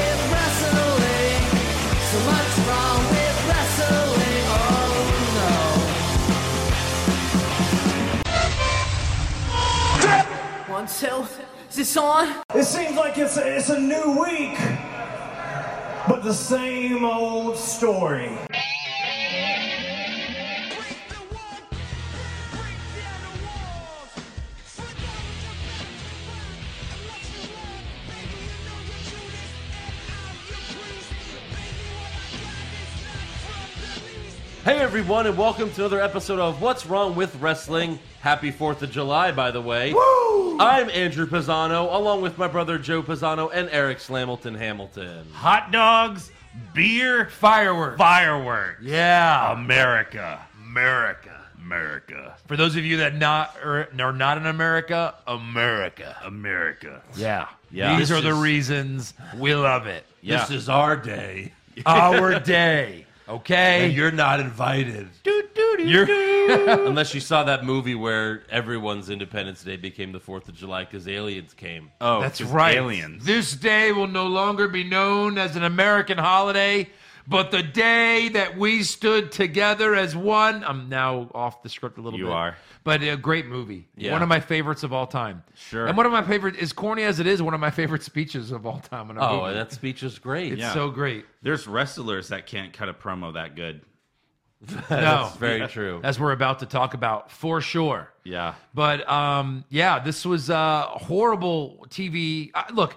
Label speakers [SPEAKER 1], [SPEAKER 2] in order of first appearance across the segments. [SPEAKER 1] Oh, So, is this on?
[SPEAKER 2] It seems like it's a, it's a new week, but the same old story.
[SPEAKER 3] Break the wall, break down the walls. Flip over the back to front and watch me run. Baby, you know you do this, and I'm your priest. Baby, what I got is not from the least.
[SPEAKER 4] Hey everyone, and welcome to another episode of What's Wrong with Wrestling. Happy Fourth of July, by the way. I'm Andrew Pisano, along with my brother Joe Pisano and Eric Slamilton Hamilton.
[SPEAKER 5] hot dogs, beer,
[SPEAKER 6] Fireworks.
[SPEAKER 5] fireworks.
[SPEAKER 6] yeah.
[SPEAKER 5] America, America, America,
[SPEAKER 6] For those of you that not are, are not in America, America.
[SPEAKER 5] America.
[SPEAKER 6] Yeah.
[SPEAKER 4] Yeah.
[SPEAKER 6] These
[SPEAKER 4] This
[SPEAKER 6] are the
[SPEAKER 4] is-
[SPEAKER 6] reasons we love it.
[SPEAKER 4] Yeah.
[SPEAKER 7] This is our day,
[SPEAKER 6] Our day.
[SPEAKER 7] and
[SPEAKER 6] Okay.
[SPEAKER 7] you're not invited.
[SPEAKER 4] Unless you saw that movie where everyone's Independence Day became the Fourth of July because aliens came.
[SPEAKER 5] Oh,
[SPEAKER 6] That's
[SPEAKER 5] 'cause
[SPEAKER 6] right.
[SPEAKER 5] Aliens.
[SPEAKER 6] This day will no longer be known as an American holiday, but the day that we stood together as one. I'm now off the script a little
[SPEAKER 5] You
[SPEAKER 6] bit.
[SPEAKER 5] are.
[SPEAKER 6] But a great movie.
[SPEAKER 4] Yeah.
[SPEAKER 6] One of my favorites of all time.
[SPEAKER 5] Sure.
[SPEAKER 6] And one of my favorite, as corny as it is, one of my favorite speeches of all time. In a
[SPEAKER 4] Oh,
[SPEAKER 6] movie.
[SPEAKER 4] that speech is great.
[SPEAKER 6] It's
[SPEAKER 5] Yeah.
[SPEAKER 6] so great.
[SPEAKER 5] There's wrestlers that can't cut a promo that good.
[SPEAKER 6] No,
[SPEAKER 4] That's very true.
[SPEAKER 6] as we're about to talk about for sure.
[SPEAKER 5] Yeah.
[SPEAKER 6] But um, yeah, this was uh, horrible TV. Uh, look,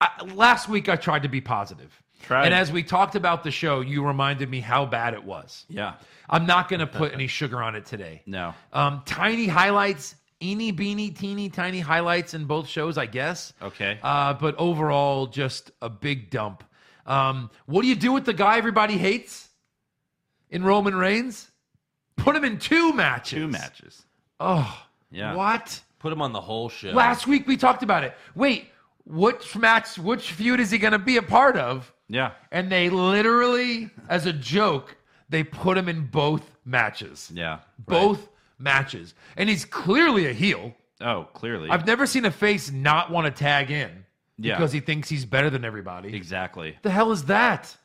[SPEAKER 6] I, last week I tried to be positive.
[SPEAKER 5] Tried.
[SPEAKER 6] And as we talked about the show, you reminded me how bad it was.
[SPEAKER 5] Yeah.
[SPEAKER 6] I'm not going to put any sugar on it today.
[SPEAKER 5] No.
[SPEAKER 6] Um, tiny highlights, eeny beeny teeny tiny highlights in both shows, I guess.
[SPEAKER 5] Okay.
[SPEAKER 6] Uh, but overall, just a big dump. Um, what do you do with the guy everybody hates in Roman Reigns? Put him in two matches.
[SPEAKER 5] Two matches.
[SPEAKER 6] Oh,
[SPEAKER 5] Yeah.
[SPEAKER 6] What?
[SPEAKER 4] Put him on the whole show.
[SPEAKER 6] Last week we talked about it. Wait, which match, which feud is he going to be a part of?
[SPEAKER 5] Yeah.
[SPEAKER 6] And they literally, as a joke, they put him in both matches.
[SPEAKER 5] Yeah.
[SPEAKER 6] Both matches. And he's clearly a heel.
[SPEAKER 5] Oh, clearly.
[SPEAKER 6] I've never seen a face not want to tag in
[SPEAKER 5] Yeah.
[SPEAKER 6] because he thinks he's better than everybody.
[SPEAKER 5] exactly.
[SPEAKER 6] the hell is that?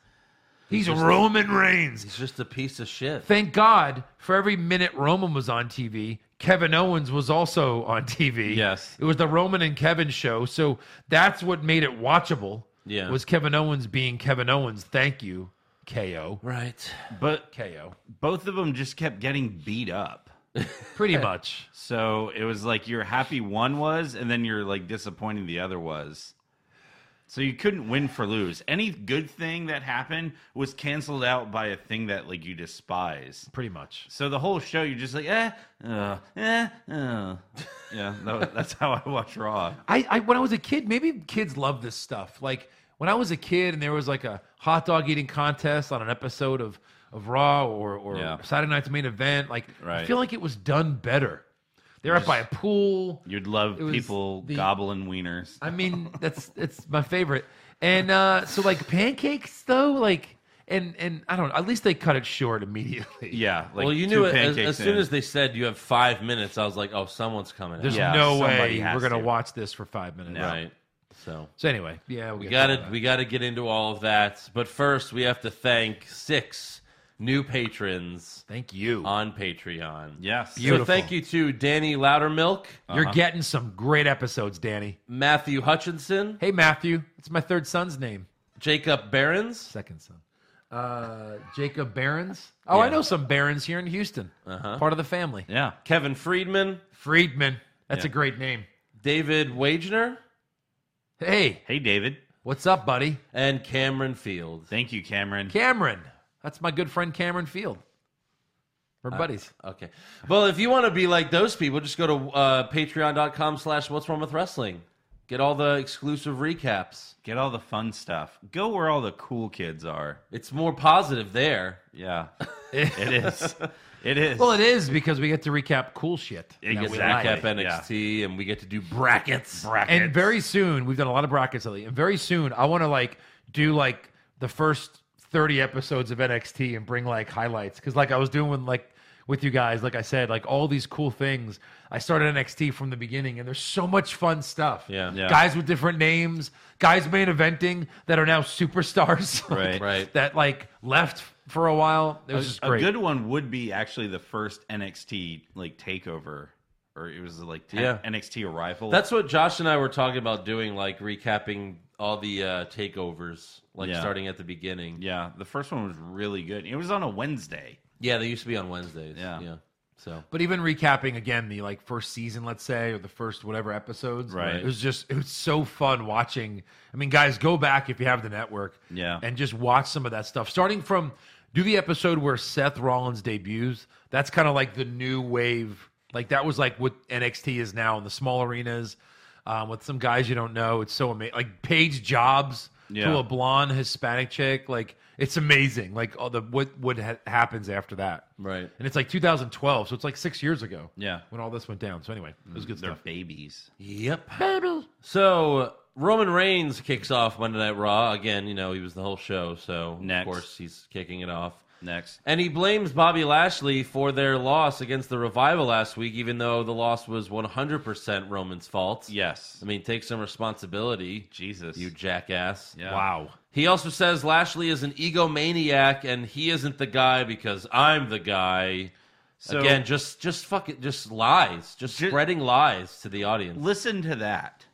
[SPEAKER 6] He's Roman Reigns.
[SPEAKER 4] He's just a piece of shit.
[SPEAKER 6] Thank God for every minute Roman was on TV, Kevin Owens was also on TV.
[SPEAKER 5] Yes.
[SPEAKER 6] It was the Roman and Kevin show. So that's what made it watchable.
[SPEAKER 4] Yeah.
[SPEAKER 6] Was Kevin Owens being Kevin Owens. Thank you, KO.
[SPEAKER 4] Right.
[SPEAKER 5] But
[SPEAKER 6] KO.
[SPEAKER 5] both of them just kept getting beat up.
[SPEAKER 6] Pretty much.
[SPEAKER 5] So it was like you're happy one was, and then you're like disappointing the other was. So you couldn't win for lose. Any good thing that happened was canceled out by a thing that like you despise.
[SPEAKER 6] Pretty much.
[SPEAKER 5] So the whole show, you're just like, eh, uh, eh, uh. yeah. That was, that's how I watch Raw.
[SPEAKER 6] I, I when I was a kid, maybe kids love this stuff. Like when I was a kid and there was like a hot dog eating contest on an episode of of Raw or or
[SPEAKER 5] Yeah.
[SPEAKER 6] Saturday night's main event, like I
[SPEAKER 5] Right.
[SPEAKER 6] feel like it was done better. They're up by a pool.
[SPEAKER 5] You'd love
[SPEAKER 6] It was
[SPEAKER 5] people
[SPEAKER 6] the-
[SPEAKER 5] gobbling wieners.
[SPEAKER 6] I mean, that's it's my favorite. And uh so like pancakes though, like and and I don't know, at least they cut it short immediately.
[SPEAKER 5] Yeah. Like
[SPEAKER 4] well, you
[SPEAKER 5] two
[SPEAKER 4] knew it as,
[SPEAKER 5] pancakes
[SPEAKER 4] as soon
[SPEAKER 5] in.
[SPEAKER 4] as they said you have five minutes. I was like, oh, someone's coming.
[SPEAKER 6] There's
[SPEAKER 4] out.
[SPEAKER 5] Yeah,
[SPEAKER 6] no way
[SPEAKER 5] somebody has
[SPEAKER 6] we're gonna
[SPEAKER 5] to.
[SPEAKER 6] watch this for five minutes.
[SPEAKER 4] Right. So
[SPEAKER 6] So anyway, yeah,
[SPEAKER 4] We
[SPEAKER 6] we, got
[SPEAKER 4] gotta we gotta get into all of that, but first we have to thank six new patrons
[SPEAKER 6] Thank you.
[SPEAKER 5] Uh,
[SPEAKER 4] on Patreon.
[SPEAKER 5] Yes.
[SPEAKER 4] So thank you to Danny Loudermilk,
[SPEAKER 6] You're
[SPEAKER 5] uh-huh.
[SPEAKER 6] getting some great episodes, Danny.
[SPEAKER 4] Matthew Hutchinson,
[SPEAKER 6] Hey Matthew, it's my third son's name.
[SPEAKER 4] Jacob Behrens,
[SPEAKER 6] Second son. Uh Jacob Barons. Oh, I
[SPEAKER 4] Yeah.
[SPEAKER 6] know some Barons here in Houston. Uh-huh. Part of the family.
[SPEAKER 5] Yeah.
[SPEAKER 4] Kevin Friedman,
[SPEAKER 6] Friedman. That's
[SPEAKER 5] Yeah.
[SPEAKER 6] a great name.
[SPEAKER 4] David Wagner,
[SPEAKER 6] Hey,
[SPEAKER 5] Hey, David.
[SPEAKER 6] what's up, buddy?
[SPEAKER 4] and Cameron Field.
[SPEAKER 5] Thank you, Cameron.
[SPEAKER 6] Cameron. That's my good friend Cameron Field. We're buddies.
[SPEAKER 4] Okay. Well, if you want to be like those people, just go to uh, patreon.com slash what's wrong with wrestling. Get all the exclusive recaps.
[SPEAKER 5] Get all the fun stuff. Go where all the cool kids are.
[SPEAKER 4] It's more positive there.
[SPEAKER 5] Yeah. it is. It is.
[SPEAKER 6] Well, it is because we get to recap cool shit. that we
[SPEAKER 5] Exactly.
[SPEAKER 6] like.
[SPEAKER 4] Recap NXT, and we get to do brackets.
[SPEAKER 5] brackets.
[SPEAKER 6] And very soon, we've done a lot of brackets lately. And very soon, I want to like do like the first 30 episodes of NXT and bring like highlights. Cause like I was doing with, like with you guys, like I said, like all these cool things. I started NXT from the beginning and there's so much fun stuff.
[SPEAKER 4] Yeah.
[SPEAKER 5] Yeah.
[SPEAKER 6] Guys with different names, guys main eventing that are now superstars. like,
[SPEAKER 5] Right.
[SPEAKER 4] Right.
[SPEAKER 6] That like left for a while. It was just
[SPEAKER 5] a
[SPEAKER 6] great.
[SPEAKER 5] good one would be actually the first NXT like takeover or it was like
[SPEAKER 4] Yeah.
[SPEAKER 5] NXT arrival.
[SPEAKER 4] That's what Josh and I were talking about doing, like recapping all the uh, takeovers, like
[SPEAKER 5] Yeah.
[SPEAKER 4] starting at the beginning. Yeah.
[SPEAKER 5] yeah. The first one was really good. It was on a Wednesday.
[SPEAKER 4] they used to be on Wednesdays.
[SPEAKER 5] Yeah.
[SPEAKER 4] yeah. So
[SPEAKER 6] But even recapping again the like first season, let's say, or the first whatever episodes,
[SPEAKER 5] Right.
[SPEAKER 6] It was just it was so fun watching. I mean, guys, go back if you have the network,
[SPEAKER 5] Yeah.
[SPEAKER 6] and just watch some of that stuff. Starting from do the episode where Seth Rollins debuts. That's kind of like the new wave. Like that was like what NXT is now in the small arenas um, with some guys you don't know. It's so amazing. Like Paige Jobs
[SPEAKER 5] Yeah.
[SPEAKER 6] to a blonde Hispanic chick. Like it's amazing. Like all the what what ha- happens after that.
[SPEAKER 4] Right.
[SPEAKER 6] And it's like 2012, so it's like six years ago.
[SPEAKER 5] Yeah.
[SPEAKER 6] When all this went down. So anyway, it was good
[SPEAKER 4] Mm,
[SPEAKER 5] They're
[SPEAKER 6] stuff.
[SPEAKER 5] babies.
[SPEAKER 4] Yep. So Roman Reigns kicks off Monday Night Raw again. You know he was the whole show, so
[SPEAKER 5] Next.
[SPEAKER 4] of course he's kicking it off.
[SPEAKER 5] Next.
[SPEAKER 4] And he blames Bobby Lashley for their loss against the Revival last week, even though the loss was 100% Roman's fault.
[SPEAKER 5] Yes.
[SPEAKER 4] I mean, take some responsibility,
[SPEAKER 5] Jesus.
[SPEAKER 4] you jackass.
[SPEAKER 5] Yeah.
[SPEAKER 6] Wow.
[SPEAKER 4] He also says Lashley is an egomaniac and he isn't the guy because I'm the guy.
[SPEAKER 5] So-
[SPEAKER 4] Again, just just fucking just lies, just
[SPEAKER 5] Ju-
[SPEAKER 4] spreading lies to the audience.
[SPEAKER 5] Listen to that.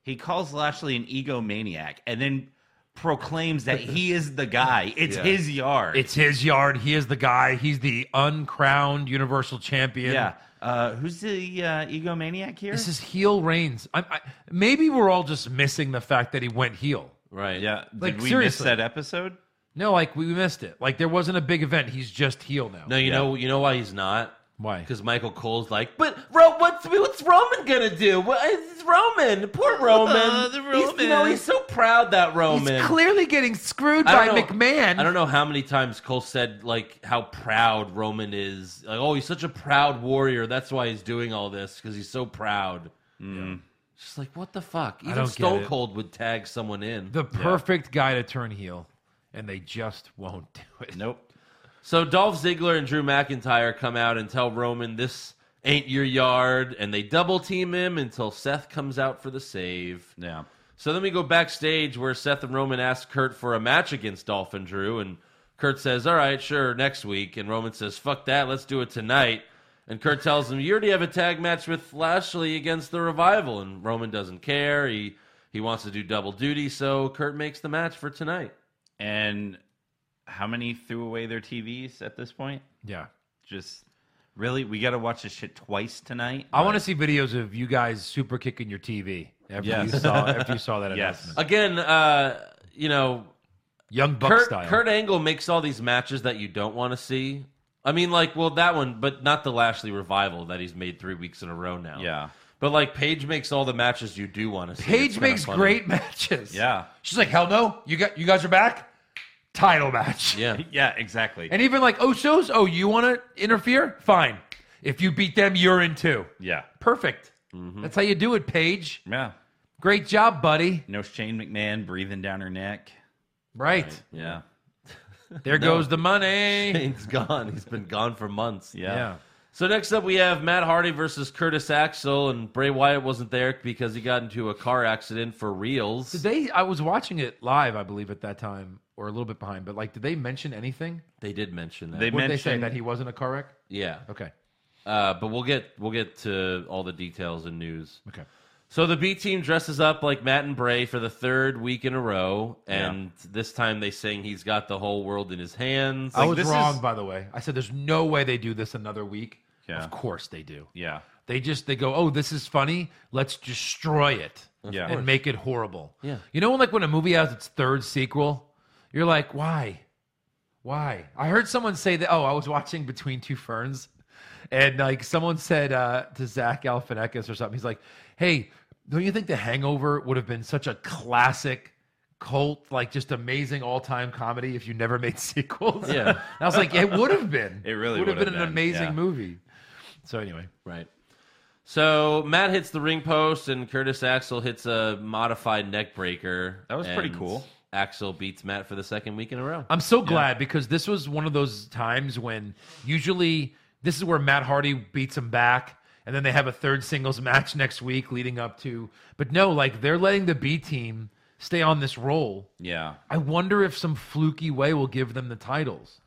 [SPEAKER 5] He calls Lashley an egomaniac and then proclaims that he is the guy. It's his yard.
[SPEAKER 6] It's his yard. He is the guy. He's the uncrowned universal champion.
[SPEAKER 5] yeah. Uh, who's the uh, egomaniac here?
[SPEAKER 6] This is heel Reigns. I'm, I, maybe we're all just missing the fact that he went heel.
[SPEAKER 4] Right.
[SPEAKER 5] yeah.
[SPEAKER 6] Like,
[SPEAKER 5] Did we
[SPEAKER 6] seriously.
[SPEAKER 5] miss that episode?
[SPEAKER 6] No, like we missed it. Like there wasn't a big event. He's just heel now.
[SPEAKER 4] No, you know you know why he's not?
[SPEAKER 6] Why?
[SPEAKER 4] Because Michael Cole's like, but Ro- what's what's Roman gonna do? What is Roman? Poor Roman.
[SPEAKER 5] the
[SPEAKER 4] He's, you know,
[SPEAKER 5] Roman.
[SPEAKER 4] he's so proud that Roman.
[SPEAKER 6] he's clearly getting screwed
[SPEAKER 4] I
[SPEAKER 6] by
[SPEAKER 4] don't know-
[SPEAKER 6] McMahon.
[SPEAKER 4] I don't know how many times Cole said like how proud Roman is. Like, oh, he's such a proud warrior. That's why he's doing all this because he's so proud. Just like what the fuck? Even
[SPEAKER 6] Mm. don't get
[SPEAKER 4] Stone
[SPEAKER 6] it.
[SPEAKER 4] Cold would tag someone in.
[SPEAKER 6] The perfect guy to turn heel, and they just won't do it.
[SPEAKER 5] Nope.
[SPEAKER 4] so Dolph Ziggler and Drew McIntyre come out and tell Roman this ain't your yard, and they double team him until Seth comes out for the save.
[SPEAKER 5] Yeah.
[SPEAKER 4] So then we go backstage where Seth and Roman ask Kurt for a match against Dolph and Drew, and Kurt says, "All right, sure, next week." And Roman says, "Fuck that, let's do it tonight." And Kurt tells him, "You already have a tag match with Lashley against the Revival," and Roman doesn't care. He he wants to do double duty, so Kurt makes the match for tonight.
[SPEAKER 5] And how many threw away their TVs at this point?
[SPEAKER 6] Yeah.
[SPEAKER 5] Just really, we got to watch this shit twice tonight.
[SPEAKER 6] I want to see videos of you guys super kicking your TV after you
[SPEAKER 5] Yes.
[SPEAKER 6] saw after you saw that
[SPEAKER 5] Yes.
[SPEAKER 6] announcement.
[SPEAKER 4] Again, uh, you know,
[SPEAKER 6] Young Buck
[SPEAKER 4] Kurt,
[SPEAKER 6] style.
[SPEAKER 4] Kurt Angle makes all these matches that you don't want to see. I mean, like, well, that one, but not the Lashley revival that he's made three weeks in a row now.
[SPEAKER 5] Yeah.
[SPEAKER 4] But like, Paige makes all the matches you do want to see. It's
[SPEAKER 6] Paige
[SPEAKER 4] kinda
[SPEAKER 6] makes
[SPEAKER 4] funny.
[SPEAKER 6] great matches.
[SPEAKER 5] Yeah.
[SPEAKER 6] She's like, hell no, you got you guys are back. Title match.
[SPEAKER 4] Yeah.
[SPEAKER 5] Yeah, exactly.
[SPEAKER 6] And even like, oh shows, oh, you wanna interfere? Fine. If you beat them, you're in too.
[SPEAKER 5] yeah.
[SPEAKER 6] Perfect. That's how you do it, Paige.
[SPEAKER 5] Yeah.
[SPEAKER 6] Great job, buddy.
[SPEAKER 5] No Shane McMahon breathing down her neck.
[SPEAKER 6] Right.
[SPEAKER 5] Yeah.
[SPEAKER 6] There goes the money.
[SPEAKER 4] Shane's gone. He's been gone for months.
[SPEAKER 5] Yeah.
[SPEAKER 4] So next up, we have Matt Hardy versus Curtis Axel, and Bray Wyatt wasn't there because he got into a car accident for reals.
[SPEAKER 6] Did they I was watching it live, I believe, at that time, or a little bit behind, but like did they mention anything?
[SPEAKER 4] They did mention that.
[SPEAKER 5] They
[SPEAKER 6] What did Uh, they say?
[SPEAKER 5] mentioned
[SPEAKER 6] That he wasn't a car wreck?
[SPEAKER 4] yeah.
[SPEAKER 6] Okay.
[SPEAKER 4] Uh, but we'll get we'll get to all the details and news.
[SPEAKER 6] Okay.
[SPEAKER 4] So the B team dresses up like Matt and Bray for the third week in a row, and this time they sing he's got the whole world in his hands.
[SPEAKER 6] I was
[SPEAKER 5] this
[SPEAKER 6] wrong,
[SPEAKER 5] is-
[SPEAKER 6] by the way. I said there's no way they do this another week.
[SPEAKER 5] Yeah.
[SPEAKER 6] Of course they do.
[SPEAKER 5] Yeah.
[SPEAKER 6] They just they go, oh, this is funny. Let's destroy it
[SPEAKER 5] Yeah.
[SPEAKER 6] and make it horrible.
[SPEAKER 4] Yeah.
[SPEAKER 6] You know, when like when a movie has its third sequel, you're like, why, why? I heard someone say that. Oh, I was watching Between Two Ferns, and like someone said uh, to Zach Galifianakis or something, he's like, hey, don't you think The Hangover would have been such a classic? Cult, like just amazing all time comedy if you never made sequels.
[SPEAKER 4] Yeah.
[SPEAKER 6] And I was like, it would have been.
[SPEAKER 5] It really
[SPEAKER 6] would have
[SPEAKER 5] would
[SPEAKER 6] been,
[SPEAKER 5] have
[SPEAKER 6] an
[SPEAKER 5] been,
[SPEAKER 6] amazing
[SPEAKER 5] yeah.
[SPEAKER 6] movie. So, anyway.
[SPEAKER 4] right. So Matt hits the ring post, and Curtis Axel hits a modified neck breaker.
[SPEAKER 5] That was pretty
[SPEAKER 4] and
[SPEAKER 5] cool.
[SPEAKER 4] Axel beats Matt for the second week in a row.
[SPEAKER 6] I'm so glad because this was one of those times when usually this is where Matt Hardy beats him back, and then they have a third singles match next week leading up to. But no, like they're letting the B team stay on this roll.
[SPEAKER 5] Yeah.
[SPEAKER 6] I wonder if some
[SPEAKER 5] Oh.
[SPEAKER 6] fluky way will give them the titles.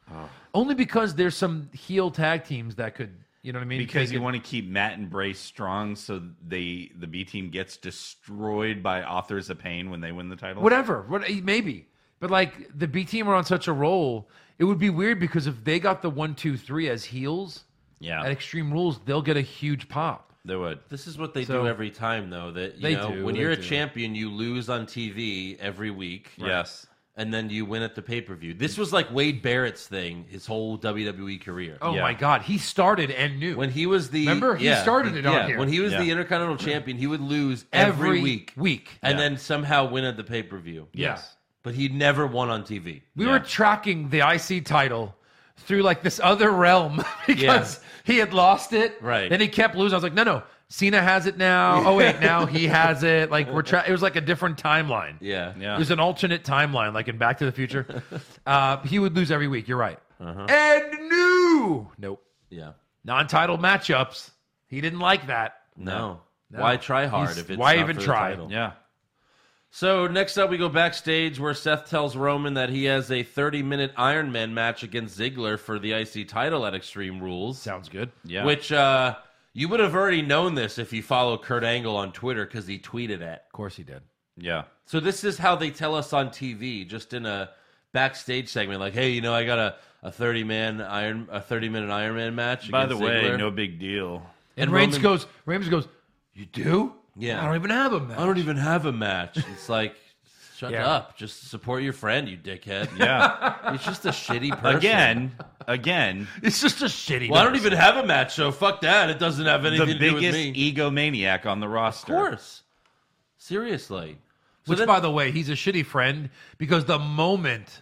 [SPEAKER 6] Only because there's some heel tag teams that could You know what I mean?
[SPEAKER 5] because
[SPEAKER 6] They
[SPEAKER 5] you
[SPEAKER 6] could-
[SPEAKER 5] want to keep Matt and Bray strong, so they the B team gets destroyed by Authors of Pain when they win the title.
[SPEAKER 6] whatever, what, eh, maybe. But like the B team are on such a roll, it would be weird because if they got the one, two, three as heels
[SPEAKER 5] Yeah,
[SPEAKER 6] at Extreme Rules, they'll get a huge pop.
[SPEAKER 5] they would.
[SPEAKER 4] This is what they
[SPEAKER 6] So-
[SPEAKER 4] do every time, though. That you
[SPEAKER 6] They
[SPEAKER 4] know,
[SPEAKER 6] do,
[SPEAKER 4] when
[SPEAKER 6] they
[SPEAKER 4] you're a
[SPEAKER 6] do.
[SPEAKER 4] champion, you lose on TV every week.
[SPEAKER 5] Yes,
[SPEAKER 4] and then you win at the pay per view. This was like Wade Barrett's thing his whole WWE career.
[SPEAKER 6] Oh
[SPEAKER 5] Yeah.
[SPEAKER 6] my God, he started and knew.
[SPEAKER 4] When he was the
[SPEAKER 6] Remember? He
[SPEAKER 4] yeah,
[SPEAKER 6] started it on
[SPEAKER 4] yeah,
[SPEAKER 6] here.
[SPEAKER 4] When he was the
[SPEAKER 5] Yeah.
[SPEAKER 4] Intercontinental Champion, he would lose every, week,
[SPEAKER 6] week.
[SPEAKER 4] and
[SPEAKER 5] Yeah.
[SPEAKER 4] then somehow win at the pay per view.
[SPEAKER 5] yes.
[SPEAKER 4] but he never won on TV.
[SPEAKER 6] we
[SPEAKER 5] Yeah.
[SPEAKER 6] were tracking the IC title through like this other realm because he had lost it.
[SPEAKER 4] Right.
[SPEAKER 6] Then he kept losing. I was like, no, no, Cena has it now. Oh wait, now he has it. Like we're tra- it was like a different timeline.
[SPEAKER 4] Yeah,
[SPEAKER 5] Yeah.
[SPEAKER 6] It was an alternate timeline, like in Back to the Future. uh, he would lose every week. You're right.
[SPEAKER 4] Uh-huh.
[SPEAKER 6] And new, nope,
[SPEAKER 4] yeah.
[SPEAKER 6] non-title matchups. He didn't like that.
[SPEAKER 4] No.
[SPEAKER 6] No.
[SPEAKER 4] Why try hard
[SPEAKER 6] He's-
[SPEAKER 4] if it's
[SPEAKER 6] why
[SPEAKER 4] not
[SPEAKER 6] even
[SPEAKER 4] for the
[SPEAKER 6] try?
[SPEAKER 4] title?
[SPEAKER 5] Yeah.
[SPEAKER 4] So next up, we go backstage where Seth tells Roman that he has a 30-minute Iron Man match against Ziggler for the IC title at Extreme Rules.
[SPEAKER 6] Sounds good.
[SPEAKER 5] Yeah.
[SPEAKER 4] Which uh, you would have already known this if you follow Kurt Angle on Twitter because he tweeted at.
[SPEAKER 6] Of course he did.
[SPEAKER 5] Yeah.
[SPEAKER 4] So this is how they tell us on TV, just in a backstage segment, like, "Hey, you know, I got a, a thirty man Iron a thirty minute Iron Man match."
[SPEAKER 5] By the
[SPEAKER 4] against
[SPEAKER 5] way,
[SPEAKER 4] Ziggler."
[SPEAKER 5] no big deal.
[SPEAKER 6] And,
[SPEAKER 4] And
[SPEAKER 6] Reigns
[SPEAKER 4] Roman-
[SPEAKER 6] goes. Reigns goes. You do?
[SPEAKER 4] Yeah.
[SPEAKER 6] I don't even have him.
[SPEAKER 4] I don't even have a match. It's like, shut
[SPEAKER 6] Yeah.
[SPEAKER 4] up, just support your friend, you dickhead.
[SPEAKER 5] Yeah.
[SPEAKER 4] He's just a shitty person.
[SPEAKER 5] again, again,
[SPEAKER 6] It's just a shitty.
[SPEAKER 4] Well, I don't
[SPEAKER 6] match.
[SPEAKER 4] even have a match, so fuck that. It doesn't have
[SPEAKER 5] the
[SPEAKER 4] anything to do with
[SPEAKER 5] biggest
[SPEAKER 4] me.
[SPEAKER 5] egomaniac on the
[SPEAKER 4] of
[SPEAKER 5] roster.
[SPEAKER 4] course. Seriously. So
[SPEAKER 6] Which,
[SPEAKER 4] then-
[SPEAKER 6] by the way, he's a shitty friend because the moment,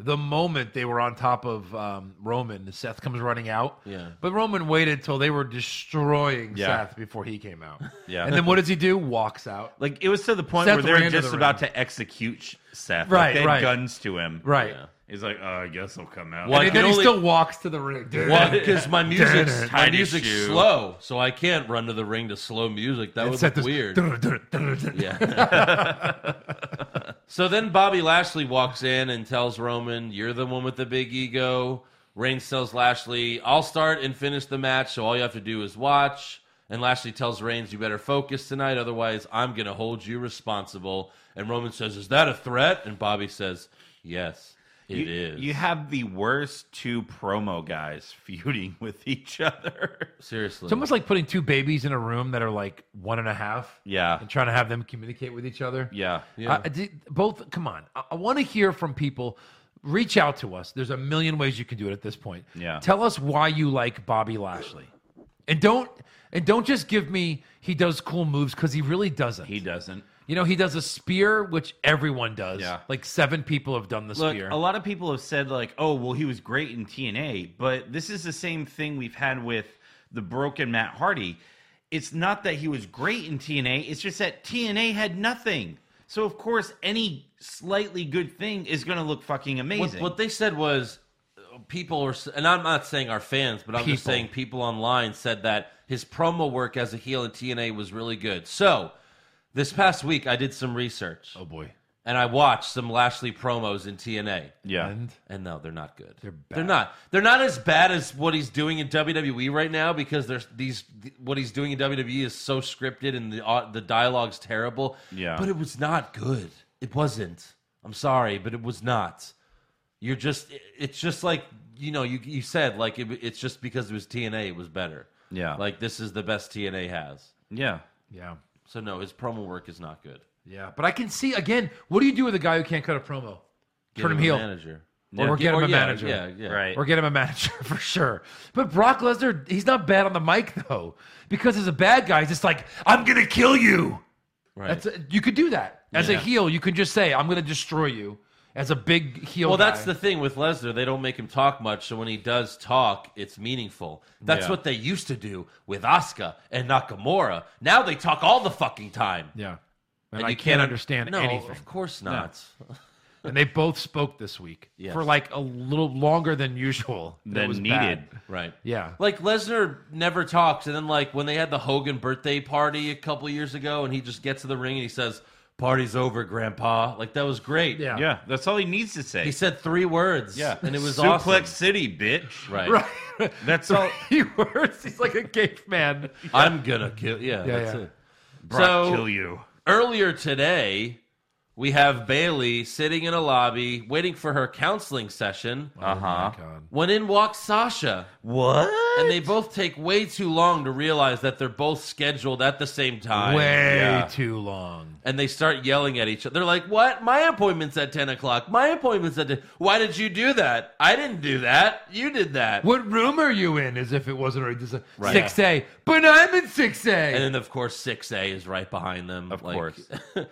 [SPEAKER 6] the moment they were on top of um, Roman, Seth comes running out.
[SPEAKER 4] Yeah.
[SPEAKER 6] But Roman waited till they were destroying
[SPEAKER 5] Yeah.
[SPEAKER 6] Seth before he came out.
[SPEAKER 5] Yeah.
[SPEAKER 6] And then what does he do? Walks out.
[SPEAKER 5] Like it was to the point
[SPEAKER 6] Seth
[SPEAKER 5] where
[SPEAKER 6] ran
[SPEAKER 5] they're
[SPEAKER 6] to
[SPEAKER 5] just
[SPEAKER 6] the
[SPEAKER 5] about
[SPEAKER 6] ring.
[SPEAKER 5] to execute Sh- Seth.
[SPEAKER 6] Right,
[SPEAKER 5] Like, they had
[SPEAKER 6] right.
[SPEAKER 5] guns to him.
[SPEAKER 6] Right.
[SPEAKER 4] Yeah.
[SPEAKER 5] He's like, oh, I guess I'll come out.
[SPEAKER 4] Well, I
[SPEAKER 6] And then
[SPEAKER 4] can
[SPEAKER 6] he
[SPEAKER 4] only-
[SPEAKER 6] still walks to the ring.
[SPEAKER 4] Well, because my music's my
[SPEAKER 5] Tiny
[SPEAKER 4] music's
[SPEAKER 5] shoe.
[SPEAKER 4] slow, so I can't run to the ring to slow music. That would
[SPEAKER 6] Seth
[SPEAKER 4] look
[SPEAKER 6] is-
[SPEAKER 4] weird.
[SPEAKER 6] Yeah.
[SPEAKER 4] Yeah. so then Bobby Lashley walks in and tells Roman, "You're the one with the big ego." Reigns tells Lashley, "I'll start and finish the match, so all you have to do is watch." And Lashley tells Reigns, "You better focus tonight, otherwise I'm going to hold you responsible." And Roman says, "Is that a threat?" And Bobby says, "Yes, it is."
[SPEAKER 5] you, you have the worst two promo guys feuding with each other.
[SPEAKER 4] seriously.
[SPEAKER 6] It's almost like putting two babies in a room that are like one and a half
[SPEAKER 5] Yeah.
[SPEAKER 6] and trying to have them communicate with each other.
[SPEAKER 5] Yeah.
[SPEAKER 4] Yeah.
[SPEAKER 6] I- I did- both, come on. I, I want to hear from people. Reach out to us. There's a million ways you can do it at this point.
[SPEAKER 5] Yeah.
[SPEAKER 6] Tell us why you like Bobby Lashley, and don't and don't just give me he does cool moves because he really doesn't.
[SPEAKER 5] He doesn't.
[SPEAKER 6] You know, he does a spear, which everyone does.
[SPEAKER 5] Yeah.
[SPEAKER 6] Like seven people have done the
[SPEAKER 5] Look,
[SPEAKER 6] spear.
[SPEAKER 5] a lot of people have said like, "Oh, well, he was great in TNA," but this is the same thing we've had with the broken Matt Hardy. It's not that he was great in TNA; it's just that TNA had nothing. So of course, any slightly good thing is going to look fucking
[SPEAKER 4] what,
[SPEAKER 5] amazing.
[SPEAKER 4] what they said was uh, people are s- and i'm not saying our fans but i'm just
[SPEAKER 6] People.
[SPEAKER 4] saying people online said that his promo work as a heel in tna was really good so this past week i did some research
[SPEAKER 6] oh boy.
[SPEAKER 4] and i watched some lashley promos in tna
[SPEAKER 5] yeah,
[SPEAKER 6] And
[SPEAKER 4] and no they're not good they're
[SPEAKER 6] bad.
[SPEAKER 4] they're not they're not as bad as what he's doing in wwe right now because there's these th- what he's doing in wwe is so scripted and the au- the dialogue's terrible
[SPEAKER 5] Yeah.
[SPEAKER 4] but it was not good it wasn't i'm sorry but it was not you're just it- it's just like you know you you said like it, it's just because it was TNA it was better.
[SPEAKER 5] Yeah.
[SPEAKER 4] Like this is the best TNA has.
[SPEAKER 5] yeah,
[SPEAKER 6] yeah.
[SPEAKER 4] So no, his promo work is not good.
[SPEAKER 6] Yeah. But I can see again. What do you do with a guy who can't cut a promo?
[SPEAKER 4] Get
[SPEAKER 6] Turn him,
[SPEAKER 4] a
[SPEAKER 6] heel,
[SPEAKER 4] Manager.
[SPEAKER 6] or, or get him
[SPEAKER 4] Or
[SPEAKER 6] a
[SPEAKER 4] yeah,
[SPEAKER 6] manager.
[SPEAKER 4] Yeah, yeah.
[SPEAKER 5] right.
[SPEAKER 6] Or get him a manager for sure. But Brock Lesnar, he's not bad on the mic though, because as a bad guy, he's just like, "I'm gonna kill you."
[SPEAKER 4] Right.
[SPEAKER 6] That's you could do that as a
[SPEAKER 4] Yeah.
[SPEAKER 6] heel. You can just say, "I'm gonna destroy you." As a big heel,
[SPEAKER 4] well, that's
[SPEAKER 6] guy.
[SPEAKER 4] the thing with Lesnar. They don't make him talk much, so when he does talk, it's meaningful. That's
[SPEAKER 5] Yeah.
[SPEAKER 4] what they used to do with Asuka and Nakamura. Now they talk all the fucking time.
[SPEAKER 6] yeah. And,
[SPEAKER 4] And
[SPEAKER 6] I
[SPEAKER 4] you
[SPEAKER 6] can't understand
[SPEAKER 4] no,
[SPEAKER 6] anything.
[SPEAKER 4] Of course not.
[SPEAKER 6] And they both spoke this week
[SPEAKER 4] Yes.
[SPEAKER 6] for like a little longer than usual. That
[SPEAKER 5] Than
[SPEAKER 6] was
[SPEAKER 5] needed.
[SPEAKER 6] bad.
[SPEAKER 4] Right.
[SPEAKER 6] Yeah.
[SPEAKER 4] Like Lesnar never talks, and then like when they had the Hogan birthday party a couple years ago, and he just gets to the ring and he says, "Party's over, Grandpa." Like that was great.
[SPEAKER 6] Yeah.
[SPEAKER 5] Yeah, that's all he needs to say.
[SPEAKER 4] He said three words.
[SPEAKER 5] yeah,
[SPEAKER 4] and it was
[SPEAKER 5] Suplex
[SPEAKER 4] awesome.
[SPEAKER 5] City, bitch.
[SPEAKER 4] Right.
[SPEAKER 6] Right.
[SPEAKER 5] That's all.
[SPEAKER 6] he works. He's like a caveman.
[SPEAKER 4] I'm gonna kill. Yeah,
[SPEAKER 6] Yeah,
[SPEAKER 4] that's
[SPEAKER 6] yeah.
[SPEAKER 4] it.
[SPEAKER 5] Brock,
[SPEAKER 4] So-
[SPEAKER 5] kill you.
[SPEAKER 4] Earlier today, we have Bailey sitting in a lobby waiting for her counseling session.
[SPEAKER 5] Uh
[SPEAKER 6] Oh
[SPEAKER 5] huh.
[SPEAKER 4] When in walks Sasha,
[SPEAKER 5] What?
[SPEAKER 4] and they both take way too long to realize that they're both scheduled at the same time.
[SPEAKER 6] Way
[SPEAKER 5] yeah.
[SPEAKER 6] too long.
[SPEAKER 4] and they start yelling at each other. They're like, "What? My appointment's at ten o'clock. My appointment's at 10. Why did you do that? I didn't do that. You did that."
[SPEAKER 6] What room are you in? As if it wasn't already just
[SPEAKER 4] Right.
[SPEAKER 6] six A. But I'm in six
[SPEAKER 4] And
[SPEAKER 6] A.
[SPEAKER 4] then, of course, six A is right behind them.
[SPEAKER 5] Of course.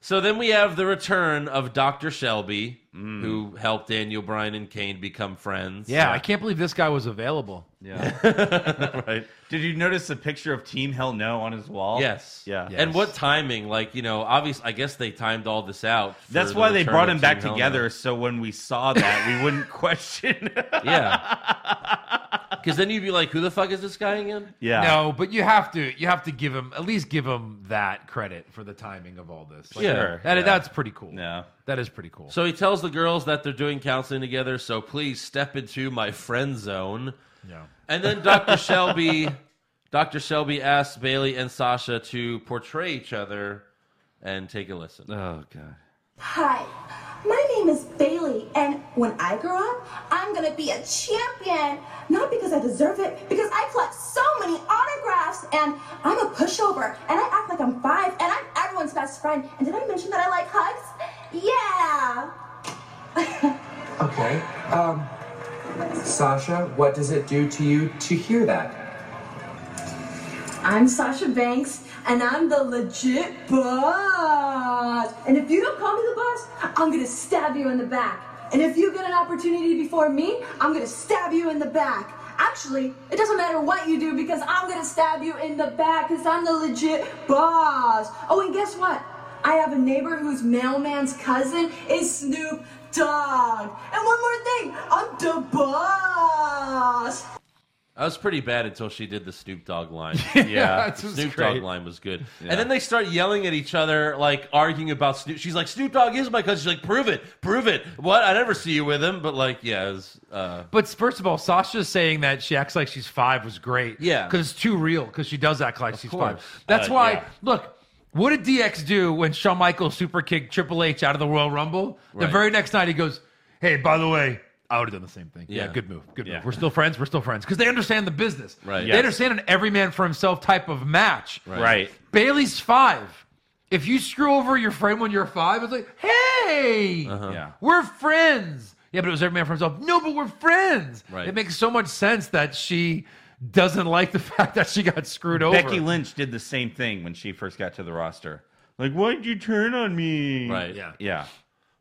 [SPEAKER 4] so then we have the return of Doctor Shelby,
[SPEAKER 5] Mm.
[SPEAKER 4] who helped Daniel Bryan and Kane become friends.
[SPEAKER 6] Yeah, I can't believe this guy was available.
[SPEAKER 5] Yeah.
[SPEAKER 4] right.
[SPEAKER 5] Did you notice the picture of Team Hell No on his wall?
[SPEAKER 4] Yes.
[SPEAKER 5] Yeah.
[SPEAKER 6] Yeah.
[SPEAKER 4] And what timing? Like you know, obviously, I guess they timed all this out. for
[SPEAKER 5] That's
[SPEAKER 4] the
[SPEAKER 5] why they
[SPEAKER 4] return
[SPEAKER 5] brought
[SPEAKER 4] of
[SPEAKER 5] him back
[SPEAKER 4] Team Hell
[SPEAKER 5] together, so when we saw that, we wouldn't question.
[SPEAKER 4] No. Yeah. Because then you'd be like, "Who the fuck is this guy again?"
[SPEAKER 5] yeah.
[SPEAKER 6] No, but you have to you have to give him at least give him that credit for the timing of all this. Like,
[SPEAKER 4] Yeah.
[SPEAKER 6] that,
[SPEAKER 5] yeah.
[SPEAKER 6] that's pretty cool.
[SPEAKER 5] Yeah.
[SPEAKER 6] That is pretty cool.
[SPEAKER 4] So he tells the girls that they're doing counseling together, so please step into my friend zone.
[SPEAKER 6] yeah.
[SPEAKER 4] And then Dr. Shelby Dr. Shelby asks Bailey and Sasha to portray each other and take a listen.
[SPEAKER 6] Uh.
[SPEAKER 5] Oh god.
[SPEAKER 8] Hi, my name is Bailey, and when I grow up, I'm gonna be a champion. Not because I deserve it, because I collect so many autographs, and I'm a pushover, and I act like I'm five, and I'm everyone's best friend. And did I mention that I like hugs? Yeah!
[SPEAKER 9] Okay. Um, Sasha, what does it do to you to hear that?
[SPEAKER 8] I'm Sasha Banks, and I'm the legit boss. And if you don't call me the boss, I'm gonna stab you in the back. And if you get an opportunity before me, I'm gonna stab you in the back. Actually, it doesn't matter what you do because I'm gonna stab you in the back because I'm the legit boss. Oh, and guess what? I have a neighbor whose mailman's cousin is Snoop Dogg. And one more thing, I'm the boss.
[SPEAKER 4] I was pretty bad until she did the Snoop Dogg line.
[SPEAKER 5] Yeah.
[SPEAKER 6] That's
[SPEAKER 4] Snoop Dogg
[SPEAKER 6] great.
[SPEAKER 4] line was good. And then they start yelling at each other, like arguing about Snoop. She's like, Snoop Dogg is my cousin. She's like, prove it, prove it. What? I never see you with him. But like, yeah, it was, uh,
[SPEAKER 6] But first of all, Sasha saying that she acts like she's five was great.
[SPEAKER 4] Yeah.
[SPEAKER 6] Because it's too real, because she does act like she's
[SPEAKER 4] course.
[SPEAKER 6] five. That's
[SPEAKER 5] Uh,
[SPEAKER 6] why,
[SPEAKER 5] yeah.
[SPEAKER 6] look, what did DX do when Shawn Michaels super kicked Triple H out of the Royal Rumble?
[SPEAKER 4] Right.
[SPEAKER 6] The very next night, he goes, Hey, by the way, I would have done the same thing.
[SPEAKER 4] Yeah.
[SPEAKER 6] good move. Good
[SPEAKER 5] Yeah.
[SPEAKER 6] move. We're still friends. We're still friends. Because they understand the business.
[SPEAKER 4] Right.
[SPEAKER 6] They
[SPEAKER 5] Yes.
[SPEAKER 6] understand an every man for himself type of match.
[SPEAKER 5] Right.
[SPEAKER 6] Bailey's five. If you screw over your friend when you're five, it's like, hey,
[SPEAKER 4] Uh-huh.
[SPEAKER 5] Yeah.
[SPEAKER 6] we're friends. Yeah, but it was every man for himself. No, but we're friends.
[SPEAKER 4] Right.
[SPEAKER 6] It makes so much sense that she doesn't like the fact that she got screwed over.
[SPEAKER 5] Becky Lynch did the same thing when she first got to the roster. Like, why'd you turn on me?
[SPEAKER 4] right.
[SPEAKER 6] Mm, Yeah.
[SPEAKER 5] Yeah.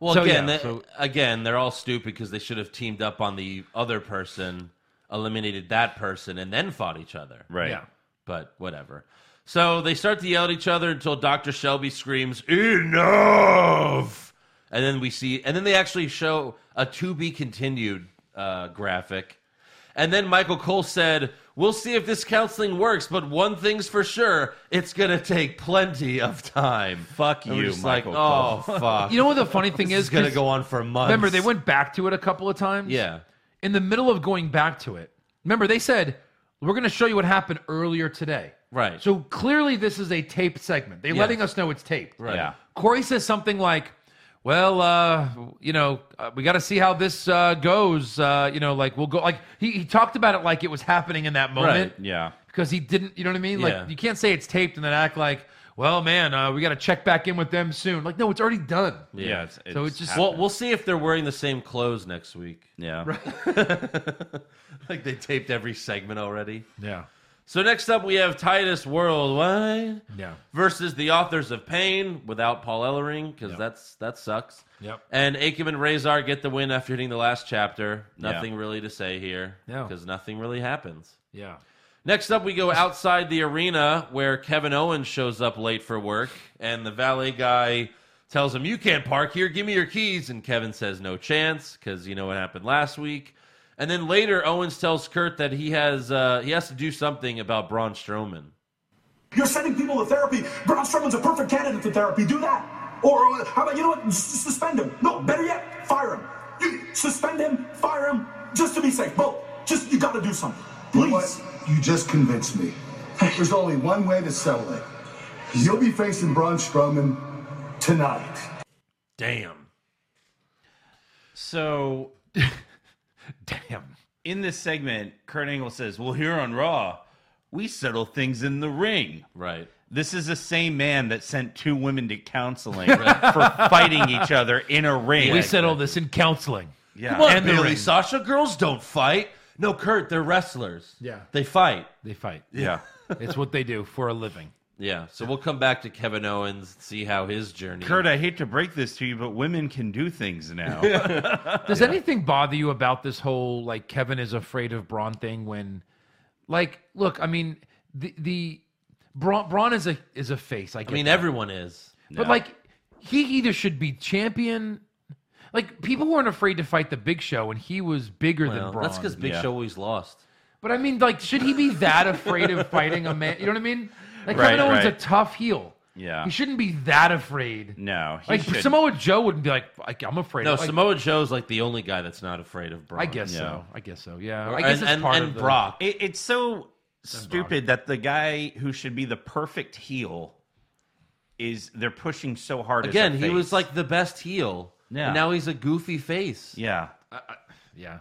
[SPEAKER 4] Well,
[SPEAKER 6] So,
[SPEAKER 4] again,
[SPEAKER 6] yeah,
[SPEAKER 4] they-
[SPEAKER 6] so-
[SPEAKER 4] again, they're all stupid because they should have teamed up on the other person, eliminated that person, and then fought each other.
[SPEAKER 5] Right.
[SPEAKER 6] Yeah.
[SPEAKER 4] But whatever. So they start to yell at each other until Doctor Shelby screams "Enough!" and then we see, and then they actually show a "to be continued" uh, graphic, and then Michael Cole said. We'll see if this counseling works, but one thing's for sure, it's gonna take plenty of time.
[SPEAKER 5] Fuck
[SPEAKER 4] And we're
[SPEAKER 5] you,
[SPEAKER 4] just
[SPEAKER 5] Michael
[SPEAKER 4] like, Oh fuck.
[SPEAKER 6] You know what the funny thing
[SPEAKER 4] This
[SPEAKER 6] is?
[SPEAKER 4] is going to
[SPEAKER 6] 'Cause
[SPEAKER 4] go on for months.
[SPEAKER 6] Remember, they went back to it a couple of times.
[SPEAKER 4] Yeah.
[SPEAKER 6] In the middle of going back to it, remember they said, we're going to show you what happened earlier today.
[SPEAKER 4] Right.
[SPEAKER 6] So clearly, this is a taped segment. They're
[SPEAKER 4] Yeah.
[SPEAKER 6] letting us know it's taped.
[SPEAKER 4] Right.
[SPEAKER 5] Yeah.
[SPEAKER 6] Corey says something like, "Well, uh, you know, uh, we got to see how this uh, goes. Uh, you know, like we'll go." Like he, he talked about it like it was happening in that moment
[SPEAKER 5] Yeah.
[SPEAKER 6] because he didn't. You know what I mean?
[SPEAKER 4] Yeah.
[SPEAKER 6] Like you can't say it's taped and then act like, "Well, man, uh, we got to check back in with them soon." Like no, it's already done.
[SPEAKER 5] Yeah.
[SPEAKER 4] Yeah.
[SPEAKER 5] it's,
[SPEAKER 6] So it's just-
[SPEAKER 4] Well, we'll see if they're wearing the same clothes next week.
[SPEAKER 5] yeah.
[SPEAKER 4] Like they taped every segment already.
[SPEAKER 6] Yeah.
[SPEAKER 4] So next up, we have Titus Worldwide
[SPEAKER 6] Yeah.
[SPEAKER 4] versus the authors of Pain without Paul Ellering because that's that sucks.
[SPEAKER 6] Yep.
[SPEAKER 4] And Aikman and Razor get the win after hitting the last chapter.
[SPEAKER 5] Yeah.
[SPEAKER 4] Nothing really to say here
[SPEAKER 6] No.
[SPEAKER 4] because nothing really happens.
[SPEAKER 6] Yeah.
[SPEAKER 4] Next up, we go outside the arena where Kevin Owens shows up late for work, and the valet guy tells him, You can't park here, give me your keys. And Kevin says, No chance, because you know what happened last week. And then later, Owens tells Kurt that he has uh, he has to do something about Braun Strowman.
[SPEAKER 2] You're sending people to therapy. Braun Strowman's a perfect candidate for therapy. Do that.
[SPEAKER 10] Or or how about you know what? S- Suspend him. No, better yet, fire him. You suspend him, fire him, just to be safe. Both. Just you got to do something. Please.
[SPEAKER 11] What? You just convinced me. There's only one way to settle it. You'll be facing Braun Strowman tonight.
[SPEAKER 7] Damn.
[SPEAKER 5] So
[SPEAKER 6] Damn.
[SPEAKER 5] in this segment, Kurt Angle says, "Well, here on Raw, we settle things in the ring."
[SPEAKER 4] Right.
[SPEAKER 5] This is the same man that sent two women to counseling for fighting each other in a ring.
[SPEAKER 6] We settle this in counseling.
[SPEAKER 5] Yeah.
[SPEAKER 4] Come on,
[SPEAKER 6] And the
[SPEAKER 4] Bailey,
[SPEAKER 6] ring.
[SPEAKER 4] Sasha, girls don't fight. No, Kurt, they're wrestlers.
[SPEAKER 6] Yeah.
[SPEAKER 4] They fight.
[SPEAKER 6] They fight.
[SPEAKER 5] yeah.
[SPEAKER 6] it's what they do for a living.
[SPEAKER 4] Yeah. So we'll come back to Kevin Owens, see how his journey.
[SPEAKER 5] Kurt, I hate to break this to you, but women can do things now.
[SPEAKER 6] Does anything bother you about this whole like Kevin is afraid of Braun thing? When, like, look, I mean, the the Braun, Braun is a is a face. I,
[SPEAKER 4] I mean,
[SPEAKER 6] that.
[SPEAKER 4] everyone is.
[SPEAKER 6] But like, he either should be champion. Like people weren't afraid to fight the Big Show, and he was bigger than
[SPEAKER 4] Well,
[SPEAKER 6] Braun.
[SPEAKER 4] that's because Big
[SPEAKER 5] Yeah.
[SPEAKER 4] Show always lost.
[SPEAKER 6] But I mean, like, should he be that afraid of fighting a man? You know what I mean? Like
[SPEAKER 5] Right,
[SPEAKER 6] Kevin Owens
[SPEAKER 5] right.
[SPEAKER 6] a tough heel.
[SPEAKER 5] Yeah.
[SPEAKER 6] he shouldn't be that afraid.
[SPEAKER 5] no, he
[SPEAKER 6] like
[SPEAKER 5] shouldn't.
[SPEAKER 6] Samoa Joe wouldn't be like, like I'm afraid.
[SPEAKER 4] No,
[SPEAKER 6] of, like,
[SPEAKER 4] Samoa Joe's like the only guy that's not afraid of Braun.
[SPEAKER 6] I guess
[SPEAKER 5] Yeah.
[SPEAKER 6] so. I guess so. Yeah.
[SPEAKER 4] Or-
[SPEAKER 6] I guess
[SPEAKER 4] and
[SPEAKER 6] it's
[SPEAKER 4] and,
[SPEAKER 6] part
[SPEAKER 4] and
[SPEAKER 6] of the-
[SPEAKER 4] Brock.
[SPEAKER 5] It, it's so stupid that the guy who should be the perfect heel is they're pushing so hard. as a
[SPEAKER 4] Again, he
[SPEAKER 5] face.
[SPEAKER 4] was like the best heel.
[SPEAKER 5] Yeah.
[SPEAKER 4] And now he's a goofy face.
[SPEAKER 5] yeah,
[SPEAKER 6] Yeah.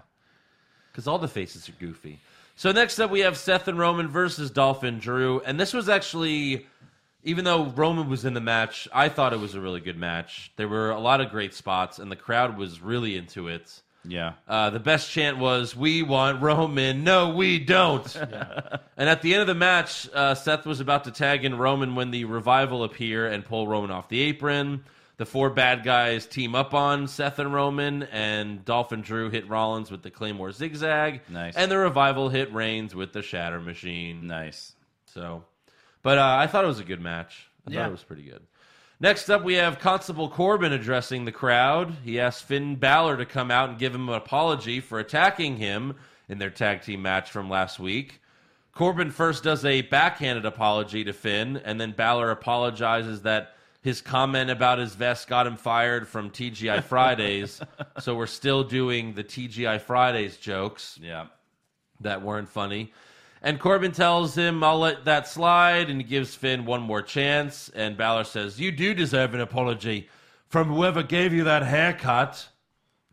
[SPEAKER 4] because all the faces are goofy. So next up, we have Seth and Roman versus Dolphin Drew, and this was actually, even though Roman was in the match, I thought it was a really good match. There were a lot of great spots, and the crowd was really into it.
[SPEAKER 5] yeah.
[SPEAKER 4] Uh, the best chant was "We want Roman, no, we don't." And at the end of the match, uh, Seth was about to tag in Roman when the revival appear and pull Roman off the apron. The four bad guys team up on Seth and Roman, and Dolphin Drew hit Rollins with the Claymore zigzag.
[SPEAKER 5] Nice.
[SPEAKER 4] And the revival hit Reigns with the Shatter Machine.
[SPEAKER 5] nice.
[SPEAKER 4] So, but uh, I thought it was a good match. I
[SPEAKER 5] Yeah.
[SPEAKER 4] thought it was pretty good. Next up, we have Constable Corbin addressing the crowd. He asked Finn Balor to come out and give him an apology for attacking him in their tag team match from last week. Corbin first does a backhanded apology to Finn, and then Balor apologizes that his comment about his vest got him fired from TGI Fridays. so we're still doing the TGI Fridays jokes
[SPEAKER 5] Yeah,
[SPEAKER 4] that weren't funny. And Corbin tells him, I'll let that slide, and he gives Finn one more chance. And Balor says, You do deserve an apology from whoever gave you that haircut.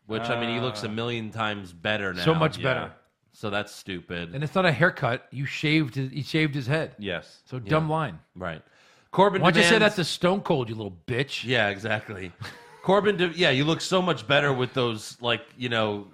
[SPEAKER 4] Which, I mean, he looks a million times better now.
[SPEAKER 6] Ah. So much
[SPEAKER 4] Yeah.
[SPEAKER 6] better.
[SPEAKER 4] So that's stupid.
[SPEAKER 6] And it's not a haircut. You shaved his, he shaved his head.
[SPEAKER 5] yes.
[SPEAKER 6] So dumb line.
[SPEAKER 4] right. Corbin
[SPEAKER 6] Why don't you say
[SPEAKER 4] demands-
[SPEAKER 6] that to Stone Cold, you little bitch?
[SPEAKER 4] Yeah, exactly. Corbin, de- yeah, you look so much better with those, like, you know,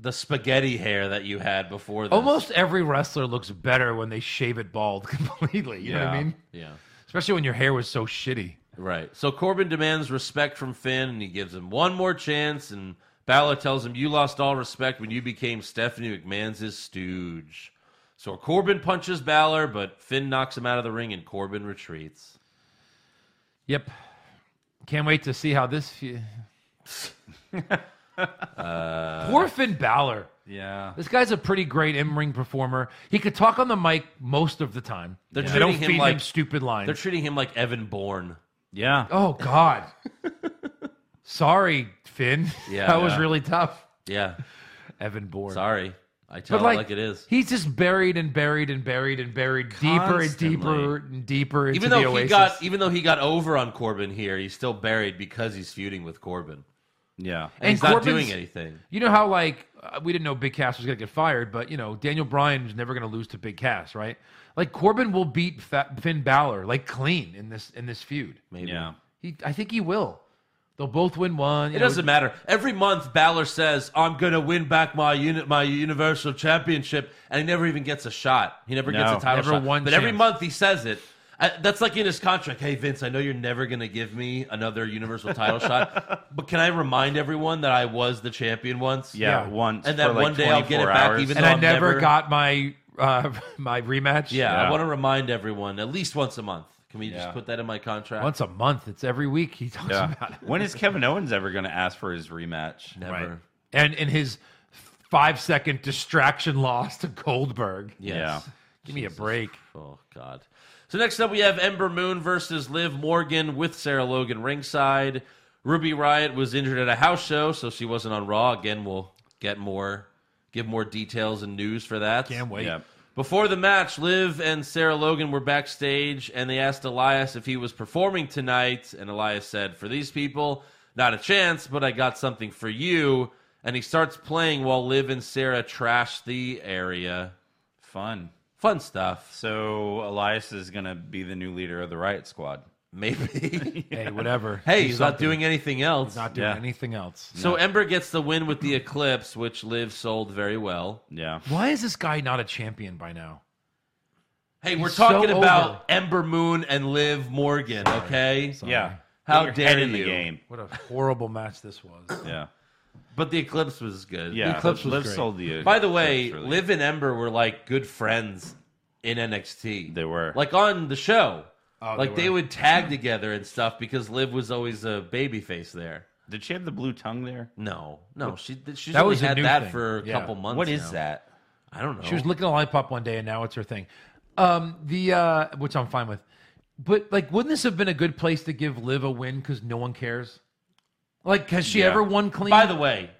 [SPEAKER 4] the spaghetti hair that you had before this.
[SPEAKER 6] Almost every wrestler looks better when they shave it bald completely. You know what I
[SPEAKER 5] Yeah.
[SPEAKER 6] mean?
[SPEAKER 4] Yeah.
[SPEAKER 6] Especially when your hair was so shitty.
[SPEAKER 4] Right. So Corbin demands respect from Finn, and he gives him one more chance. And Balor tells him, "You lost all respect when you became Stephanie McMahon's stooge." So Corbin punches Balor, but Finn knocks him out of the ring, and Corbin retreats.
[SPEAKER 6] Yep. Can't wait to see how this. Fe- Poor Finn Balor.
[SPEAKER 5] Yeah.
[SPEAKER 4] Oh.
[SPEAKER 6] This guy's a pretty great in-ring performer. He could talk on the mic most of the time.
[SPEAKER 4] They're
[SPEAKER 6] They don't
[SPEAKER 4] treating
[SPEAKER 6] feed
[SPEAKER 4] him
[SPEAKER 6] him,
[SPEAKER 4] like
[SPEAKER 6] stupid lines.
[SPEAKER 4] they're treating him like Evan Bourne.
[SPEAKER 5] Yeah.
[SPEAKER 6] Oh God. Sorry, Finn.
[SPEAKER 4] Yeah,
[SPEAKER 6] that was
[SPEAKER 4] yeah.
[SPEAKER 6] really tough.
[SPEAKER 4] Yeah,
[SPEAKER 6] Evan Bourne.
[SPEAKER 4] sorry, I tell
[SPEAKER 6] But
[SPEAKER 4] it
[SPEAKER 6] like,
[SPEAKER 4] like, it is.
[SPEAKER 6] He's just buried and buried and buried and buried
[SPEAKER 5] Constantly.
[SPEAKER 6] deeper and deeper and deeper into
[SPEAKER 4] Even
[SPEAKER 6] the
[SPEAKER 4] though he
[SPEAKER 6] oasis.
[SPEAKER 4] got, even though he got over on Corbin here, he's still buried because he's feuding with Corbin,
[SPEAKER 5] Yeah.
[SPEAKER 4] and, he's not doing
[SPEAKER 6] Corbin's-
[SPEAKER 4] anything.
[SPEAKER 6] You know how like uh, we didn't know Big Cass was gonna get fired, but you know Daniel Bryan was never gonna lose to Big Cass, right? Like Corbin will beat Fa- Finn Balor like clean in this in this feud.
[SPEAKER 4] Maybe.
[SPEAKER 5] Yeah.
[SPEAKER 6] He, I think he will. They'll both win one. you
[SPEAKER 4] It
[SPEAKER 6] know,
[SPEAKER 4] doesn't matter. Every month, Balor says, "I'm gonna win back my unit, my Universal Championship," and he never even gets a shot. He never gets
[SPEAKER 5] No,
[SPEAKER 4] a title
[SPEAKER 6] never
[SPEAKER 4] shot.
[SPEAKER 6] one
[SPEAKER 4] but every
[SPEAKER 6] chance.
[SPEAKER 4] month he says it. I, that's like in his contract. Hey Vince, I know you're never gonna give me another Universal title shot, but can I remind everyone that I was the champion once?
[SPEAKER 5] Yeah.
[SPEAKER 6] Yeah.
[SPEAKER 5] Once
[SPEAKER 4] And
[SPEAKER 5] for
[SPEAKER 4] then
[SPEAKER 5] like
[SPEAKER 4] one day I'll get it
[SPEAKER 5] 24
[SPEAKER 4] back
[SPEAKER 5] hours.
[SPEAKER 4] even
[SPEAKER 6] and
[SPEAKER 4] though
[SPEAKER 6] I
[SPEAKER 4] I'm
[SPEAKER 6] never,
[SPEAKER 4] never-
[SPEAKER 6] got my uh, my rematch.
[SPEAKER 4] yeah. I
[SPEAKER 5] Yeah.
[SPEAKER 4] want to remind everyone at least once a month. Can we
[SPEAKER 5] Yeah.
[SPEAKER 4] just put that in my contract?
[SPEAKER 6] once a month. It's every week he talks
[SPEAKER 5] Yeah.
[SPEAKER 6] about it,
[SPEAKER 5] when is Kevin Owens ever going to ask for his rematch?
[SPEAKER 4] never.
[SPEAKER 6] Right. and in his five second distraction loss to Goldberg.
[SPEAKER 4] Yes.
[SPEAKER 5] Yeah.
[SPEAKER 6] Give me a
[SPEAKER 4] Jesus.
[SPEAKER 6] break.
[SPEAKER 4] Oh God. So next up we have Ember Moon versus Liv Morgan with Sarah Logan ringside. Ruby Riot was injured at a house show, so she wasn't on Raw. Again, we'll get more give more details and news for that. Can't
[SPEAKER 6] wait. Yeah.
[SPEAKER 4] Before the match, Liv and Sarah Logan were backstage and they asked Elias if he was performing tonight, and Elias said, For these people, not a chance, but I got something for you. And he starts playing while Liv and Sarah trash the area.
[SPEAKER 5] Fun.
[SPEAKER 4] Fun stuff.
[SPEAKER 5] So Elias is gonna be the new leader of the Riot Squad.
[SPEAKER 4] Maybe.
[SPEAKER 6] Hey, whatever.
[SPEAKER 4] Hey,
[SPEAKER 6] Do
[SPEAKER 4] he's not
[SPEAKER 6] something.
[SPEAKER 4] doing anything else.
[SPEAKER 6] He's not doing
[SPEAKER 4] Yeah.
[SPEAKER 6] anything else.
[SPEAKER 4] So Ember gets the win with the Eclipse, which Liv sold very well.
[SPEAKER 5] Yeah.
[SPEAKER 6] Why is this guy not a champion by now?
[SPEAKER 4] Hey, we're
[SPEAKER 6] He's so
[SPEAKER 4] talking about
[SPEAKER 6] over.
[SPEAKER 4] Ember Moon and Liv Morgan, okay?
[SPEAKER 5] Yeah.
[SPEAKER 4] How
[SPEAKER 5] Get your
[SPEAKER 4] dare
[SPEAKER 5] head in the
[SPEAKER 4] you?
[SPEAKER 5] game.
[SPEAKER 6] What a horrible match this was.
[SPEAKER 5] Yeah.
[SPEAKER 4] But the Eclipse was good.
[SPEAKER 5] Yeah,
[SPEAKER 4] the Eclipse
[SPEAKER 5] Liv- Liv sold the
[SPEAKER 4] By the way,
[SPEAKER 5] Eclipse really
[SPEAKER 4] Liv and Ember were like good friends in NXT.
[SPEAKER 5] They were.
[SPEAKER 4] like on the show.
[SPEAKER 5] Oh, they
[SPEAKER 4] like they,
[SPEAKER 5] were.
[SPEAKER 4] would tag together and stuff because Liv was always a babyface there.
[SPEAKER 5] Did she have the blue tongue there?
[SPEAKER 4] No, no, she she's
[SPEAKER 6] That
[SPEAKER 4] only
[SPEAKER 6] was a
[SPEAKER 4] had
[SPEAKER 6] new
[SPEAKER 4] that
[SPEAKER 6] thing.
[SPEAKER 4] for a
[SPEAKER 6] Yeah.
[SPEAKER 4] couple months.
[SPEAKER 5] What is
[SPEAKER 4] now.
[SPEAKER 5] that?
[SPEAKER 4] I don't know.
[SPEAKER 6] She was licking a lollipop one day, and now it's her thing. Um, the uh, which I'm fine with, but like, wouldn't this have been a good place to give Liv a win because no one cares? Like, has she
[SPEAKER 4] Yeah.
[SPEAKER 6] ever won clean?
[SPEAKER 4] By the way,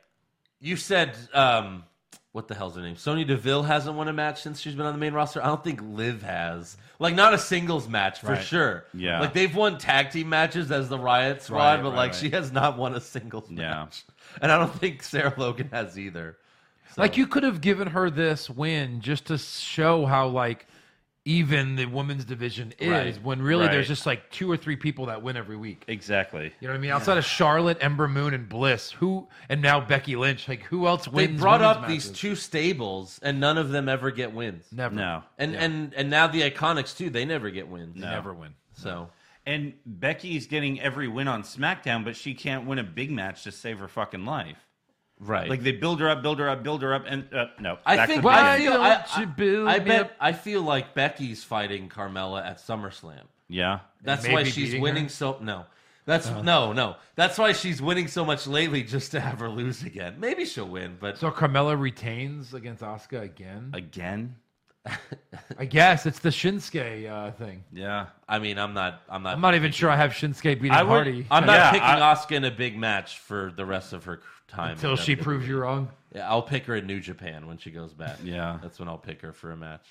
[SPEAKER 4] you said um, what the hell's her name? Sonya Deville hasn't won a match since she's been on the main roster. I don't think Liv has. Like not a singles match for
[SPEAKER 5] Right.
[SPEAKER 4] sure.
[SPEAKER 5] Yeah.
[SPEAKER 4] Like they've won tag team matches as the Riot Squad,
[SPEAKER 5] Right,
[SPEAKER 4] but
[SPEAKER 5] right,
[SPEAKER 4] like
[SPEAKER 5] right.
[SPEAKER 4] she has not won a singles
[SPEAKER 5] Yeah.
[SPEAKER 4] match. And I don't think Sarah Logan has either.
[SPEAKER 6] like, you could have given her this win just to show how like even the women's division is
[SPEAKER 5] Right.
[SPEAKER 6] when really
[SPEAKER 5] Right.
[SPEAKER 6] there's just like two or three people that win every week.
[SPEAKER 5] Exactly.
[SPEAKER 6] You know what I mean? Outside of Charlotte, Ember Moon, and Bliss, who and now Becky Lynch, like who else
[SPEAKER 4] They
[SPEAKER 6] wins?
[SPEAKER 4] brought
[SPEAKER 6] women's
[SPEAKER 4] up
[SPEAKER 6] matches?
[SPEAKER 4] these two stables and none of them ever get wins.
[SPEAKER 6] never,
[SPEAKER 5] No.
[SPEAKER 4] And and and now the iconics too, they never get wins.
[SPEAKER 6] They never win.
[SPEAKER 4] So
[SPEAKER 5] And Becky's getting every win on SmackDown, but she can't win a big match to save her fucking life.
[SPEAKER 4] Right.
[SPEAKER 5] Like they build her up, build her up, build her up, and uh, no.
[SPEAKER 4] I
[SPEAKER 5] back to
[SPEAKER 4] think
[SPEAKER 5] the
[SPEAKER 4] I
[SPEAKER 5] beginning.
[SPEAKER 4] feel, I,
[SPEAKER 6] don't you build
[SPEAKER 4] I, I
[SPEAKER 6] me
[SPEAKER 4] bet
[SPEAKER 6] up?
[SPEAKER 4] I feel like Becky's fighting Carmella at SummerSlam.
[SPEAKER 5] Yeah.
[SPEAKER 4] That's
[SPEAKER 6] maybe
[SPEAKER 4] why she's
[SPEAKER 6] beating
[SPEAKER 4] winning
[SPEAKER 6] her?
[SPEAKER 4] so
[SPEAKER 6] Uh-huh.
[SPEAKER 4] no. That's no, no. That's why she's winning so much lately just to have her lose again. Maybe she'll win, but
[SPEAKER 6] So Carmella retains against Asuka again.
[SPEAKER 5] Again.
[SPEAKER 6] I guess it's the Shinsuke uh, thing.
[SPEAKER 5] Yeah.
[SPEAKER 4] I mean, I'm not I'm not
[SPEAKER 6] I'm not even sure I have Shinsuke beating
[SPEAKER 5] I would-
[SPEAKER 6] Hardy
[SPEAKER 4] I'm not
[SPEAKER 5] Yeah,
[SPEAKER 4] picking
[SPEAKER 5] I-
[SPEAKER 4] Asuka in a big match for the rest of her time in
[SPEAKER 6] until she
[SPEAKER 4] WWE.
[SPEAKER 6] proves you wrong.
[SPEAKER 4] Yeah, I'll pick her in New Japan when she goes back.
[SPEAKER 5] Yeah.
[SPEAKER 4] That's when I'll pick her for a match.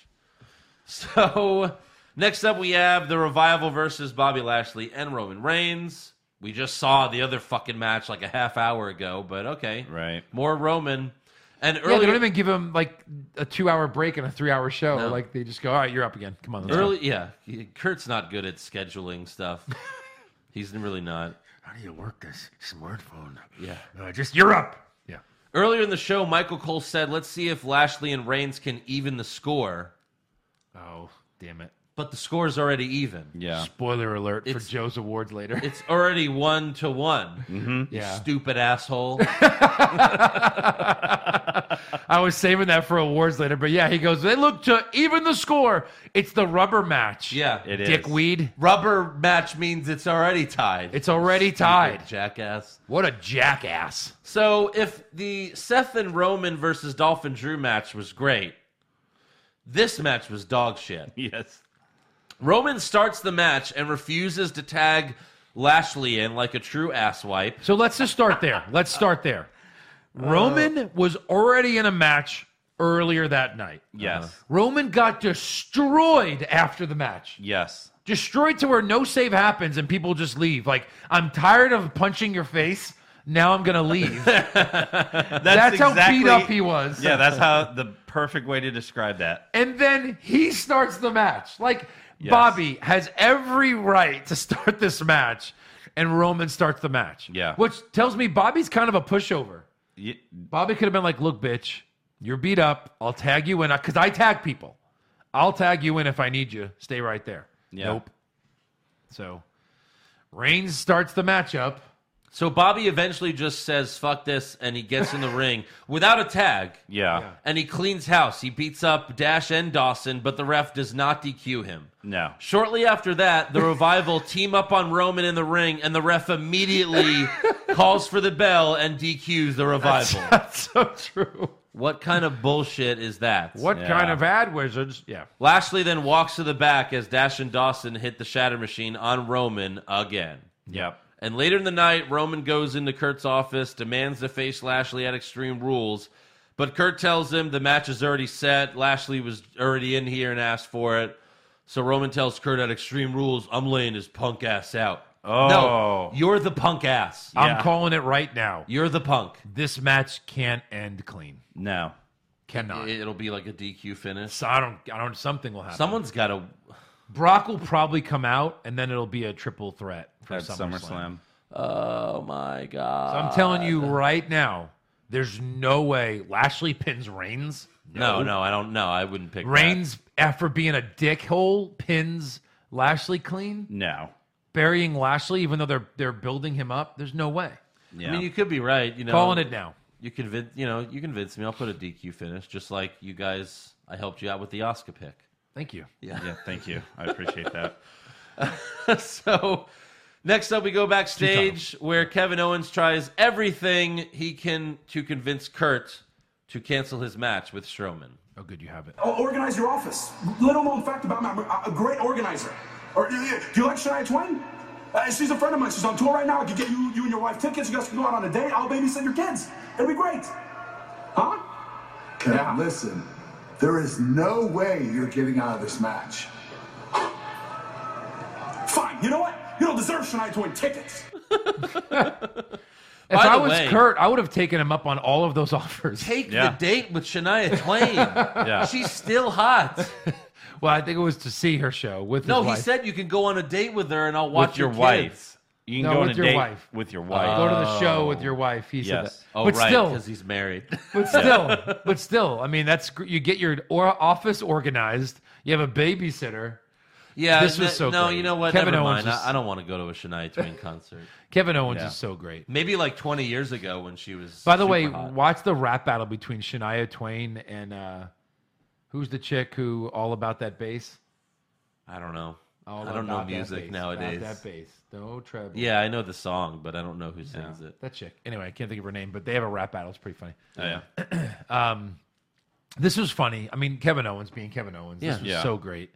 [SPEAKER 4] So, next up we have The Revival versus Bobby Lashley and Roman Reigns. We just saw the other fucking match like a half hour ago, but okay.
[SPEAKER 5] Right.
[SPEAKER 4] More Roman. And
[SPEAKER 6] Yeah, they
[SPEAKER 4] earlier
[SPEAKER 6] don't even give him like a two-hour break and a three-hour show.
[SPEAKER 4] No.
[SPEAKER 6] Like they just go, "All right, you're up again. Come on." Let's
[SPEAKER 4] early yeah, Kurt's not good at scheduling stuff. He's really not.
[SPEAKER 7] How do you work this smartphone?
[SPEAKER 4] Yeah.
[SPEAKER 7] Uh, just you're up.
[SPEAKER 6] go.
[SPEAKER 4] Earlier in the show, Michael Cole said, "Let's see if Lashley and Reigns can even the score."
[SPEAKER 6] Yeah. Oh, damn it!
[SPEAKER 4] But the score's already even.
[SPEAKER 5] Yeah.
[SPEAKER 6] Spoiler alert
[SPEAKER 4] It's-
[SPEAKER 6] for Joe's awards later.
[SPEAKER 4] It's already one to one.
[SPEAKER 5] Mm-hmm.
[SPEAKER 6] yeah,
[SPEAKER 4] Stupid asshole.
[SPEAKER 6] I was saving that for awards later, but yeah, he goes. They look to even the score. It's the rubber match.
[SPEAKER 4] Yeah.
[SPEAKER 5] It is.
[SPEAKER 6] dickweed.
[SPEAKER 4] Rubber match means it's already tied.
[SPEAKER 6] It's already
[SPEAKER 4] Stupid
[SPEAKER 6] tied.
[SPEAKER 4] Jackass.
[SPEAKER 6] What a jackass!
[SPEAKER 4] So if the Seth and Roman versus Dolphin Drew match was great, this match was dog shit.
[SPEAKER 5] Yes.
[SPEAKER 4] Roman starts the match and refuses to tag Lashley in like a true asswipe.
[SPEAKER 6] So let's just start there. Let's start there.
[SPEAKER 4] Uh.
[SPEAKER 6] Roman was already in a match earlier that night.
[SPEAKER 5] Yes.
[SPEAKER 6] Roman got destroyed after the match.
[SPEAKER 5] Yes.
[SPEAKER 6] Destroyed to where no save happens and people just leave. Like, I'm tired of punching your face. Now I'm going to leave. That's,
[SPEAKER 5] That's,
[SPEAKER 6] how
[SPEAKER 5] exactly-
[SPEAKER 6] beat up he was.
[SPEAKER 5] Yeah, that's how the perfect way to describe that.
[SPEAKER 6] And then he starts the match. Like, Bobby has every right to start this match, and Roman starts the match.
[SPEAKER 5] Yeah.
[SPEAKER 6] Which tells me Bobby's kind of a pushover.
[SPEAKER 5] Ye-
[SPEAKER 6] Bobby could have been like, "Look, bitch, you're beat up. I'll tag you in because I tag people. I'll tag you in if I need you. Stay right there."
[SPEAKER 5] Yeah.
[SPEAKER 6] Nope. So, Reigns starts the matchup.
[SPEAKER 4] So Bobby eventually just says, fuck this, and he gets in the ring without a tag.
[SPEAKER 5] Yeah.
[SPEAKER 4] And he cleans house. He beats up Dash and Dawson, but the ref does not DQ him.
[SPEAKER 5] No.
[SPEAKER 4] Shortly after that, the revival team up on Roman in the ring, and the ref immediately calls for the bell and DQs the revival.
[SPEAKER 6] That's so true.
[SPEAKER 4] What kind of bullshit is that?
[SPEAKER 6] What kind of ad wizards? Yeah.
[SPEAKER 4] Lashley then walks to the back as Dash and Dawson hit the shatter machine on Roman again.
[SPEAKER 5] Yep.
[SPEAKER 4] And later in the night, Roman goes into Kurt's office, demands to face Lashley at Extreme Rules, but Kurt tells him the match is already set. Lashley was already in here and asked for it. So Roman tells Kurt at Extreme Rules, I'm laying his punk ass out. No,
[SPEAKER 6] Oh.
[SPEAKER 4] you're the punk ass.
[SPEAKER 6] I'm calling it right now.
[SPEAKER 4] You're the punk.
[SPEAKER 6] This match can't end clean.
[SPEAKER 5] No.
[SPEAKER 6] Cannot.
[SPEAKER 4] It'll be like a DQ finish.
[SPEAKER 6] So I don't. I don't. Something will happen.
[SPEAKER 4] Someone's got to.
[SPEAKER 6] Brock will probably come out, and then it'll be a triple threat for
[SPEAKER 5] At
[SPEAKER 6] SummerSlam.
[SPEAKER 5] SummerSlam.
[SPEAKER 4] Oh my god!
[SPEAKER 6] So I'm telling you right now, there's no way Lashley pins Reigns.
[SPEAKER 4] No, no, I don't know. I wouldn't pick that.
[SPEAKER 6] Reigns, after being a dickhole, pins Lashley clean,
[SPEAKER 5] No.
[SPEAKER 6] burying Lashley, even though they're they're building him up. There's no way.
[SPEAKER 4] I mean, you could be right. You know,
[SPEAKER 6] Calling it now.
[SPEAKER 4] You convince. You know, you convinced me. I'll put a DQ finish, just like you guys. I helped you out with the Oscar pick.
[SPEAKER 6] Thank you.
[SPEAKER 4] Yeah.
[SPEAKER 5] Yeah, thank you. I appreciate that.
[SPEAKER 4] so next up we go backstage where Kevin Owens tries everything he can to convince Kurt to cancel his match with Strowman.
[SPEAKER 6] Oh, good, you have it.
[SPEAKER 10] O- organize your office. Little known fact about me, I'm a- a great organizer. Or, do you- do you like Shania Twain? Uh, she's a friend of mine. She's on tour right now. I could get you, you and your wife tickets. You guys can go out on a date. I'll babysit your kids. It'd be great. Huh?
[SPEAKER 11] Kevin, listen. There is no way you're getting out of this match.
[SPEAKER 10] Fine. You know what? You don't deserve Shania Twain tickets.
[SPEAKER 6] If
[SPEAKER 4] By
[SPEAKER 6] I
[SPEAKER 4] the
[SPEAKER 6] was
[SPEAKER 4] way-
[SPEAKER 6] Kurt, I would have taken him up on all of those offers.
[SPEAKER 4] Take
[SPEAKER 5] Yeah.
[SPEAKER 4] the date with Shania Twain. She's still hot.
[SPEAKER 6] Well, I think it was to see her show with
[SPEAKER 4] No,
[SPEAKER 6] his
[SPEAKER 4] he
[SPEAKER 6] wife.
[SPEAKER 4] said you can go on a date with her and I'll watch
[SPEAKER 5] with your,
[SPEAKER 4] kids.
[SPEAKER 5] wife. You can
[SPEAKER 6] No,
[SPEAKER 5] go on
[SPEAKER 6] with
[SPEAKER 5] a
[SPEAKER 6] your
[SPEAKER 5] date
[SPEAKER 6] wife. Uh,
[SPEAKER 5] with your wife.
[SPEAKER 6] go to the show with your wife. He said
[SPEAKER 5] Yes.
[SPEAKER 6] that.
[SPEAKER 4] Oh
[SPEAKER 6] but
[SPEAKER 4] right,
[SPEAKER 6] still,
[SPEAKER 4] because he's married.
[SPEAKER 6] but still, but still. I mean, that's gr- you get your or office organized. You have a babysitter.
[SPEAKER 4] yeah,
[SPEAKER 6] This was
[SPEAKER 4] n-
[SPEAKER 6] so
[SPEAKER 4] No,
[SPEAKER 6] great.
[SPEAKER 4] you know what?
[SPEAKER 6] Kevin
[SPEAKER 4] Never
[SPEAKER 6] Owens
[SPEAKER 4] mind.
[SPEAKER 6] is-
[SPEAKER 4] I, I don't want to go to a Shania Twain concert.
[SPEAKER 6] Kevin Owens
[SPEAKER 5] Yeah.
[SPEAKER 6] is so great.
[SPEAKER 4] Maybe like 20 years ago when she was.
[SPEAKER 6] By the
[SPEAKER 4] super
[SPEAKER 6] way,
[SPEAKER 4] hot.
[SPEAKER 6] watch the rap battle between Shania Twain and uh, who's the chick who all about that bass?
[SPEAKER 4] I don't know.
[SPEAKER 6] All
[SPEAKER 4] I don't know
[SPEAKER 6] About Oh, That
[SPEAKER 4] music
[SPEAKER 6] Bass,
[SPEAKER 4] nowadays.
[SPEAKER 6] About that bass, no treble.
[SPEAKER 4] Yeah, I know the song, but I don't know who sings it.
[SPEAKER 6] that chick. Anyway, I can't think of her name, but they have a rap battle. It's pretty funny.
[SPEAKER 5] Oh, yeah.
[SPEAKER 6] This was funny. I mean, Kevin Owens being Kevin Owens.
[SPEAKER 4] Yeah.
[SPEAKER 6] This was
[SPEAKER 5] Yeah.
[SPEAKER 6] so great.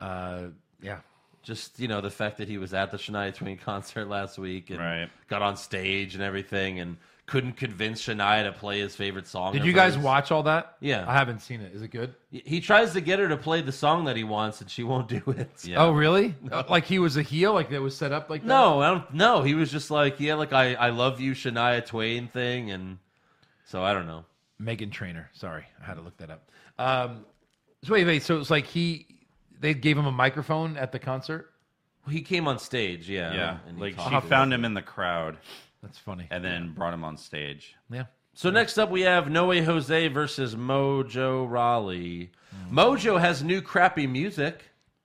[SPEAKER 6] Uh, yeah.
[SPEAKER 4] Just you know the fact that he was at the Shania Twain concert last week and
[SPEAKER 5] Right.
[SPEAKER 4] got on stage and everything and couldn't convince Shania to play his favorite song.
[SPEAKER 6] Did
[SPEAKER 4] of
[SPEAKER 6] you guys
[SPEAKER 4] hers.
[SPEAKER 6] watch all that?
[SPEAKER 4] Yeah.
[SPEAKER 6] I haven't seen it. Is it good?
[SPEAKER 4] He tries to get her to play the song that he wants and she won't do it.
[SPEAKER 5] Yeah.
[SPEAKER 6] Oh, really? Like he was a heel? Like that was set up like that?
[SPEAKER 4] No, I don't. No, he was just like, yeah, like I, I love you, Shania Twain thing, and so I don't know.
[SPEAKER 6] Megan Trainer. Sorry, I had to look that up. Um, so wait, wait. So it's like he, they gave him a microphone at the concert.
[SPEAKER 4] He came on stage, yeah,
[SPEAKER 5] Yeah.
[SPEAKER 4] and he
[SPEAKER 5] Like
[SPEAKER 4] talked
[SPEAKER 5] she
[SPEAKER 4] to her.
[SPEAKER 5] found him in the crowd
[SPEAKER 6] That's funny.
[SPEAKER 5] and then brought him on stage.
[SPEAKER 6] Yeah.
[SPEAKER 4] So next up, we have No Way Jose versus Mojo Raleigh.
[SPEAKER 6] Mm.
[SPEAKER 4] Mojo has new crappy music.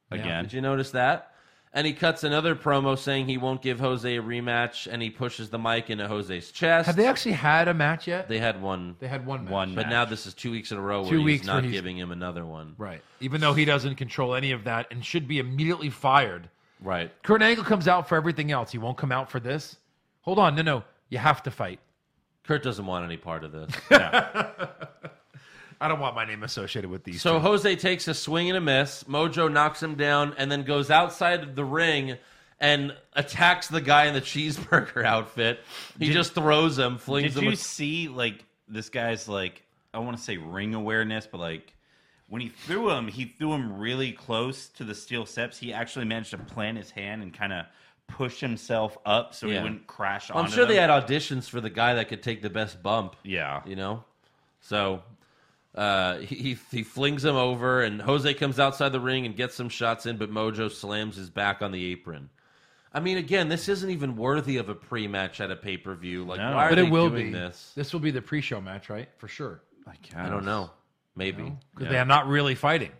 [SPEAKER 5] Again.
[SPEAKER 4] Did you notice that? And he cuts another promo saying he won't give Jose a rematch, and he pushes the mic into Jose's chest.
[SPEAKER 6] Have they actually had a match yet? They,
[SPEAKER 4] They had one,
[SPEAKER 6] had one match.
[SPEAKER 5] One
[SPEAKER 4] but
[SPEAKER 5] match.
[SPEAKER 4] now this is two weeks in a row where
[SPEAKER 6] Two
[SPEAKER 4] he's
[SPEAKER 6] weeks where
[SPEAKER 4] not
[SPEAKER 6] he's-
[SPEAKER 4] giving him another one.
[SPEAKER 6] Right. Even though he doesn't control any of that and should be immediately fired.
[SPEAKER 4] Right.
[SPEAKER 6] Kurt Angle comes out for everything else. He won't come out for this. Hold on. No, no. You have to fight.
[SPEAKER 4] Kurt doesn't want any part of this.
[SPEAKER 6] I don't want my name associated with these.
[SPEAKER 4] So
[SPEAKER 6] two.
[SPEAKER 4] Jose takes a swing and a miss. Mojo knocks him down and then goes outside the ring and attacks the guy in the cheeseburger outfit. He just throws him, flings
[SPEAKER 5] Did
[SPEAKER 4] him.
[SPEAKER 5] you
[SPEAKER 4] with-
[SPEAKER 5] see like this guy's like I want to say ring awareness, but like when he threw him, he threw him really close to the steel steps. He actually managed to plant his hand and kind of push himself up so
[SPEAKER 4] Yeah.
[SPEAKER 5] he wouldn't crash.
[SPEAKER 4] I'm
[SPEAKER 5] onto
[SPEAKER 4] sure they
[SPEAKER 5] them.
[SPEAKER 4] had auditions for the guy that could take the best bump.
[SPEAKER 5] Yeah.
[SPEAKER 4] You know? So uh, he, he, he flings him over, and Jose comes outside the ring and gets some shots in, but Mojo slams his back on the apron. I mean, again, this isn't even worthy of a pre-match at a pay-per-view. Like,
[SPEAKER 5] No.
[SPEAKER 4] why are
[SPEAKER 6] but
[SPEAKER 4] they
[SPEAKER 6] it will
[SPEAKER 4] doing
[SPEAKER 6] be.
[SPEAKER 4] this?
[SPEAKER 6] This will be the pre-show match, right? For sure.
[SPEAKER 4] I don't know. Maybe.
[SPEAKER 6] Because they are not really fighting.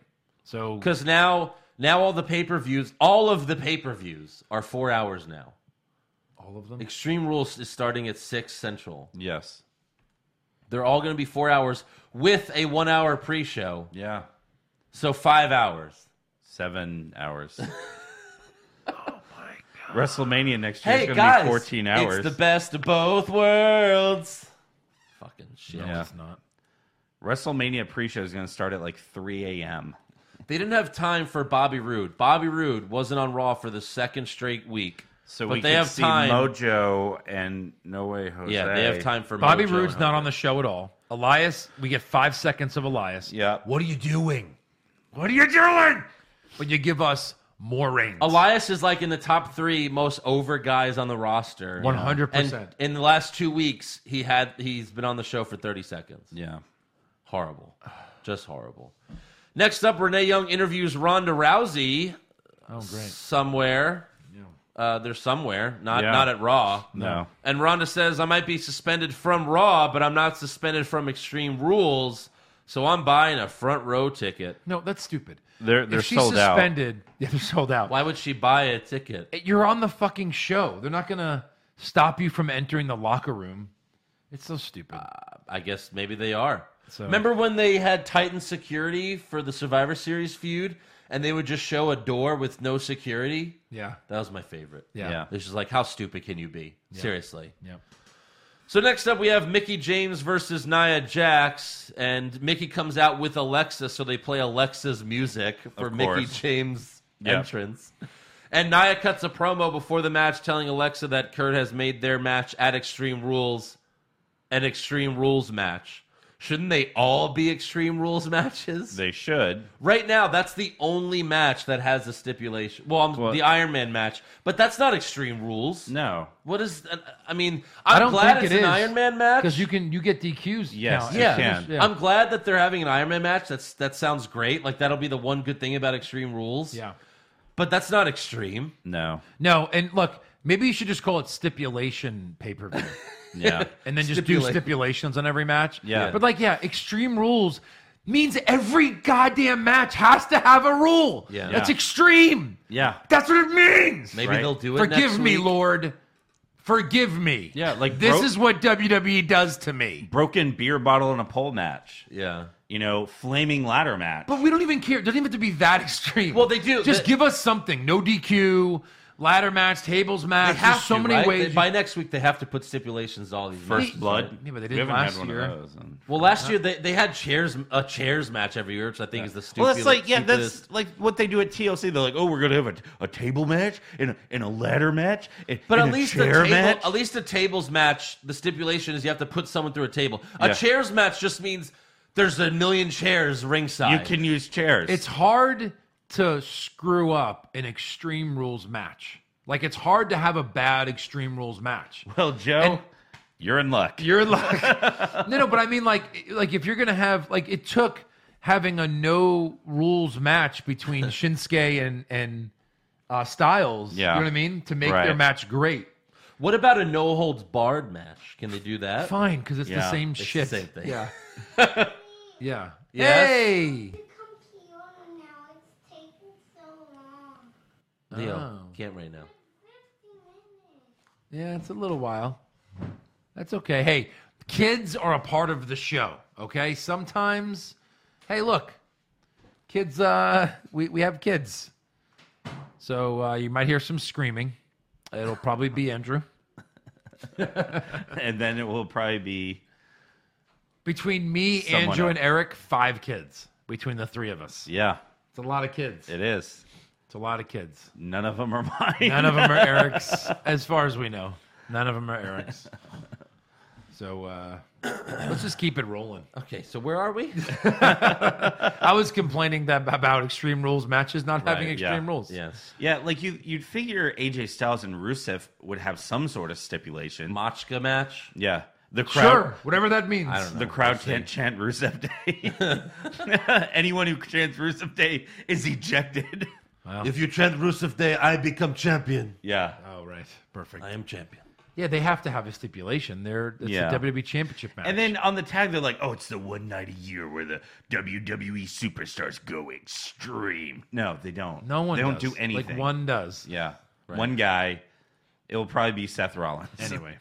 [SPEAKER 6] So
[SPEAKER 4] Because now, now all the pay per views, all of the pay per views are four hours now.
[SPEAKER 6] all of them.
[SPEAKER 4] Extreme Rules is starting at six central.
[SPEAKER 5] Yes.
[SPEAKER 4] They're all going to be four hours with a one hour pre show,
[SPEAKER 5] Yeah.
[SPEAKER 4] so five hours.
[SPEAKER 5] Seven hours. oh my god. WrestleMania next year
[SPEAKER 4] Hey
[SPEAKER 5] is going to
[SPEAKER 4] guys,
[SPEAKER 5] be 14 hours.
[SPEAKER 4] It's the best of both worlds. Fucking shit.
[SPEAKER 6] No,
[SPEAKER 5] Yeah.
[SPEAKER 6] it's not.
[SPEAKER 5] WrestleMania pre-show is going to start at like 3 a.m.
[SPEAKER 4] They didn't have time for Bobby Roode. Bobby Roode wasn't on Raw for the second straight week.
[SPEAKER 5] So
[SPEAKER 4] but
[SPEAKER 5] we
[SPEAKER 4] they
[SPEAKER 5] could
[SPEAKER 4] have
[SPEAKER 5] see
[SPEAKER 4] time.
[SPEAKER 5] Mojo and No Way Jose.
[SPEAKER 4] Yeah, they have time for
[SPEAKER 6] Bobby
[SPEAKER 4] Mojo
[SPEAKER 6] Roode's
[SPEAKER 4] and
[SPEAKER 6] not on the show at all. Elias, we get five seconds of Elias.
[SPEAKER 5] Yeah.
[SPEAKER 6] What are you doing? What are you doing? But you give us more reigns.
[SPEAKER 4] Elias is like in the top three most over guys on the roster.
[SPEAKER 6] 100%.
[SPEAKER 4] And In the last two weeks, he had he's been on the show for thirty seconds.
[SPEAKER 5] Yeah,
[SPEAKER 4] horrible, just horrible. Next up, Renee Young interviews Ronda Rousey.
[SPEAKER 6] Oh, great.
[SPEAKER 4] Somewhere. Uh, they're somewhere, not
[SPEAKER 5] Yeah.
[SPEAKER 4] not at Raw.
[SPEAKER 5] No.
[SPEAKER 4] And Ronda says, "I might be suspended from Raw, but I'm not suspended from Extreme Rules, so I'm buying a front row ticket."
[SPEAKER 6] No, that's stupid.
[SPEAKER 5] They're
[SPEAKER 6] if she's suspended, yeah, they're sold out.
[SPEAKER 4] Why would she buy a ticket?
[SPEAKER 6] You're on the fucking show. They're not gonna stop you from entering the locker room. It's so stupid.
[SPEAKER 4] I guess maybe they are.
[SPEAKER 6] So-
[SPEAKER 4] Remember when they had Titan security for the Survivor Series feud, and they would just show a door with no security?
[SPEAKER 6] Yeah.
[SPEAKER 4] that was my favorite.
[SPEAKER 6] Yeah. Yeah.
[SPEAKER 4] it's just like how stupid can you be? Seriously.
[SPEAKER 6] Yep.
[SPEAKER 4] So next up, we have Mickey James versus Nia Jax, and Mickey comes out with Alexa, so they play Alexa's music for
[SPEAKER 5] Of
[SPEAKER 4] Mickey
[SPEAKER 5] course.
[SPEAKER 4] James'
[SPEAKER 5] Yeah.
[SPEAKER 4] entrance. And Nia cuts a promo before the match, telling Alexa that Kurt has made their match at Extreme Rules an Extreme Rules match. Shouldn't they all be Extreme Rules matches?
[SPEAKER 5] They should.
[SPEAKER 4] Right now, that's the only match that has a stipulation. Well, I'm,
[SPEAKER 5] What?
[SPEAKER 4] the Iron Man match, but that's not Extreme Rules.
[SPEAKER 5] No.
[SPEAKER 4] What is? I mean,
[SPEAKER 6] I
[SPEAKER 4] I'm
[SPEAKER 6] don't
[SPEAKER 4] glad
[SPEAKER 6] think
[SPEAKER 4] it's
[SPEAKER 6] it
[SPEAKER 4] an
[SPEAKER 6] is,
[SPEAKER 4] Iron Man match
[SPEAKER 6] because you can you get DQs. now.
[SPEAKER 5] Yes, you
[SPEAKER 4] yeah,
[SPEAKER 5] can.
[SPEAKER 6] Yeah.
[SPEAKER 4] I'm glad that they're having an Iron Man match. That's that sounds great. Like that'll be the one good thing about Extreme Rules.
[SPEAKER 6] Yeah.
[SPEAKER 4] but that's not extreme.
[SPEAKER 5] No.
[SPEAKER 6] No, and look, maybe you should just call it stipulation pay per view.
[SPEAKER 5] Yeah.
[SPEAKER 6] and then just do
[SPEAKER 4] Stipulate.
[SPEAKER 6] stipulations on every match.
[SPEAKER 5] Yeah.
[SPEAKER 6] But like, yeah, extreme rules means every goddamn match has to have a rule.
[SPEAKER 4] Yeah.
[SPEAKER 6] That's
[SPEAKER 5] Yeah.
[SPEAKER 6] extreme.
[SPEAKER 5] yeah.
[SPEAKER 6] That's what it means.
[SPEAKER 4] Maybe
[SPEAKER 5] Right.
[SPEAKER 4] they'll do it. next
[SPEAKER 6] Forgive me,
[SPEAKER 4] week.
[SPEAKER 6] Lord. Forgive me.
[SPEAKER 5] Yeah, like
[SPEAKER 6] this
[SPEAKER 5] bro-
[SPEAKER 6] is what WWE does to me.
[SPEAKER 5] Broken beer bottle and a pole match.
[SPEAKER 4] Yeah,
[SPEAKER 5] You know, flaming ladder match.
[SPEAKER 6] But we don't even care. It doesn't even have to be that extreme.
[SPEAKER 4] Well, they do.
[SPEAKER 6] Just
[SPEAKER 4] They-
[SPEAKER 6] give us something. No DQ, ladder match, tables
[SPEAKER 4] they
[SPEAKER 6] match.
[SPEAKER 4] have
[SPEAKER 6] There's so
[SPEAKER 4] to,
[SPEAKER 6] many
[SPEAKER 4] right?
[SPEAKER 6] ways.
[SPEAKER 4] They- by next week, they have to put stipulations all these
[SPEAKER 5] First
[SPEAKER 4] matches,
[SPEAKER 5] blood.
[SPEAKER 4] right?
[SPEAKER 6] Yeah, but they
[SPEAKER 5] we
[SPEAKER 6] didn't
[SPEAKER 5] haven't
[SPEAKER 6] last
[SPEAKER 5] had one
[SPEAKER 6] year.
[SPEAKER 5] of those. in-
[SPEAKER 4] Well, last year they, they had chairs a chairs match every year, which I think is the stupid.
[SPEAKER 5] Well, that's like yeah,
[SPEAKER 4] stupidest-
[SPEAKER 5] that's like what they do at TLC. They're like, oh, we're gonna have a, a table match and a, and a ladder match, and,
[SPEAKER 4] But
[SPEAKER 5] and
[SPEAKER 4] at least
[SPEAKER 5] a
[SPEAKER 4] the
[SPEAKER 5] chair
[SPEAKER 4] table,
[SPEAKER 5] match.
[SPEAKER 4] at least the tables match. The stipulation is you have to put someone through a table. A
[SPEAKER 5] Yeah.
[SPEAKER 4] chairs match just means there's a million chairs
[SPEAKER 5] you
[SPEAKER 4] ringside.
[SPEAKER 5] can use chairs.
[SPEAKER 6] It's hard to screw up an Extreme Rules match. Like it's hard to have a bad Extreme Rules match.
[SPEAKER 5] well, Joe,
[SPEAKER 6] and-
[SPEAKER 5] you're in luck.
[SPEAKER 6] You're in luck. no, no, but I mean, like, like if you're gonna have, like, it took having a no rules match between Shinsuke and and uh, Styles.
[SPEAKER 5] Yeah.
[SPEAKER 6] you know what I mean, to make their
[SPEAKER 5] Right.
[SPEAKER 6] match great.
[SPEAKER 4] What about a no holds barred match? Can they do that?
[SPEAKER 6] Fine, because it's the
[SPEAKER 5] Yeah,
[SPEAKER 6] same
[SPEAKER 4] It's the
[SPEAKER 6] shit.
[SPEAKER 4] same thing.
[SPEAKER 6] Yeah, yeah.
[SPEAKER 4] Yes.
[SPEAKER 6] Hey,
[SPEAKER 3] Come to Yoda now. It's taking so long.
[SPEAKER 4] Leo,
[SPEAKER 6] Oh.
[SPEAKER 4] can't right now.
[SPEAKER 6] yeah, it's a little while. That's okay. Hey, kids are a part of the show. Okay, sometimes. Hey, look, kids. Uh, we we have kids, so uh, you might hear some screaming. It'll probably be Andrew
[SPEAKER 5] and then it will probably be
[SPEAKER 6] between me,
[SPEAKER 5] Someone
[SPEAKER 6] Andrew,
[SPEAKER 5] else.
[SPEAKER 6] and Eric. Five kids between the three of us.
[SPEAKER 5] yeah,
[SPEAKER 6] It's a lot of kids.
[SPEAKER 5] it is.
[SPEAKER 6] It's a lot of kids.
[SPEAKER 5] None of them are mine.
[SPEAKER 6] None of them are Eric's, as far as we know. None of them are Eric's. So uh, let's just keep it rolling.
[SPEAKER 4] Okay, so where are we?
[SPEAKER 6] I was complaining that about Extreme Rules matches not having
[SPEAKER 4] Right,
[SPEAKER 5] yeah,
[SPEAKER 6] Extreme Rules.
[SPEAKER 4] yes.
[SPEAKER 5] Yeah, like you, you'd figure AJ Styles and Rusev would have some sort of stipulation.
[SPEAKER 4] Machka match.
[SPEAKER 5] yeah, the crowd,
[SPEAKER 6] Sure, whatever that means. Oh, I
[SPEAKER 4] don't
[SPEAKER 5] the crowd can't chant Rusev Day. Anyone who chants Rusev Day is ejected.
[SPEAKER 4] If you chant Rusev Day, I become champion.
[SPEAKER 5] Yeah,
[SPEAKER 6] Oh, right. Perfect.
[SPEAKER 4] I am champion.
[SPEAKER 6] Yeah, they have to have a stipulation. They're it's
[SPEAKER 5] Yeah.
[SPEAKER 6] a WWE championship match.
[SPEAKER 5] and then on the tag they're like, "Oh, it's the one night a year where the WWE superstars go extreme." No, they don't.
[SPEAKER 6] no one
[SPEAKER 5] They don't
[SPEAKER 6] does.
[SPEAKER 5] do anything.
[SPEAKER 6] Like one does.
[SPEAKER 5] Yeah, one guy. It will probably be Seth Rollins.
[SPEAKER 6] Anyway.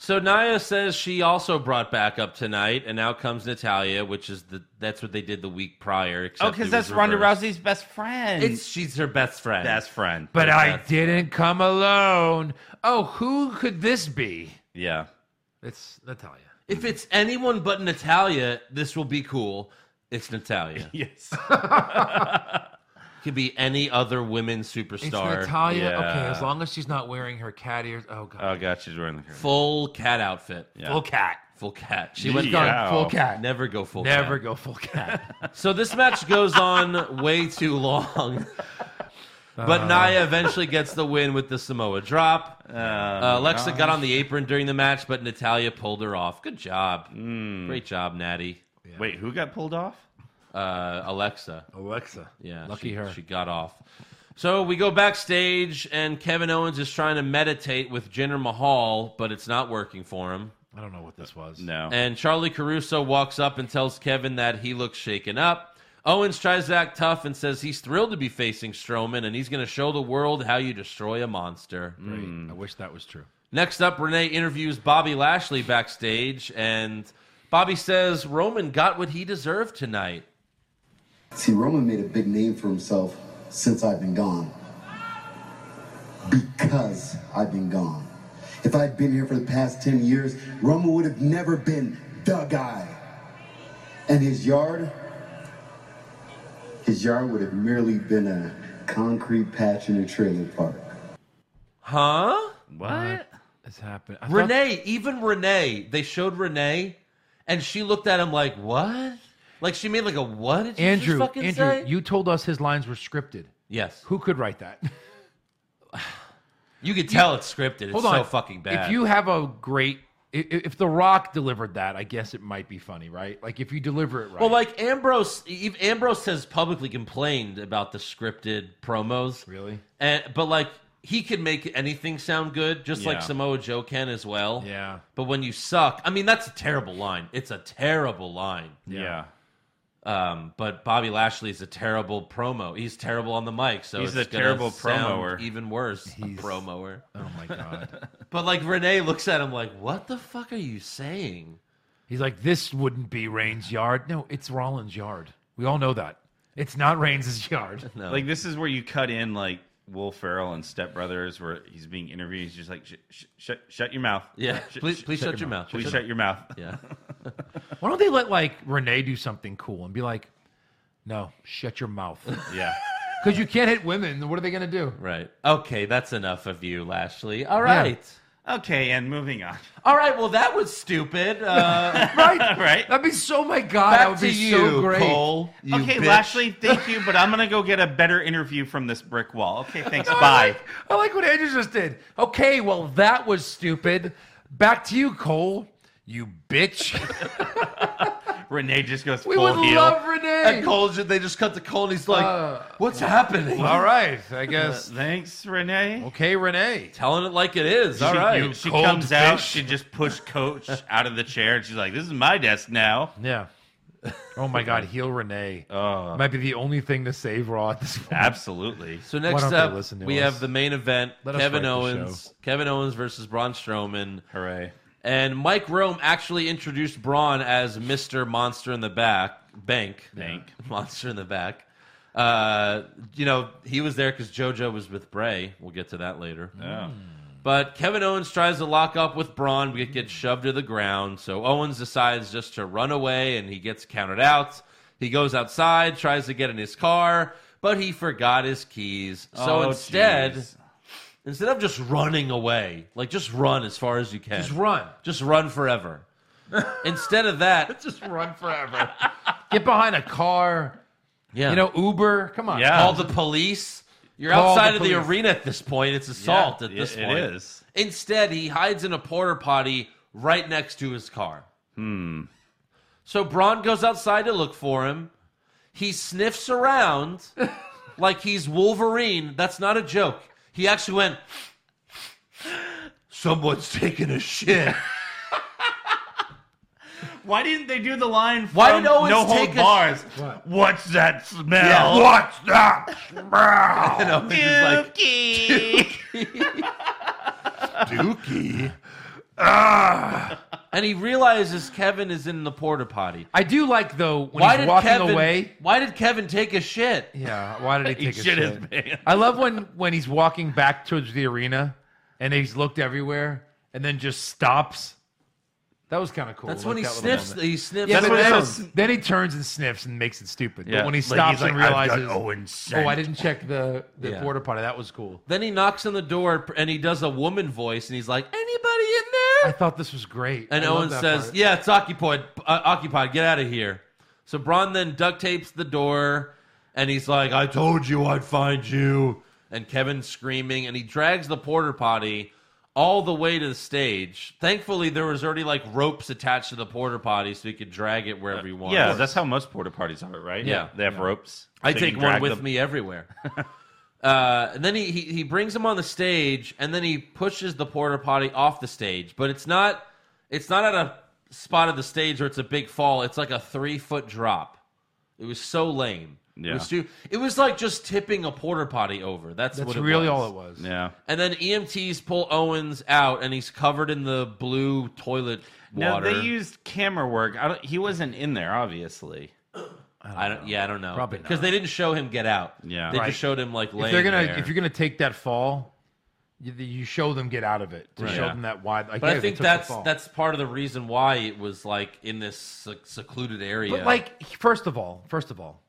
[SPEAKER 4] So Naya says she also brought back up tonight, and now comes Natalia, which is the that's what they did the week prior.
[SPEAKER 5] Oh,
[SPEAKER 4] except it
[SPEAKER 5] because
[SPEAKER 4] was
[SPEAKER 5] that's Ronda
[SPEAKER 4] reversed.
[SPEAKER 5] Rousey's best friend.
[SPEAKER 4] It's she's her best friend.
[SPEAKER 5] best friend.
[SPEAKER 6] But I didn't come alone. Oh, who could this be?
[SPEAKER 5] yeah.
[SPEAKER 6] It's Natalia.
[SPEAKER 4] If it's anyone but Natalia, this will be cool. It's Natalia.
[SPEAKER 5] yes.
[SPEAKER 6] Oh,
[SPEAKER 4] Could be any other women
[SPEAKER 6] It's
[SPEAKER 4] superstar.
[SPEAKER 6] Natalia. Okay, as long as she's not wearing her cat ears. Oh god.
[SPEAKER 5] Oh god, she's wearing the curtain.
[SPEAKER 4] full cat outfit.
[SPEAKER 6] Full cat.
[SPEAKER 4] Full cat. She
[SPEAKER 6] She's
[SPEAKER 4] went
[SPEAKER 6] gone full cat.
[SPEAKER 4] Never go full cat.
[SPEAKER 6] Never go full cat.
[SPEAKER 4] So this match goes on way too long. But
[SPEAKER 6] Uh.
[SPEAKER 4] Naya eventually gets the win with the Samoa drop.
[SPEAKER 5] Um,
[SPEAKER 4] Uh, Alexa got
[SPEAKER 5] gosh.
[SPEAKER 4] on the apron during the match, but Natalia pulled her off. Good job.
[SPEAKER 6] Hmm.
[SPEAKER 4] Great job, Natty.
[SPEAKER 5] Wait, who got pulled off?
[SPEAKER 4] Uh, Alexa.
[SPEAKER 6] Alexa.
[SPEAKER 4] Yeah.
[SPEAKER 6] Lucky
[SPEAKER 4] she,
[SPEAKER 6] her.
[SPEAKER 4] She got off. So we go backstage, and Kevin Owens is trying to meditate with Jinder Mahal, but it's not working for him.
[SPEAKER 6] I don't know what this was.
[SPEAKER 5] No.
[SPEAKER 4] And Charlie Caruso walks up and tells Kevin that he looks shaken up. Owens tries to act tough and says he's thrilled to be facing Strowman and he's going to show the world how you destroy a monster.
[SPEAKER 6] Great.
[SPEAKER 4] Mm.
[SPEAKER 6] I wish that was true.
[SPEAKER 4] Next up, Renee interviews Bobby Lashley backstage, and Bobby says Roman got what he deserved tonight.
[SPEAKER 12] See, Roman made a big name for himself since I've been gone. Because I've been gone. If I'd been here for the past 10 years, Roman would have never been the guy. And his yard, his yard would have merely been a concrete patch in a trailer park.
[SPEAKER 4] Huh?
[SPEAKER 6] What has happened? I thought-
[SPEAKER 4] Renee, even Renee, they showed Renee, and she looked at him like, what? Like she made like a what did you just
[SPEAKER 6] Andrew,
[SPEAKER 4] fucking
[SPEAKER 6] Andrew,
[SPEAKER 4] say?
[SPEAKER 6] you told us his lines were scripted.
[SPEAKER 4] Yes.
[SPEAKER 6] Who could write that?
[SPEAKER 4] You could tell it's scripted. It's
[SPEAKER 6] Hold
[SPEAKER 4] so
[SPEAKER 6] on.
[SPEAKER 4] fucking bad.
[SPEAKER 6] If you have a great, i- i- if The Rock delivered that, I guess it might be funny, right? Like if you deliver it right.
[SPEAKER 4] Well, like Ambrose, e- Ambrose has publicly complained about the scripted promos.
[SPEAKER 6] Really?
[SPEAKER 4] And but like he can make anything sound good, just
[SPEAKER 6] Yeah.
[SPEAKER 4] like Samoa Joe can as well.
[SPEAKER 6] Yeah.
[SPEAKER 4] But when you suck, I mean, that's a terrible line. It's a terrible line.
[SPEAKER 5] Yeah.
[SPEAKER 4] Um, but Bobby Lashley is a terrible promo. He's terrible on the mic, so
[SPEAKER 5] He's
[SPEAKER 4] it's
[SPEAKER 5] a
[SPEAKER 4] gonna
[SPEAKER 5] terrible
[SPEAKER 4] sound
[SPEAKER 5] promoer.
[SPEAKER 4] Even worse, a promoer.
[SPEAKER 6] oh my god.
[SPEAKER 4] But like Renee looks at him like, "What the fuck are you saying?"
[SPEAKER 6] He's like, this wouldn't be Reigns' yard. No, it's Rollins' yard. We all know that. It's not Reigns' yard.
[SPEAKER 4] No.
[SPEAKER 5] Like this is where you cut in like Will Ferrell and Step Brothers, where he's being interviewed. He's just like, sh- sh- shut, shut your mouth.
[SPEAKER 4] Yeah,
[SPEAKER 5] Sh-
[SPEAKER 4] please-
[SPEAKER 5] sh-
[SPEAKER 4] please shut your mouth.
[SPEAKER 5] Please
[SPEAKER 4] Shut-
[SPEAKER 5] shut your mouth.
[SPEAKER 4] Yeah.
[SPEAKER 6] Why don't they let like Renee do something cool and be like, no, shut your mouth.
[SPEAKER 5] Yeah.
[SPEAKER 6] Because you can't hit women. What are they going to do?
[SPEAKER 4] Right. Okay, that's enough of you, Lashley. All right.
[SPEAKER 5] Okay, and moving on.
[SPEAKER 4] All right. Well, that was stupid. Uh,
[SPEAKER 6] Right?
[SPEAKER 5] Right.
[SPEAKER 6] That'd be so, my God,
[SPEAKER 4] back
[SPEAKER 6] that would
[SPEAKER 4] to
[SPEAKER 6] be
[SPEAKER 4] you,
[SPEAKER 6] so great.
[SPEAKER 4] Cole. you
[SPEAKER 5] okay,
[SPEAKER 4] bitch.
[SPEAKER 5] Lashley, thank you, but I'm gonna go get a better interview from this brick wall. Okay, thanks. bye.
[SPEAKER 6] I like what Andrew just did. Okay, well, that was stupid. Back to you, Cole. You bitch.
[SPEAKER 5] Renee just goes
[SPEAKER 6] We
[SPEAKER 5] full
[SPEAKER 6] would
[SPEAKER 5] heel.
[SPEAKER 6] love Renee.
[SPEAKER 4] And Cole, they just cut the Cole, and he's like,
[SPEAKER 6] Uh,
[SPEAKER 4] "What's happening?"
[SPEAKER 6] All right, I
[SPEAKER 5] Uh,
[SPEAKER 6] guess.
[SPEAKER 5] thanks, Renee.
[SPEAKER 6] Okay, Renee.
[SPEAKER 4] Telling it like it is.
[SPEAKER 5] She,
[SPEAKER 4] All right.
[SPEAKER 5] you- she
[SPEAKER 6] cold
[SPEAKER 5] comes out.
[SPEAKER 6] fish.
[SPEAKER 5] She just pushed Coach out of the chair, and she's like, "This is my desk now."
[SPEAKER 6] Yeah. Oh my God, heal Renee.
[SPEAKER 5] Oh,
[SPEAKER 6] Might be the only thing to save Raw at this point.
[SPEAKER 5] absolutely.
[SPEAKER 4] so next
[SPEAKER 6] don't they
[SPEAKER 4] up,
[SPEAKER 6] listen to
[SPEAKER 4] we
[SPEAKER 6] us?
[SPEAKER 4] have the main event:
[SPEAKER 6] Let us
[SPEAKER 4] Kevin
[SPEAKER 6] write the
[SPEAKER 4] Owens, Kevin Owens versus Braun Strowman,
[SPEAKER 5] Hooray!
[SPEAKER 4] and Mike Rome actually introduced Braun as Mister Monster in the Back Bank
[SPEAKER 5] Bank.
[SPEAKER 4] Monster in the Back. Uh, you know, he was there because JoJo was with Bray. We'll get to that later.
[SPEAKER 5] Oh.
[SPEAKER 4] But Kevin Owens tries to lock up with Braun, but gets shoved to the ground. So Owens decides just to run away and he gets counted out. He goes outside, tries to get in his car, but he forgot his keys. So
[SPEAKER 5] Oh,
[SPEAKER 4] instead,
[SPEAKER 5] jeez.
[SPEAKER 4] instead of just running away, like just run as far as you can.
[SPEAKER 6] Just run.
[SPEAKER 4] Just run forever. instead of that,
[SPEAKER 6] Just run forever. Get behind a car.
[SPEAKER 4] yeah.
[SPEAKER 6] You know, Uber. Come on.
[SPEAKER 5] Yeah.
[SPEAKER 4] call the police. You're
[SPEAKER 6] Call the
[SPEAKER 4] outside of the
[SPEAKER 6] police.
[SPEAKER 4] arena at this point. It's assault at
[SPEAKER 5] it-
[SPEAKER 4] this
[SPEAKER 5] it
[SPEAKER 4] point.
[SPEAKER 5] is.
[SPEAKER 4] Instead, he hides in a porter potty right next to his car. Hmm. So Braun goes outside to look for him. He sniffs around like he's Wolverine. That's not a joke. He actually went, Someone's taking a shit.
[SPEAKER 5] Why didn't they do the line? From
[SPEAKER 4] Why did Owens
[SPEAKER 5] no
[SPEAKER 4] take
[SPEAKER 5] hold
[SPEAKER 4] a-
[SPEAKER 5] bars?
[SPEAKER 6] What?
[SPEAKER 5] What's that smell?
[SPEAKER 7] What's that smell?
[SPEAKER 4] And Owens is like,
[SPEAKER 5] Dookie.
[SPEAKER 7] Dookie.
[SPEAKER 4] and he realizes Kevin is in the porter potty.
[SPEAKER 6] I do like though when
[SPEAKER 4] Why
[SPEAKER 6] he's
[SPEAKER 4] did
[SPEAKER 6] walking
[SPEAKER 4] Kevin?
[SPEAKER 6] away.
[SPEAKER 4] Why did Kevin take a shit?
[SPEAKER 6] Yeah. Why did he
[SPEAKER 5] He
[SPEAKER 6] take a shit?
[SPEAKER 5] shit his pants.
[SPEAKER 6] I love when when he's walking back towards the arena and he's looked everywhere and then just stops That was kind of cool.
[SPEAKER 4] That's
[SPEAKER 6] like
[SPEAKER 4] when he
[SPEAKER 6] that little
[SPEAKER 4] sniffs-
[SPEAKER 6] moment.
[SPEAKER 4] he sniffs
[SPEAKER 6] Yeah,
[SPEAKER 4] the
[SPEAKER 6] but then,
[SPEAKER 4] medicine.
[SPEAKER 6] then he turns and sniffs and makes it stupid.
[SPEAKER 4] Yeah.
[SPEAKER 6] But when he
[SPEAKER 4] Like, he's
[SPEAKER 6] stops
[SPEAKER 4] like,
[SPEAKER 6] and
[SPEAKER 4] "I've got
[SPEAKER 6] realizes,
[SPEAKER 4] Owen's
[SPEAKER 6] oh, I
[SPEAKER 4] scent."
[SPEAKER 6] didn't check the the
[SPEAKER 4] Yeah.
[SPEAKER 6] porta potty. That was cool.
[SPEAKER 4] Then he knocks on the door p- and he does a woman voice and he's like, "Anybody in there?"
[SPEAKER 6] I thought this was great.
[SPEAKER 4] and
[SPEAKER 6] I
[SPEAKER 4] Owen
[SPEAKER 6] love that
[SPEAKER 4] says,
[SPEAKER 6] part.
[SPEAKER 4] "Yeah, it's occupied. Uh, occupied. Get out of here." So Braun then duct tapes the door and he's like, "I told you I'd find you." And Kevin's screaming and he drags the porter potty all the way to the stage. Thankfully, there was already like ropes attached to the porter potty so he could drag it wherever he wanted.
[SPEAKER 5] Yeah, that's how most porta parties are, right?
[SPEAKER 4] Yeah.
[SPEAKER 5] they have ropes.
[SPEAKER 4] I
[SPEAKER 5] So you
[SPEAKER 4] take
[SPEAKER 5] can
[SPEAKER 4] one
[SPEAKER 5] drag
[SPEAKER 4] with
[SPEAKER 5] them.
[SPEAKER 4] me everywhere. uh, and then he, he he brings him on the stage, and then he pushes the porta potty off the stage. But it's not it's not at a spot of the stage where it's a big fall. It's like a three foot drop. It was so lame. It
[SPEAKER 5] Yeah.
[SPEAKER 4] was, too, it was like just tipping a porta potty over. That's,
[SPEAKER 6] That's
[SPEAKER 4] what it
[SPEAKER 6] really
[SPEAKER 4] was.
[SPEAKER 6] all it was.
[SPEAKER 5] Yeah.
[SPEAKER 4] And then EMTs pull Owens out, and he's covered in the blue toilet
[SPEAKER 5] No,
[SPEAKER 4] water.
[SPEAKER 5] they used camera work. I don't, he wasn't in there, obviously.
[SPEAKER 4] I don't. Yeah, I don't know.
[SPEAKER 5] Probably
[SPEAKER 4] because they didn't show him get out.
[SPEAKER 5] Yeah.
[SPEAKER 4] they
[SPEAKER 5] Right.
[SPEAKER 4] just showed him like
[SPEAKER 6] if
[SPEAKER 4] laying
[SPEAKER 6] they're gonna
[SPEAKER 4] there.
[SPEAKER 6] if you're gonna take that fall, you, you show them get out of it to
[SPEAKER 4] Right.
[SPEAKER 6] show
[SPEAKER 4] Yeah.
[SPEAKER 6] them that wide. Like,
[SPEAKER 4] but
[SPEAKER 6] yeah,
[SPEAKER 4] I
[SPEAKER 6] they
[SPEAKER 4] think
[SPEAKER 6] took the
[SPEAKER 4] that's
[SPEAKER 6] fall.
[SPEAKER 4] that's part of the reason why it was like in this sec- secluded area.
[SPEAKER 6] But like, first of all, first of all,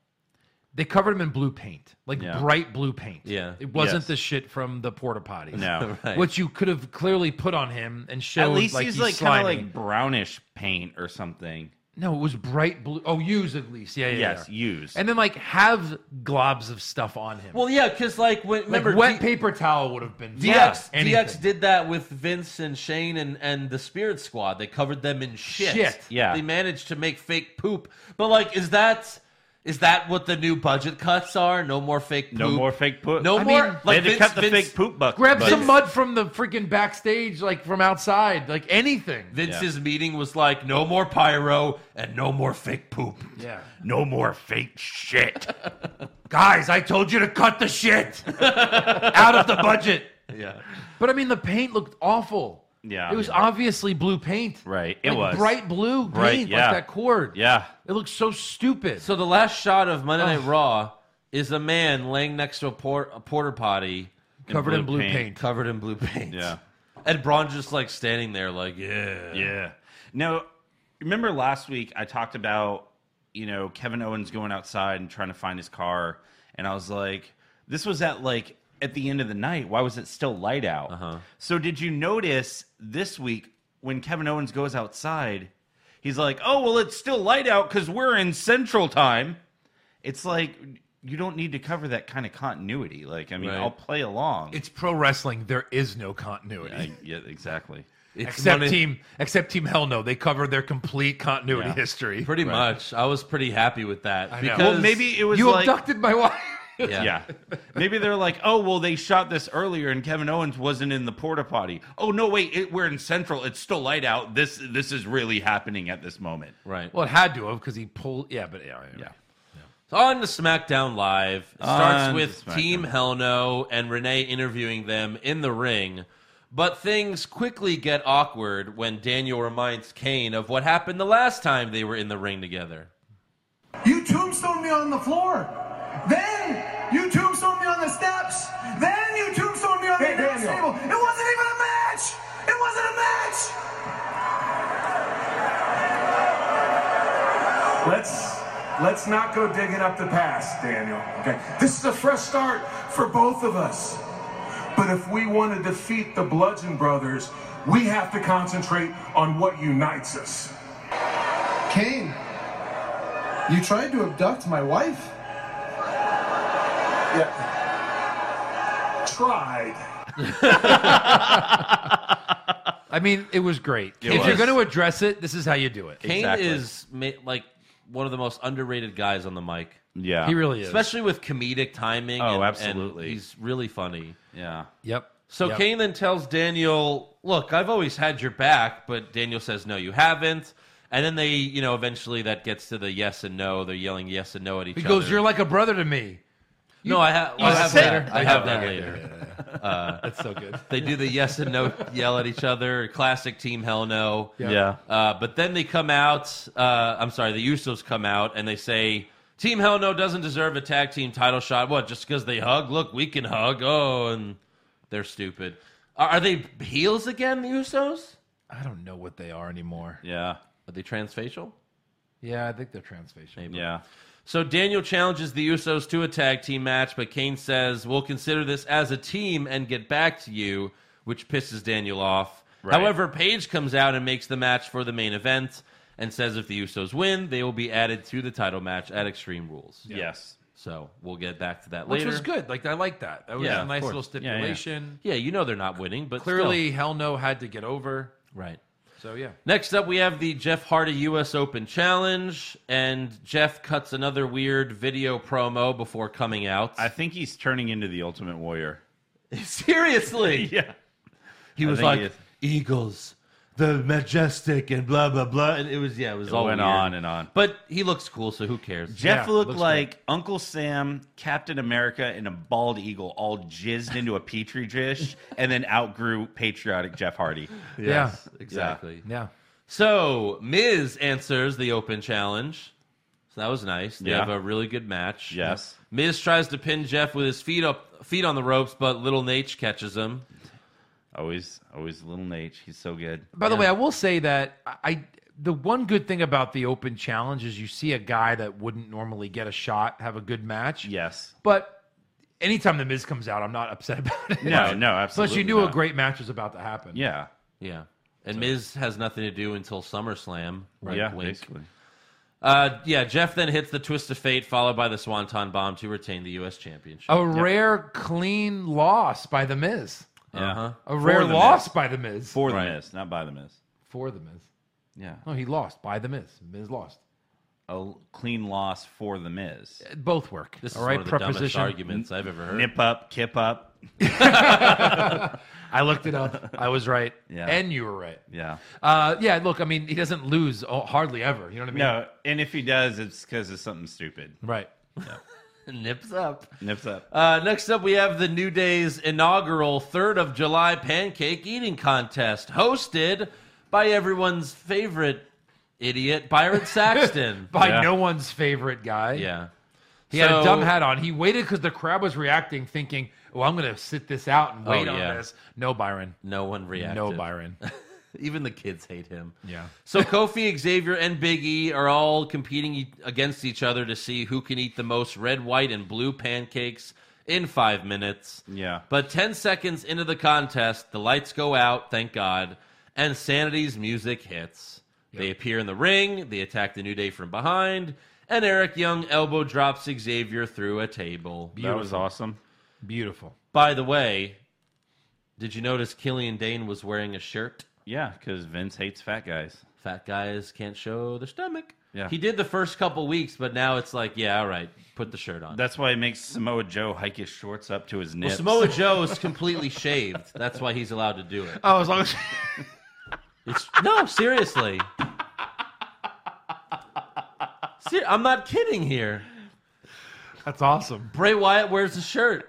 [SPEAKER 6] they covered him in blue paint, like
[SPEAKER 4] Yeah.
[SPEAKER 6] bright blue paint.
[SPEAKER 4] Yeah.
[SPEAKER 6] it wasn't
[SPEAKER 4] Yes.
[SPEAKER 6] the shit from the porta potty.
[SPEAKER 5] No. Right.
[SPEAKER 6] which you could have clearly put on him and showed.
[SPEAKER 5] At least
[SPEAKER 6] like,
[SPEAKER 5] he's
[SPEAKER 6] he's
[SPEAKER 5] like kind
[SPEAKER 6] sliding.
[SPEAKER 5] of like brownish paint or something.
[SPEAKER 6] No, it was bright blue. Oh, use at least. Yeah, yeah.
[SPEAKER 5] Yes,
[SPEAKER 6] yeah.
[SPEAKER 5] use.
[SPEAKER 6] And then like have globs of stuff on him.
[SPEAKER 4] well, yeah, because like when remember
[SPEAKER 6] like wet
[SPEAKER 4] D-
[SPEAKER 6] paper towel would have been
[SPEAKER 4] DX
[SPEAKER 6] fine.
[SPEAKER 4] DX did that with Vince and Shane and and the Spirit Squad. They covered them in shit.
[SPEAKER 6] Shit.
[SPEAKER 5] Yeah.
[SPEAKER 4] they managed to make fake poop. But like, is that? Is that what the new budget cuts are? No more fake poop.
[SPEAKER 5] No more fake poop.
[SPEAKER 4] No
[SPEAKER 5] I
[SPEAKER 4] more.
[SPEAKER 5] mean,
[SPEAKER 4] like
[SPEAKER 5] they had to cut the fake poop buck-
[SPEAKER 6] Grab
[SPEAKER 5] But-
[SPEAKER 6] some mud from the freaking backstage, like from outside, like anything.
[SPEAKER 4] Vince's meeting was like, no more pyro and no more fake poop.
[SPEAKER 6] Yeah.
[SPEAKER 5] No more fake shit.
[SPEAKER 6] Guys, I told you to cut the shit out of the budget.
[SPEAKER 4] Yeah.
[SPEAKER 6] But I mean, the paint looked awful.
[SPEAKER 5] Yeah.
[SPEAKER 6] It was obviously blue paint.
[SPEAKER 5] Right. It
[SPEAKER 6] Like,
[SPEAKER 5] was.
[SPEAKER 6] bright blue paint,
[SPEAKER 5] Bright, yeah.
[SPEAKER 6] like that cord.
[SPEAKER 5] Yeah.
[SPEAKER 6] It looks so stupid.
[SPEAKER 4] So the last shot of Monday
[SPEAKER 6] Oh.
[SPEAKER 4] Night Raw is a man laying next to a, por- a porter potty
[SPEAKER 6] Covered in blue paint.
[SPEAKER 4] Covered in blue paint.
[SPEAKER 5] Yeah.
[SPEAKER 4] And Braun just like standing there, like, yeah.
[SPEAKER 5] Yeah. Now, remember last week I talked about, you know, Kevin Owens going outside and trying to find his car. And I was like, this was at like at the end of the night. Why was it still light out? Uh-huh. So, did you notice this week when Kevin Owens goes outside, he's like, oh, well, it's still light out because we're in central time. It's like, you don't need to cover that kind of continuity. Like, I mean,
[SPEAKER 6] Right.
[SPEAKER 5] I'll play along.
[SPEAKER 6] It's pro wrestling. There is no continuity.
[SPEAKER 5] I- yeah, exactly.
[SPEAKER 6] except team, except team Hell No. They covered their complete continuity
[SPEAKER 4] Yeah.
[SPEAKER 6] history.
[SPEAKER 4] Pretty much. I was pretty happy with that.
[SPEAKER 6] I know.
[SPEAKER 4] because
[SPEAKER 5] Well, maybe it was
[SPEAKER 6] you
[SPEAKER 5] like,
[SPEAKER 6] abducted my wife.
[SPEAKER 4] Yeah.
[SPEAKER 5] Yeah. Maybe they're like, oh, well, they shot this earlier and Kevin Owens wasn't in the porta potty. Oh, no, wait, it, we're in Central. It's still light out. This this is really happening at this moment.
[SPEAKER 4] Right.
[SPEAKER 6] Well, it had to have because he pulled. Yeah, but yeah, yeah.
[SPEAKER 4] So on to SmackDown Live. It
[SPEAKER 5] On
[SPEAKER 4] starts
[SPEAKER 5] to
[SPEAKER 4] with
[SPEAKER 5] SmackDown.
[SPEAKER 4] Team Hell No and Renee interviewing them in the ring. But things quickly get awkward when Daniel reminds Kane of what happened the last time they were in the ring together.
[SPEAKER 2] You tombstone me on the floor. Then you tombstone me on the steps. Then you tombstone me on the announce table. It wasn't even a match. It wasn't a match. Let's let's not go digging up the past, Daniel. Okay. This is a fresh start for both of us. But if we want to defeat the Bludgeon Brothers, we have to concentrate on what unites us.
[SPEAKER 9] Kane, you tried to abduct my wife.
[SPEAKER 2] Yeah. Tried.
[SPEAKER 6] I mean, it was great.
[SPEAKER 5] It
[SPEAKER 6] if you're
[SPEAKER 5] was.
[SPEAKER 6] going to address it, this is how you do it.
[SPEAKER 4] Kane
[SPEAKER 5] Exactly.
[SPEAKER 4] is ma- like one of the most underrated guys on the mic.
[SPEAKER 5] Yeah.
[SPEAKER 6] He really is.
[SPEAKER 4] Especially with comedic timing.
[SPEAKER 5] Oh,
[SPEAKER 4] and- and
[SPEAKER 5] absolutely.
[SPEAKER 4] he's really funny.
[SPEAKER 5] Yeah.
[SPEAKER 6] Yep.
[SPEAKER 4] So
[SPEAKER 6] Yep.
[SPEAKER 4] Kane then tells Daniel, "Look, I've always had your back," but Daniel says, "No, you haven't." And then they, you know, eventually that gets to the yes and no. They're yelling yes and no at each
[SPEAKER 6] He
[SPEAKER 4] other.
[SPEAKER 6] goes, "You're like a brother to me."
[SPEAKER 4] no, I, ha-
[SPEAKER 6] you
[SPEAKER 4] I have
[SPEAKER 6] said-
[SPEAKER 4] that. I
[SPEAKER 6] Yeah,
[SPEAKER 4] have that
[SPEAKER 6] yeah,
[SPEAKER 4] later. Uh,
[SPEAKER 6] That's so good.
[SPEAKER 4] They do the yes and no yell at each other. Classic team hell no.
[SPEAKER 6] Yeah.
[SPEAKER 5] Yeah.
[SPEAKER 4] Uh, but then they come out. Uh, I'm sorry, the Usos come out and they say, "Team Hell No doesn't deserve a tag team title shot. What? Just because they hug? Look, we can hug. Oh, and they're stupid. Are, are they heels again, the Usos?
[SPEAKER 6] I don't know what they are anymore.
[SPEAKER 5] Yeah.
[SPEAKER 4] Are they transfacial?
[SPEAKER 6] Yeah, I think they're transfacial.
[SPEAKER 5] Yeah.
[SPEAKER 4] So Daniel challenges the Usos to a tag team match, but Kane says, We'll consider this as a team and get back to you, which pisses Daniel off.
[SPEAKER 5] Right.
[SPEAKER 4] However, Paige comes out and makes the match for the main event and says if the Usos win, they will be added to the title match at Extreme Rules.
[SPEAKER 5] Yes.
[SPEAKER 4] So we'll get back to that
[SPEAKER 6] Which
[SPEAKER 4] later.
[SPEAKER 6] was good. Like I like that. That was
[SPEAKER 4] Yeah,
[SPEAKER 6] a
[SPEAKER 4] of
[SPEAKER 6] nice
[SPEAKER 4] course.
[SPEAKER 6] little
[SPEAKER 4] Yeah, yeah.
[SPEAKER 6] stipulation.
[SPEAKER 4] Yeah, you know they're not winning, but
[SPEAKER 6] Clearly,
[SPEAKER 4] still.
[SPEAKER 6] Hell No had to get over.
[SPEAKER 4] Right.
[SPEAKER 6] So yeah.
[SPEAKER 4] Next up, we have the Jeff Hardy U.S. Open Challenge, and Jeff cuts another weird video promo before coming out.
[SPEAKER 5] I think he's turning into the Ultimate Warrior.
[SPEAKER 4] Seriously,
[SPEAKER 5] yeah.
[SPEAKER 4] He
[SPEAKER 5] I
[SPEAKER 4] was
[SPEAKER 5] think
[SPEAKER 4] like
[SPEAKER 5] he is.
[SPEAKER 4] Eagles, the majestic, and blah blah blah. And it was yeah, it was
[SPEAKER 5] It
[SPEAKER 4] all
[SPEAKER 5] went
[SPEAKER 4] weird.
[SPEAKER 5] on and on.
[SPEAKER 4] But he looks cool, so who cares?
[SPEAKER 5] Jeff looked like Uncle Sam, Captain America, and a bald eagle all jizzed into a petri dish, and then outgrew patriotic Jeff Hardy.
[SPEAKER 4] Yes,
[SPEAKER 5] Yeah.
[SPEAKER 4] exactly.
[SPEAKER 6] Yeah.
[SPEAKER 4] So Miz answers the open challenge. So that was nice. They
[SPEAKER 5] Yeah.
[SPEAKER 4] have a really good match.
[SPEAKER 5] Yes.
[SPEAKER 4] Miz tries to pin Jeff with his feet up, feet on the ropes, but Little Nate catches him.
[SPEAKER 5] Always, always Little Nate. He's so good.
[SPEAKER 6] By the way, I will say that I I- the one good thing about the open challenge is you see a guy that wouldn't normally get a shot have a good match.
[SPEAKER 5] Yes.
[SPEAKER 6] But anytime the Miz comes out, I'm not upset about it.
[SPEAKER 5] No, no,
[SPEAKER 6] Plus,
[SPEAKER 5] absolutely
[SPEAKER 6] you knew
[SPEAKER 5] not.
[SPEAKER 6] a great match was about to happen.
[SPEAKER 5] Yeah.
[SPEAKER 4] Yeah. And Miz has nothing to do until SummerSlam. Right.
[SPEAKER 5] Yeah,
[SPEAKER 4] Wink.
[SPEAKER 5] basically.
[SPEAKER 4] Uh, yeah, Jeff then hits the twist of fate, followed by the Swanton bomb to retain the U.S. Championship.
[SPEAKER 6] A rare clean loss by the Miz.
[SPEAKER 4] Uh-huh.
[SPEAKER 6] A
[SPEAKER 4] For
[SPEAKER 6] rare
[SPEAKER 4] the
[SPEAKER 6] loss
[SPEAKER 4] Miz.
[SPEAKER 6] by the Miz.
[SPEAKER 5] For the Miz, not by the Miz.
[SPEAKER 6] For the Miz.
[SPEAKER 5] Yeah.
[SPEAKER 6] No, he lost by the Miz. Miz lost.
[SPEAKER 5] A clean loss for the Miz.
[SPEAKER 6] Both work.
[SPEAKER 4] This
[SPEAKER 6] All
[SPEAKER 4] is
[SPEAKER 6] right,
[SPEAKER 4] one of the dumbest
[SPEAKER 6] preposition.
[SPEAKER 4] arguments I've ever heard.
[SPEAKER 5] Nip up, kip up.
[SPEAKER 6] I looked it up. I was right.
[SPEAKER 5] Yeah.
[SPEAKER 6] And you were right.
[SPEAKER 5] Yeah.
[SPEAKER 6] Uh, yeah, look, I mean, he doesn't lose oh, hardly ever. You know what I mean?
[SPEAKER 5] No, and if he does, it's because of something stupid.
[SPEAKER 6] Right.
[SPEAKER 4] Nips up.
[SPEAKER 5] Nips up.
[SPEAKER 4] Uh, next up, we have the New Day's inaugural 3rd of July pancake eating contest, hosted by everyone's favorite idiot, Byron Saxton.
[SPEAKER 6] By no one's favorite guy.
[SPEAKER 4] Yeah.
[SPEAKER 6] He had a
[SPEAKER 4] So-
[SPEAKER 6] dumb hat on. He waited because the crowd was reacting, thinking, oh, I'm going to sit this out and
[SPEAKER 4] Oh,
[SPEAKER 6] wait on
[SPEAKER 4] yeah.
[SPEAKER 6] this. No, Byron.
[SPEAKER 4] No one reacted.
[SPEAKER 6] No, Byron.
[SPEAKER 4] Even the kids hate him.
[SPEAKER 6] Yeah.
[SPEAKER 4] So Kofi, Xavier, and Big E are all competing e- against each other to see who can eat the most red, white, and blue pancakes in five minutes.
[SPEAKER 5] Yeah.
[SPEAKER 4] But 10 seconds into the contest, the lights go out, thank God, and Sanity's music hits. They appear in the ring, they attack the New Day from behind, and Eric Young elbow drops Xavier through a table.
[SPEAKER 5] That was awesome.
[SPEAKER 6] Beautiful.
[SPEAKER 4] By the way, did you notice Killian Dane was wearing a shirt?
[SPEAKER 5] Yeah, because Vince hates fat guys.
[SPEAKER 4] Fat guys can't show their stomach.
[SPEAKER 5] Yeah.
[SPEAKER 4] He did the first couple weeks, but now it's like, yeah, all right, put the shirt on.
[SPEAKER 5] That's why he makes Samoa Joe hike his shorts up to his
[SPEAKER 4] Well,
[SPEAKER 5] nips.
[SPEAKER 4] Samoa Joe is completely shaved. That's why he's allowed to do it.
[SPEAKER 6] Oh, as long as.
[SPEAKER 4] It's no, seriously. Ser- I'm not kidding here.
[SPEAKER 6] That's awesome.
[SPEAKER 4] Bray Wyatt wears a shirt.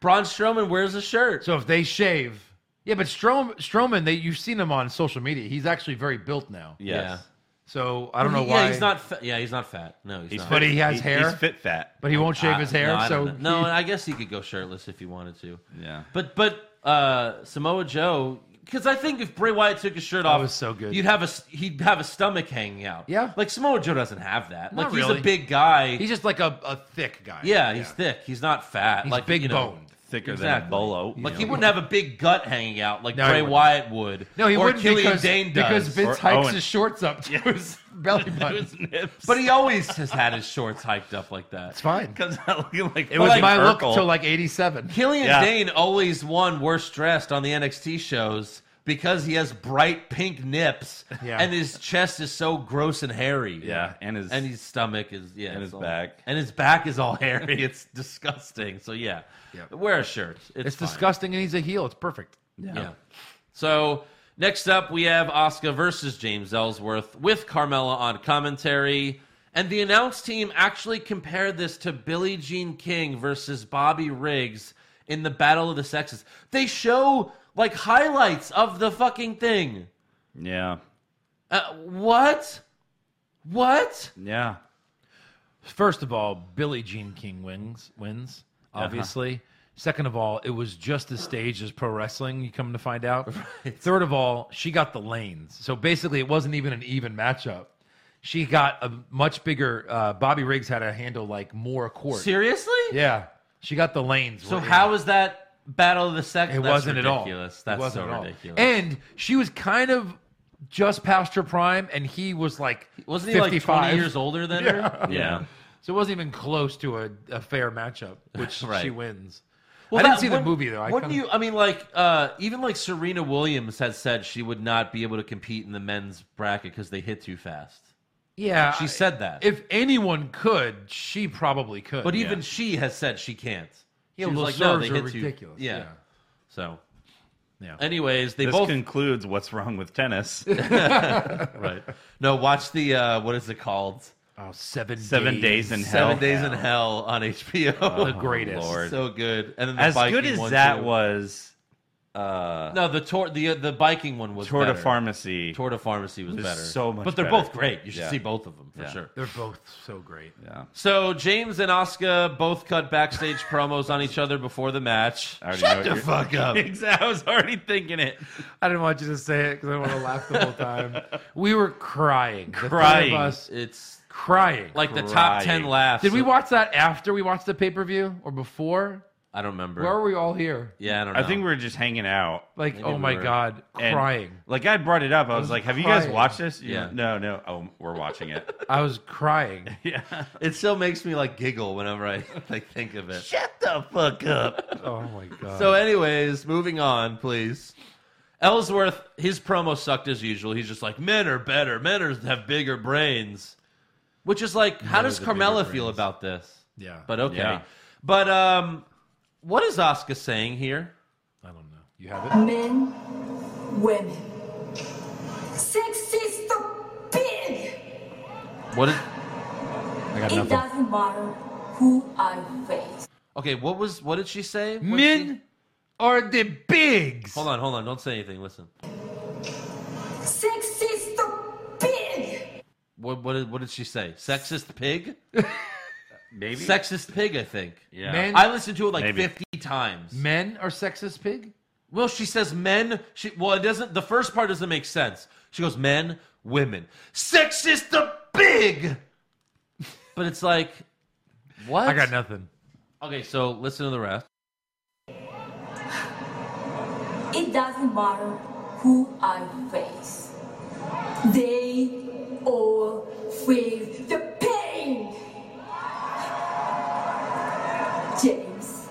[SPEAKER 4] Braun Strowman wears a shirt.
[SPEAKER 6] So if they shave. Yeah, but Strom, Strowman, they, you've seen him on social media. He's actually very built now.
[SPEAKER 5] Yes.
[SPEAKER 6] So I don't know
[SPEAKER 4] yeah,
[SPEAKER 6] why.
[SPEAKER 4] He's not. Fa- yeah, he's not fat. No, he's,
[SPEAKER 5] He's
[SPEAKER 4] not.
[SPEAKER 6] But he has
[SPEAKER 5] He-
[SPEAKER 6] hair.
[SPEAKER 5] He's fit fat.
[SPEAKER 6] But he won't shave his hair.
[SPEAKER 4] No, I
[SPEAKER 6] so
[SPEAKER 4] don't know. no,
[SPEAKER 6] he-
[SPEAKER 4] I guess he could go shirtless if he wanted to.
[SPEAKER 5] Yeah.
[SPEAKER 4] But but uh, Samoa Joe, because I think if Bray Wyatt took his shirt off,
[SPEAKER 6] was so good.
[SPEAKER 4] You'd have a s- he'd have a stomach hanging out.
[SPEAKER 6] Yeah.
[SPEAKER 4] like Samoa Joe doesn't have that.
[SPEAKER 6] Not
[SPEAKER 4] like he's
[SPEAKER 6] really.
[SPEAKER 4] a big guy.
[SPEAKER 6] he's just like a, a thick guy.
[SPEAKER 4] yeah, he's thick. He's not fat.
[SPEAKER 6] He's
[SPEAKER 4] like
[SPEAKER 6] big
[SPEAKER 4] you know,
[SPEAKER 6] boned.
[SPEAKER 5] Thicker than a
[SPEAKER 4] Exactly.
[SPEAKER 5] bowl of oat.
[SPEAKER 4] Like he wouldn't have a big gut hanging out like
[SPEAKER 6] No, he
[SPEAKER 4] Bray
[SPEAKER 6] wouldn't.
[SPEAKER 4] Wyatt would.
[SPEAKER 6] No, he
[SPEAKER 4] or
[SPEAKER 6] wouldn't
[SPEAKER 4] Killian
[SPEAKER 6] because,
[SPEAKER 4] Dane does.
[SPEAKER 6] because Vince
[SPEAKER 5] Or
[SPEAKER 6] hikes
[SPEAKER 5] Owen.
[SPEAKER 6] his shorts up to his belly button.
[SPEAKER 5] his nips.
[SPEAKER 4] but he always has had his shorts hiked up like that.
[SPEAKER 6] It's fine.
[SPEAKER 5] comes out looking like
[SPEAKER 6] It was
[SPEAKER 5] fucking
[SPEAKER 6] my look
[SPEAKER 5] Urkel.
[SPEAKER 6] till like '87.
[SPEAKER 4] Killian
[SPEAKER 5] Yeah.
[SPEAKER 4] Dane always won worst dressed on the NXT shows because he has bright pink nips
[SPEAKER 6] Yeah.
[SPEAKER 4] and his chest is so gross and hairy.
[SPEAKER 5] Yeah, and his-
[SPEAKER 4] and his stomach is yeah,
[SPEAKER 5] and
[SPEAKER 4] it's
[SPEAKER 5] his
[SPEAKER 4] all-
[SPEAKER 5] back.
[SPEAKER 4] and his back is all hairy. It's disgusting. So yeah, wear a shirt. It's,
[SPEAKER 6] It's
[SPEAKER 4] fine.
[SPEAKER 6] disgusting, and he's a heel. It's perfect.
[SPEAKER 4] Yeah. So next up, we have Oscar versus James Ellsworth with Carmella on commentary. And the announce team actually compared this to Billie Jean King versus Bobby Riggs in the Battle of the Sexes. They show like highlights of the fucking thing.
[SPEAKER 5] Yeah.
[SPEAKER 4] Uh, what? What?
[SPEAKER 5] Yeah.
[SPEAKER 4] Uh-huh.
[SPEAKER 6] First of all, Billie Jean King wins. Wins obviously. Second of all, it was just as staged as pro wrestling, you come to find out. Third of all, she got the lanes. So basically, it wasn't even an even matchup. She got a much bigger. Uh, Bobby Riggs had to handle like more a court.
[SPEAKER 4] Seriously?
[SPEAKER 6] Yeah. She got the lanes.
[SPEAKER 4] So
[SPEAKER 6] were in.
[SPEAKER 4] how was that battle of the second?
[SPEAKER 6] It
[SPEAKER 4] That's
[SPEAKER 6] wasn't at all.
[SPEAKER 4] ridiculous.
[SPEAKER 6] It
[SPEAKER 4] That's
[SPEAKER 6] wasn't
[SPEAKER 4] so
[SPEAKER 6] at all.
[SPEAKER 4] ridiculous.
[SPEAKER 6] And she was kind of just past her prime, and he was like
[SPEAKER 4] Wasn't he, like,
[SPEAKER 6] 55.
[SPEAKER 4] 20 years older than her? Yeah.
[SPEAKER 6] So it wasn't even close to a, a fair matchup, which she
[SPEAKER 4] Right.
[SPEAKER 6] wins. I didn't see the movie though. I
[SPEAKER 4] wouldn't
[SPEAKER 6] kinda-
[SPEAKER 4] you? I mean, like uh, even like Serena Williams had said she would not be able to compete in the men's bracket because they hit too fast.
[SPEAKER 6] Yeah,
[SPEAKER 4] she
[SPEAKER 6] I-
[SPEAKER 4] said that.
[SPEAKER 6] If anyone could, she probably could.
[SPEAKER 4] But even she has said she can't.
[SPEAKER 6] Yeah,
[SPEAKER 4] she was
[SPEAKER 6] well,
[SPEAKER 4] like, no,
[SPEAKER 6] serves
[SPEAKER 4] they
[SPEAKER 6] are
[SPEAKER 4] hit
[SPEAKER 6] ridiculous,
[SPEAKER 4] Too. Yeah.
[SPEAKER 6] yeah.
[SPEAKER 4] So.
[SPEAKER 6] Yeah.
[SPEAKER 4] Anyways, they
[SPEAKER 5] this
[SPEAKER 4] both
[SPEAKER 5] concludes what's wrong with tennis.
[SPEAKER 4] right. No, watch the uh, what is it called?
[SPEAKER 6] Oh, seven
[SPEAKER 5] Seven Days. Days in
[SPEAKER 4] Seven
[SPEAKER 5] Hell.
[SPEAKER 4] days in hell on HBO.
[SPEAKER 5] Oh, The greatest. Lord.
[SPEAKER 4] so good. And then the
[SPEAKER 5] as
[SPEAKER 4] biking
[SPEAKER 5] good as
[SPEAKER 4] one,
[SPEAKER 5] that
[SPEAKER 4] too.
[SPEAKER 5] was, uh,
[SPEAKER 4] No, the tour, the uh, the biking one was
[SPEAKER 5] Tour de
[SPEAKER 4] better.
[SPEAKER 5] Pharmacy.
[SPEAKER 4] Tour de Pharmacy was
[SPEAKER 5] was
[SPEAKER 4] better.
[SPEAKER 5] so much
[SPEAKER 4] but they're
[SPEAKER 5] better.
[SPEAKER 4] both great. You should
[SPEAKER 5] Yeah.
[SPEAKER 4] see both of them for
[SPEAKER 5] Yeah.
[SPEAKER 4] sure.
[SPEAKER 6] They're both so great.
[SPEAKER 5] Yeah.
[SPEAKER 4] So James and Oscar both cut backstage promos on each other before the match.
[SPEAKER 5] already know
[SPEAKER 4] Shut
[SPEAKER 5] what
[SPEAKER 4] the
[SPEAKER 5] you're-
[SPEAKER 4] fuck up.
[SPEAKER 5] Exactly. I was already thinking it.
[SPEAKER 6] I didn't want you to say it because I want to laugh the whole time. We were crying, The three of
[SPEAKER 5] Crying.
[SPEAKER 6] us
[SPEAKER 4] It's
[SPEAKER 6] crying,
[SPEAKER 4] like the top ten
[SPEAKER 5] Crying.
[SPEAKER 4] laughs.
[SPEAKER 6] Did we watch that after we watched the pay per view or before?
[SPEAKER 4] I don't remember.
[SPEAKER 6] Where were we all here?
[SPEAKER 4] yeah, I don't know.
[SPEAKER 5] I think we were just hanging out.
[SPEAKER 6] Like,
[SPEAKER 4] Maybe
[SPEAKER 6] oh
[SPEAKER 4] we
[SPEAKER 6] my
[SPEAKER 4] were.
[SPEAKER 6] god,
[SPEAKER 5] and-
[SPEAKER 6] crying.
[SPEAKER 5] Like I brought it up. I was like, "Have you guys
[SPEAKER 6] crying.
[SPEAKER 5] watched this?" You
[SPEAKER 4] Yeah.
[SPEAKER 5] went, No, no. Oh, we're watching it.
[SPEAKER 6] I was crying.
[SPEAKER 5] yeah.
[SPEAKER 4] it still makes me like giggle whenever I like think of it.
[SPEAKER 5] Shut the fuck up.
[SPEAKER 6] Oh my god.
[SPEAKER 4] So, anyways, moving on, please. Ellsworth, his promo sucked as usual. He's just like, men are better. Men are, have bigger brains. Which is like, how does Carmella feel about this?
[SPEAKER 6] yeah,
[SPEAKER 4] But okay.
[SPEAKER 5] Yeah.
[SPEAKER 4] But um, what is Asuka saying here?
[SPEAKER 6] I don't know. You have it.
[SPEAKER 8] Men, women. Sex is so big.
[SPEAKER 4] What is
[SPEAKER 6] I got
[SPEAKER 8] It
[SPEAKER 6] nothing.
[SPEAKER 8] doesn't matter who I face.
[SPEAKER 4] okay? What was what did she say? What
[SPEAKER 6] Men are the bigs.
[SPEAKER 4] she- hold on, hold on. Don't say anything. Listen.
[SPEAKER 8] Sex is so big.
[SPEAKER 4] What what did, what did she say? Sexist pig.
[SPEAKER 5] Maybe.
[SPEAKER 4] Sexist pig. I think.
[SPEAKER 5] Yeah.
[SPEAKER 6] Men-
[SPEAKER 4] I listened to it like
[SPEAKER 5] Maybe.
[SPEAKER 4] fifty times.
[SPEAKER 6] Men are sexist pig.
[SPEAKER 4] Well, she says men. She well, it doesn't. The first part doesn't make sense. She goes men, women, sexist the big. But it's like, what?
[SPEAKER 6] I got nothing.
[SPEAKER 4] Okay, so listen to the rest.
[SPEAKER 8] It doesn't matter who I face. They all feel the pain. James,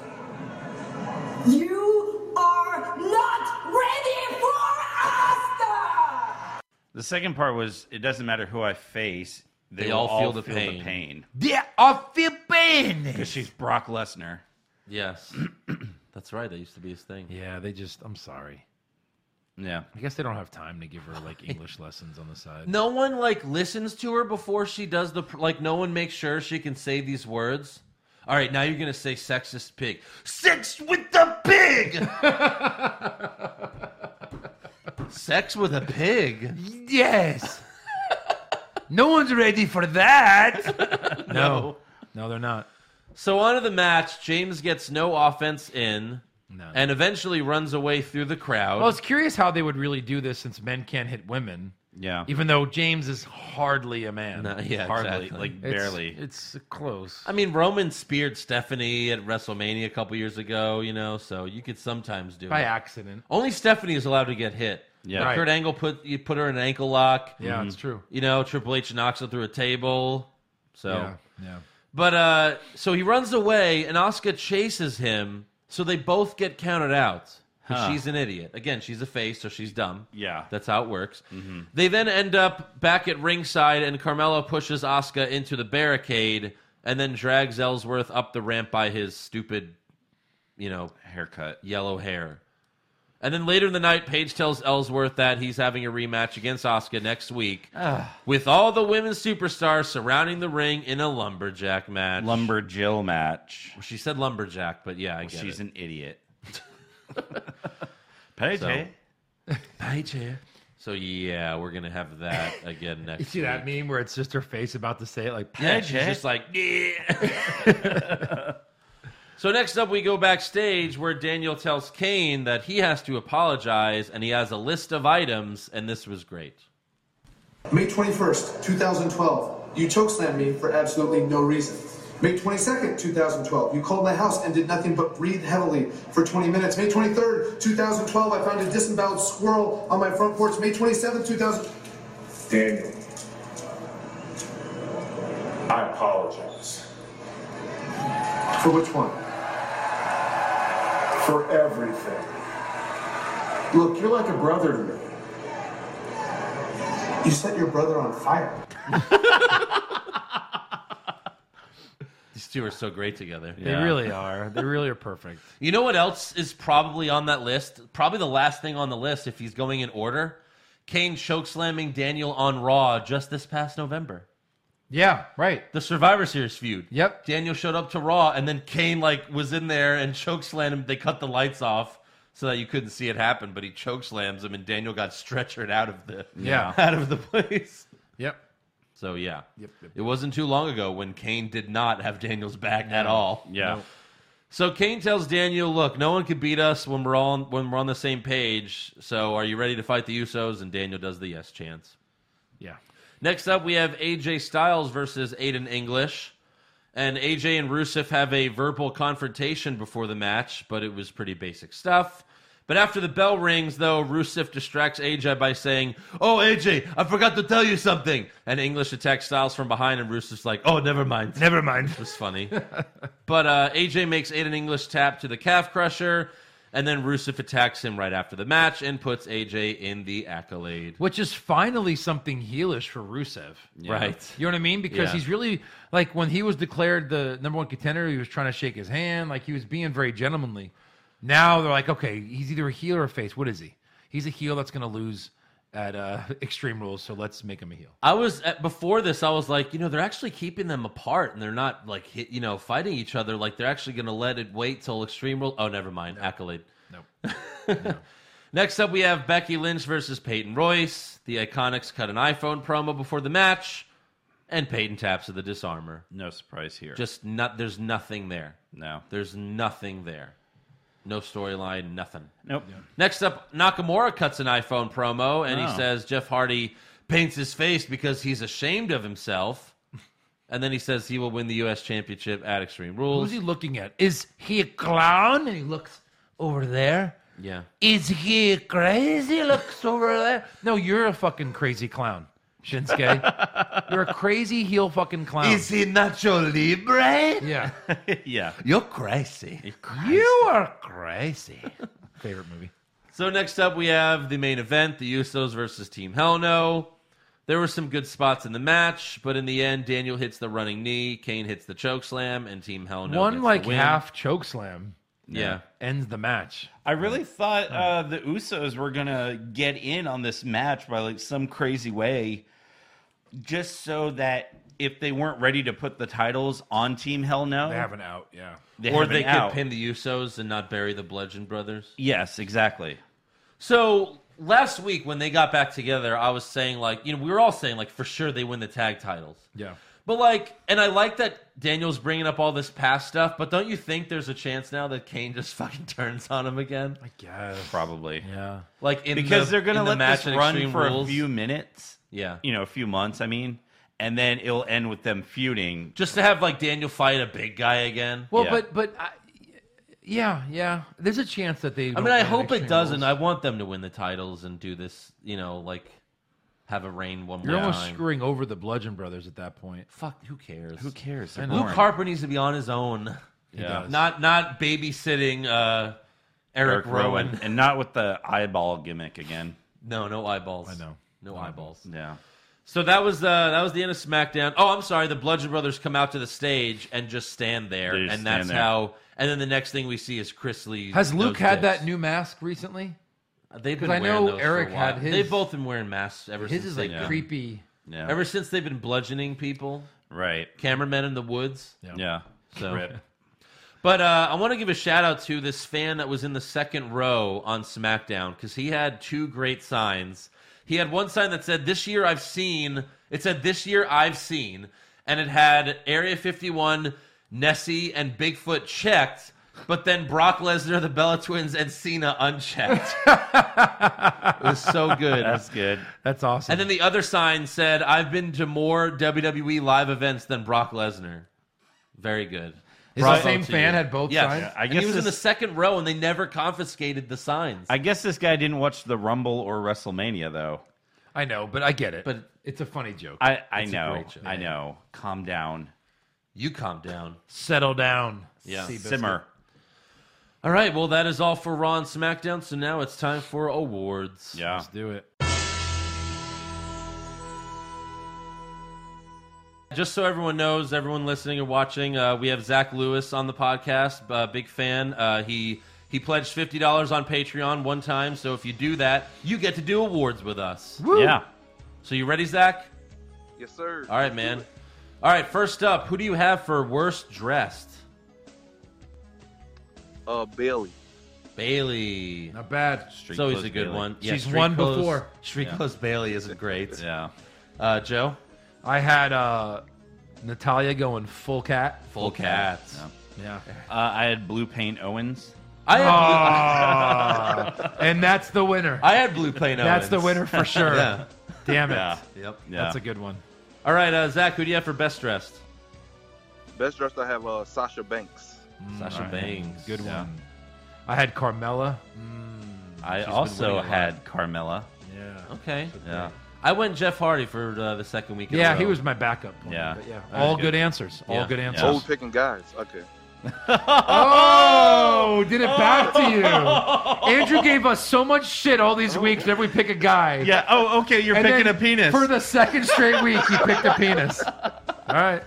[SPEAKER 8] you are not ready for Oscar!
[SPEAKER 5] The second part was, "It doesn't matter who I face; they, will all, feel, the, pain.
[SPEAKER 6] Yeah, I feel pain.
[SPEAKER 5] Because she's Brock Lesnar.
[SPEAKER 4] Yes, that's right. That used to be his thing.
[SPEAKER 6] Yeah, they just. I'm sorry.
[SPEAKER 5] Yeah.
[SPEAKER 6] I guess they don't have time to give her like English lessons on the side.
[SPEAKER 4] No one like listens to her before she does the pr- like. No one makes sure she can say these words. All right, now you're gonna say sexist pig. Sex with the pig. Sex with a pig.
[SPEAKER 6] Yes. no one's ready for that. no.
[SPEAKER 4] No.
[SPEAKER 6] No, they're not.
[SPEAKER 4] So on to the match. James gets no offense in,
[SPEAKER 6] No.
[SPEAKER 4] and eventually runs away through the crowd.
[SPEAKER 6] Well, I was curious how they would really do this since men can't hit women,
[SPEAKER 5] Yeah.
[SPEAKER 6] even though James is hardly a man.
[SPEAKER 4] No, yeah,
[SPEAKER 5] Hardly,
[SPEAKER 4] exactly.
[SPEAKER 5] like
[SPEAKER 6] It's-
[SPEAKER 5] barely.
[SPEAKER 6] It's close.
[SPEAKER 4] I mean, Roman speared Stephanie at WrestleMania a couple years ago. You know, so you could sometimes do
[SPEAKER 6] By
[SPEAKER 4] it.
[SPEAKER 6] accident.
[SPEAKER 4] Only Stephanie is allowed to get hit.
[SPEAKER 5] Yeah.
[SPEAKER 6] Right.
[SPEAKER 4] Kurt Angle put you put her in an ankle lock.
[SPEAKER 6] Yeah, it's true.
[SPEAKER 4] You know, Triple H knocks her through a table. So,
[SPEAKER 6] Yeah. Yeah.
[SPEAKER 4] but uh, so he runs away, and Oscar chases him. So they both get counted out. 'Cause
[SPEAKER 5] Huh.
[SPEAKER 4] She's an idiot. Again, she's a face, so she's dumb.
[SPEAKER 5] Yeah. Mm-hmm.
[SPEAKER 4] that's how it works. They then end up back at ringside, and Carmella pushes Oscar into the barricade, and then drags Ellsworth up the ramp by his stupid, you know,
[SPEAKER 5] Haircut.
[SPEAKER 4] yellow hair. And then later in the night, Paige tells Ellsworth that he's having a rematch against Asuka next week
[SPEAKER 6] Ah.
[SPEAKER 4] with all the women superstars surrounding the ring in a lumberjack match.
[SPEAKER 5] Lumberjill match.
[SPEAKER 4] she said lumberjack, but yeah, I get
[SPEAKER 5] She's
[SPEAKER 4] it.
[SPEAKER 5] an idiot. Paige.
[SPEAKER 4] So- so yeah, we're gonna have that again next
[SPEAKER 6] You see
[SPEAKER 4] week.
[SPEAKER 6] that meme where it's just her face about to say it like
[SPEAKER 4] Yeah, she's
[SPEAKER 5] Paige.
[SPEAKER 4] just like, "Yeah." So next up, we go backstage where Daniel tells Kane that he has to apologize and he has a list of items, and this was great.
[SPEAKER 13] May 21st, 2012, you chokeslammed me for absolutely no reason. May 22nd, 2012, you called my house and did nothing but breathe heavily for 20 minutes. May 23rd, 2012, I found a disemboweled squirrel on my front porch. May 27th, 2000.
[SPEAKER 2] Daniel, I apologize.
[SPEAKER 13] For which one?
[SPEAKER 2] For everything. Look, you're like a brother to me.
[SPEAKER 13] You set your brother on fire.
[SPEAKER 4] These two are so great together.
[SPEAKER 6] They really are. They really are perfect.
[SPEAKER 4] You know what else is probably on that list? Probably the last thing on the list if he's going in order. Kane chokeslamming Daniel on Raw just this past November.
[SPEAKER 6] Yeah, right.
[SPEAKER 4] The Survivor Series feud.
[SPEAKER 6] Yep.
[SPEAKER 4] Daniel showed up to Raw and then Kane like was in there and chokeslammed him. They cut the lights off so that you couldn't see it happen, but he chokeslams him and Daniel got stretchered out of the
[SPEAKER 6] Yeah.
[SPEAKER 4] out of the place.
[SPEAKER 6] Yep.
[SPEAKER 4] So yeah.
[SPEAKER 6] Yep, yep.
[SPEAKER 4] It wasn't too long ago when Kane did not have Daniel's back at
[SPEAKER 6] No.
[SPEAKER 4] all.
[SPEAKER 6] Yeah. No.
[SPEAKER 4] So Kane tells Daniel, "Look, no one could beat us when we're all when we're on the same page. So are you ready to fight the Usos?" And Daniel does the yes chance.
[SPEAKER 6] Yeah.
[SPEAKER 4] Next up, we have AJ Styles versus Aiden English. And AJ and Rusev have a verbal confrontation before the match, but it was pretty basic stuff. But after the bell rings, though, Rusev distracts AJ by saying, Oh, AJ, I forgot to tell you something. And English attacks Styles from behind, and Rusev's like, Oh, never mind.
[SPEAKER 6] Never mind.
[SPEAKER 4] It was funny. but uh, AJ makes Aiden English tap to the calf crusher, and then Rusev attacks him right after the match and puts AJ in the accolade.
[SPEAKER 6] Which is finally something heelish for Rusev.
[SPEAKER 4] Yeah. Right.
[SPEAKER 6] You know what I mean? Because
[SPEAKER 4] Yeah.
[SPEAKER 6] he's really like when he was declared the number one contender, he was trying to shake his hand, like he was being very gentlemanly. Now they're like, okay, he's either a heel or a face. What is he? He's a heel that's gonna lose at uh Extreme Rules, so let's make him a heel.
[SPEAKER 4] I was at, before this. I was like, you know, they're actually keeping them apart, and they're not like hit, you know fighting each other. Like they're actually going to let it wait till Extreme Rules. Oh, never mind. Accolade. No. Next up, we have Becky Lynch versus Peyton Royce. The Iconics cut an iPhone promo before the match, and Peyton taps to the disarmer.
[SPEAKER 5] No surprise here.
[SPEAKER 4] Just not. There's nothing there.
[SPEAKER 5] No.
[SPEAKER 4] There's nothing there. No storyline. Nothing.
[SPEAKER 5] Nope.
[SPEAKER 4] Next up, Nakamura cuts an iPhone promo and he
[SPEAKER 5] Oh.
[SPEAKER 4] says Jeff Hardy paints his face because he's ashamed of himself. And then he says he will win the U.S. Championship at Extreme Rules.
[SPEAKER 6] Who's he looking at? Is he a clown? And he looks over there.
[SPEAKER 4] Yeah.
[SPEAKER 6] Is he crazy? Looks over there. No, you're a fucking crazy clown, Shinsuke. you're a crazy heel fucking clown.
[SPEAKER 4] Is he Nacho Libre?
[SPEAKER 6] Yeah.
[SPEAKER 5] yeah.
[SPEAKER 4] You're crazy. You're
[SPEAKER 6] crazy. You are crazy. Favorite movie.
[SPEAKER 4] So next up, we have the main event: the Usos versus Team Hell No. There were some good spots in the match, but in the end, Daniel hits the running knee, Kane hits the choke slam, and Team Hell No
[SPEAKER 6] One
[SPEAKER 4] gets
[SPEAKER 6] like
[SPEAKER 4] the win.
[SPEAKER 6] half choke slam.
[SPEAKER 4] Yeah.
[SPEAKER 6] Ends the match.
[SPEAKER 5] I really thought uh, the Usos were gonna get in on this match by like some crazy way, just so that if they weren't ready to put the titles on Team Hell No,
[SPEAKER 6] They have an out, yeah.
[SPEAKER 5] They
[SPEAKER 4] or
[SPEAKER 5] have an
[SPEAKER 4] they
[SPEAKER 5] out.
[SPEAKER 4] could pin the Usos and not bury the Bludgeon Brothers.
[SPEAKER 5] Yes, exactly.
[SPEAKER 4] So last week when they got back together, I was saying like, you know, we were all saying like for sure they win the tag titles.
[SPEAKER 6] Yeah.
[SPEAKER 4] But like, and I like that Daniel's bringing up all this past stuff. But don't you think there's a chance now that Kane just fucking turns on him again? I
[SPEAKER 6] guess
[SPEAKER 5] Probably.
[SPEAKER 6] Yeah.
[SPEAKER 4] Like in
[SPEAKER 5] because
[SPEAKER 4] the-
[SPEAKER 5] they're gonna
[SPEAKER 4] in the
[SPEAKER 5] let
[SPEAKER 4] match
[SPEAKER 5] this
[SPEAKER 4] at
[SPEAKER 5] run
[SPEAKER 4] Extreme
[SPEAKER 5] for
[SPEAKER 4] Rules.
[SPEAKER 5] a few minutes.
[SPEAKER 4] Yeah.
[SPEAKER 5] You know, a few months. I mean, and then it'll end with them feuding.
[SPEAKER 4] just to have like Daniel fight a big guy again.
[SPEAKER 6] Well, but but I, yeah, yeah. There's a chance that they.
[SPEAKER 4] I
[SPEAKER 6] don't
[SPEAKER 4] mean, I
[SPEAKER 6] win
[SPEAKER 4] hope it
[SPEAKER 6] Extreme
[SPEAKER 4] doesn't.
[SPEAKER 6] Rules.
[SPEAKER 4] I want them to win the titles and do this. You know, like have a reign one
[SPEAKER 6] You're
[SPEAKER 4] more
[SPEAKER 6] almost
[SPEAKER 4] time.
[SPEAKER 6] screwing over the Bludgeon Brothers at that point.
[SPEAKER 4] Fuck, who cares?
[SPEAKER 5] Who cares? They're
[SPEAKER 4] Luke
[SPEAKER 5] boring.
[SPEAKER 4] Harper needs to be on his own.
[SPEAKER 5] Yeah. does.
[SPEAKER 4] Not not babysitting uh, Eric, Rowan.
[SPEAKER 5] and not with the eyeball gimmick again.
[SPEAKER 4] No, no eyeballs. I
[SPEAKER 6] know.
[SPEAKER 4] No eyeballs.
[SPEAKER 5] Yeah.
[SPEAKER 4] So that was uh, that was the end of SmackDown. Oh, I'm sorry. The Bludgeon Brothers come out to the stage and just stand there,
[SPEAKER 5] They just
[SPEAKER 4] and that's
[SPEAKER 5] stand there.
[SPEAKER 4] how. And then the next thing we see is Chris Lee.
[SPEAKER 6] Has Luke
[SPEAKER 4] those
[SPEAKER 6] had
[SPEAKER 4] dips.
[SPEAKER 6] that new mask recently?
[SPEAKER 4] They've been
[SPEAKER 6] Because I
[SPEAKER 4] wearing
[SPEAKER 6] know
[SPEAKER 4] those for a
[SPEAKER 6] Eric had
[SPEAKER 4] while.
[SPEAKER 6] his-
[SPEAKER 4] They've both been wearing masks ever
[SPEAKER 6] His
[SPEAKER 4] since.
[SPEAKER 6] is
[SPEAKER 4] they
[SPEAKER 6] like
[SPEAKER 4] could.
[SPEAKER 6] creepy.
[SPEAKER 5] Yeah.
[SPEAKER 4] Ever since they've been bludgeoning people,
[SPEAKER 5] Right.
[SPEAKER 4] cameramen in the woods.
[SPEAKER 5] Yeah.
[SPEAKER 4] So.
[SPEAKER 5] Rip.
[SPEAKER 4] But uh, I want to give a shout out to this fan that was in the second row on SmackDown because he had two great signs. He had one sign that said, This year I've seen, it said, This year I've seen, and it had Area 51 Nessie and Bigfoot checked, but then Brock Lesnar, the Bella Twins, and Cena unchecked. it was so good.
[SPEAKER 5] That's good.
[SPEAKER 6] That's awesome.
[SPEAKER 4] And then the other sign said, I've been to more WWE live events than Brock Lesnar. Very good.
[SPEAKER 6] Is the
[SPEAKER 4] Bravo
[SPEAKER 6] same
[SPEAKER 4] to
[SPEAKER 6] fan
[SPEAKER 4] you.
[SPEAKER 6] had both
[SPEAKER 4] yes.
[SPEAKER 6] signs?
[SPEAKER 4] I
[SPEAKER 5] I
[SPEAKER 4] guess
[SPEAKER 5] guess
[SPEAKER 4] he was in
[SPEAKER 5] this-
[SPEAKER 4] the second row and they never confiscated the signs.
[SPEAKER 5] I guess this guy didn't watch the Rumble or WrestleMania though.
[SPEAKER 6] I know, but I get it.
[SPEAKER 4] But
[SPEAKER 6] it's a funny joke.
[SPEAKER 5] I I
[SPEAKER 6] It's a
[SPEAKER 5] know.
[SPEAKER 6] great joke.
[SPEAKER 5] I know. Calm down.
[SPEAKER 4] You calm down.
[SPEAKER 6] Settle down.
[SPEAKER 4] Yeah.
[SPEAKER 6] Seabiscuit.
[SPEAKER 5] Simmer.
[SPEAKER 4] All right, well, that is all for Raw and SmackDown. So now it's time for awards.
[SPEAKER 5] Yeah.
[SPEAKER 6] Let's do it.
[SPEAKER 4] Just so everyone knows, everyone listening and watching, uh, we have Zach Lewis on the podcast. Uh, big fan. Uh, he he pledged fifty dollars on Patreon one time. So if you do that, you get to do awards with us.
[SPEAKER 5] Yeah.
[SPEAKER 4] So you ready, Zach?
[SPEAKER 14] Yes, sir.
[SPEAKER 4] All right, man. All right. First up, who do you have for worst dressed?
[SPEAKER 14] Uh, Bailey.
[SPEAKER 4] Bailey.
[SPEAKER 6] Not bad.
[SPEAKER 4] It's always a good one. Yeah,
[SPEAKER 6] She's
[SPEAKER 4] street
[SPEAKER 6] won
[SPEAKER 4] clothes-
[SPEAKER 6] before.
[SPEAKER 4] Street
[SPEAKER 6] Yeah.
[SPEAKER 4] clothes Bailey isn't great.
[SPEAKER 5] yeah.
[SPEAKER 4] Uh, Joe.
[SPEAKER 6] I had uh, Natalia going full cat.
[SPEAKER 4] Full cat.
[SPEAKER 6] Yeah.
[SPEAKER 5] Uh, I had Blue Paint Owens.
[SPEAKER 4] I
[SPEAKER 6] Ah. had blue- Ah. and that's the winner.
[SPEAKER 4] Oh. I had blue paint.
[SPEAKER 6] That's
[SPEAKER 4] Owens.
[SPEAKER 6] the winner for sure.
[SPEAKER 4] Yeah.
[SPEAKER 6] Damn it.
[SPEAKER 4] Yeah. Yep.
[SPEAKER 6] That's
[SPEAKER 4] Yeah.
[SPEAKER 6] a good one.
[SPEAKER 4] All right, uh, Zach. Who do you have for best dressed?
[SPEAKER 14] Best dressed, I have uh, Sasha Banks.
[SPEAKER 4] Sasha
[SPEAKER 6] Alright.
[SPEAKER 4] Bangs.
[SPEAKER 6] Good
[SPEAKER 4] Yeah.
[SPEAKER 6] one. I had Carmella.
[SPEAKER 5] I
[SPEAKER 6] She's been
[SPEAKER 5] also
[SPEAKER 6] winning a lot.
[SPEAKER 5] had Carmella.
[SPEAKER 6] Yeah.
[SPEAKER 4] Okay.
[SPEAKER 5] Yeah.
[SPEAKER 4] I went Jeff Hardy for uh, the second week. in a
[SPEAKER 6] Yeah, he
[SPEAKER 4] row.
[SPEAKER 6] was my backup. plan,
[SPEAKER 5] Yeah.
[SPEAKER 6] but yeah.
[SPEAKER 4] That
[SPEAKER 6] All
[SPEAKER 4] was
[SPEAKER 6] good.
[SPEAKER 4] good.
[SPEAKER 6] answers.
[SPEAKER 4] Yeah.
[SPEAKER 6] All good
[SPEAKER 4] Yeah.
[SPEAKER 6] answers.
[SPEAKER 14] Oh, picking guys. Okay.
[SPEAKER 6] Oh, did it back to you. Andrew gave us so much shit all these weeks whenever we pick a guy.
[SPEAKER 5] Yeah. Oh, okay. You're
[SPEAKER 6] And
[SPEAKER 5] picking
[SPEAKER 6] then
[SPEAKER 5] a penis.
[SPEAKER 6] For the second straight week, he picked a penis. All right.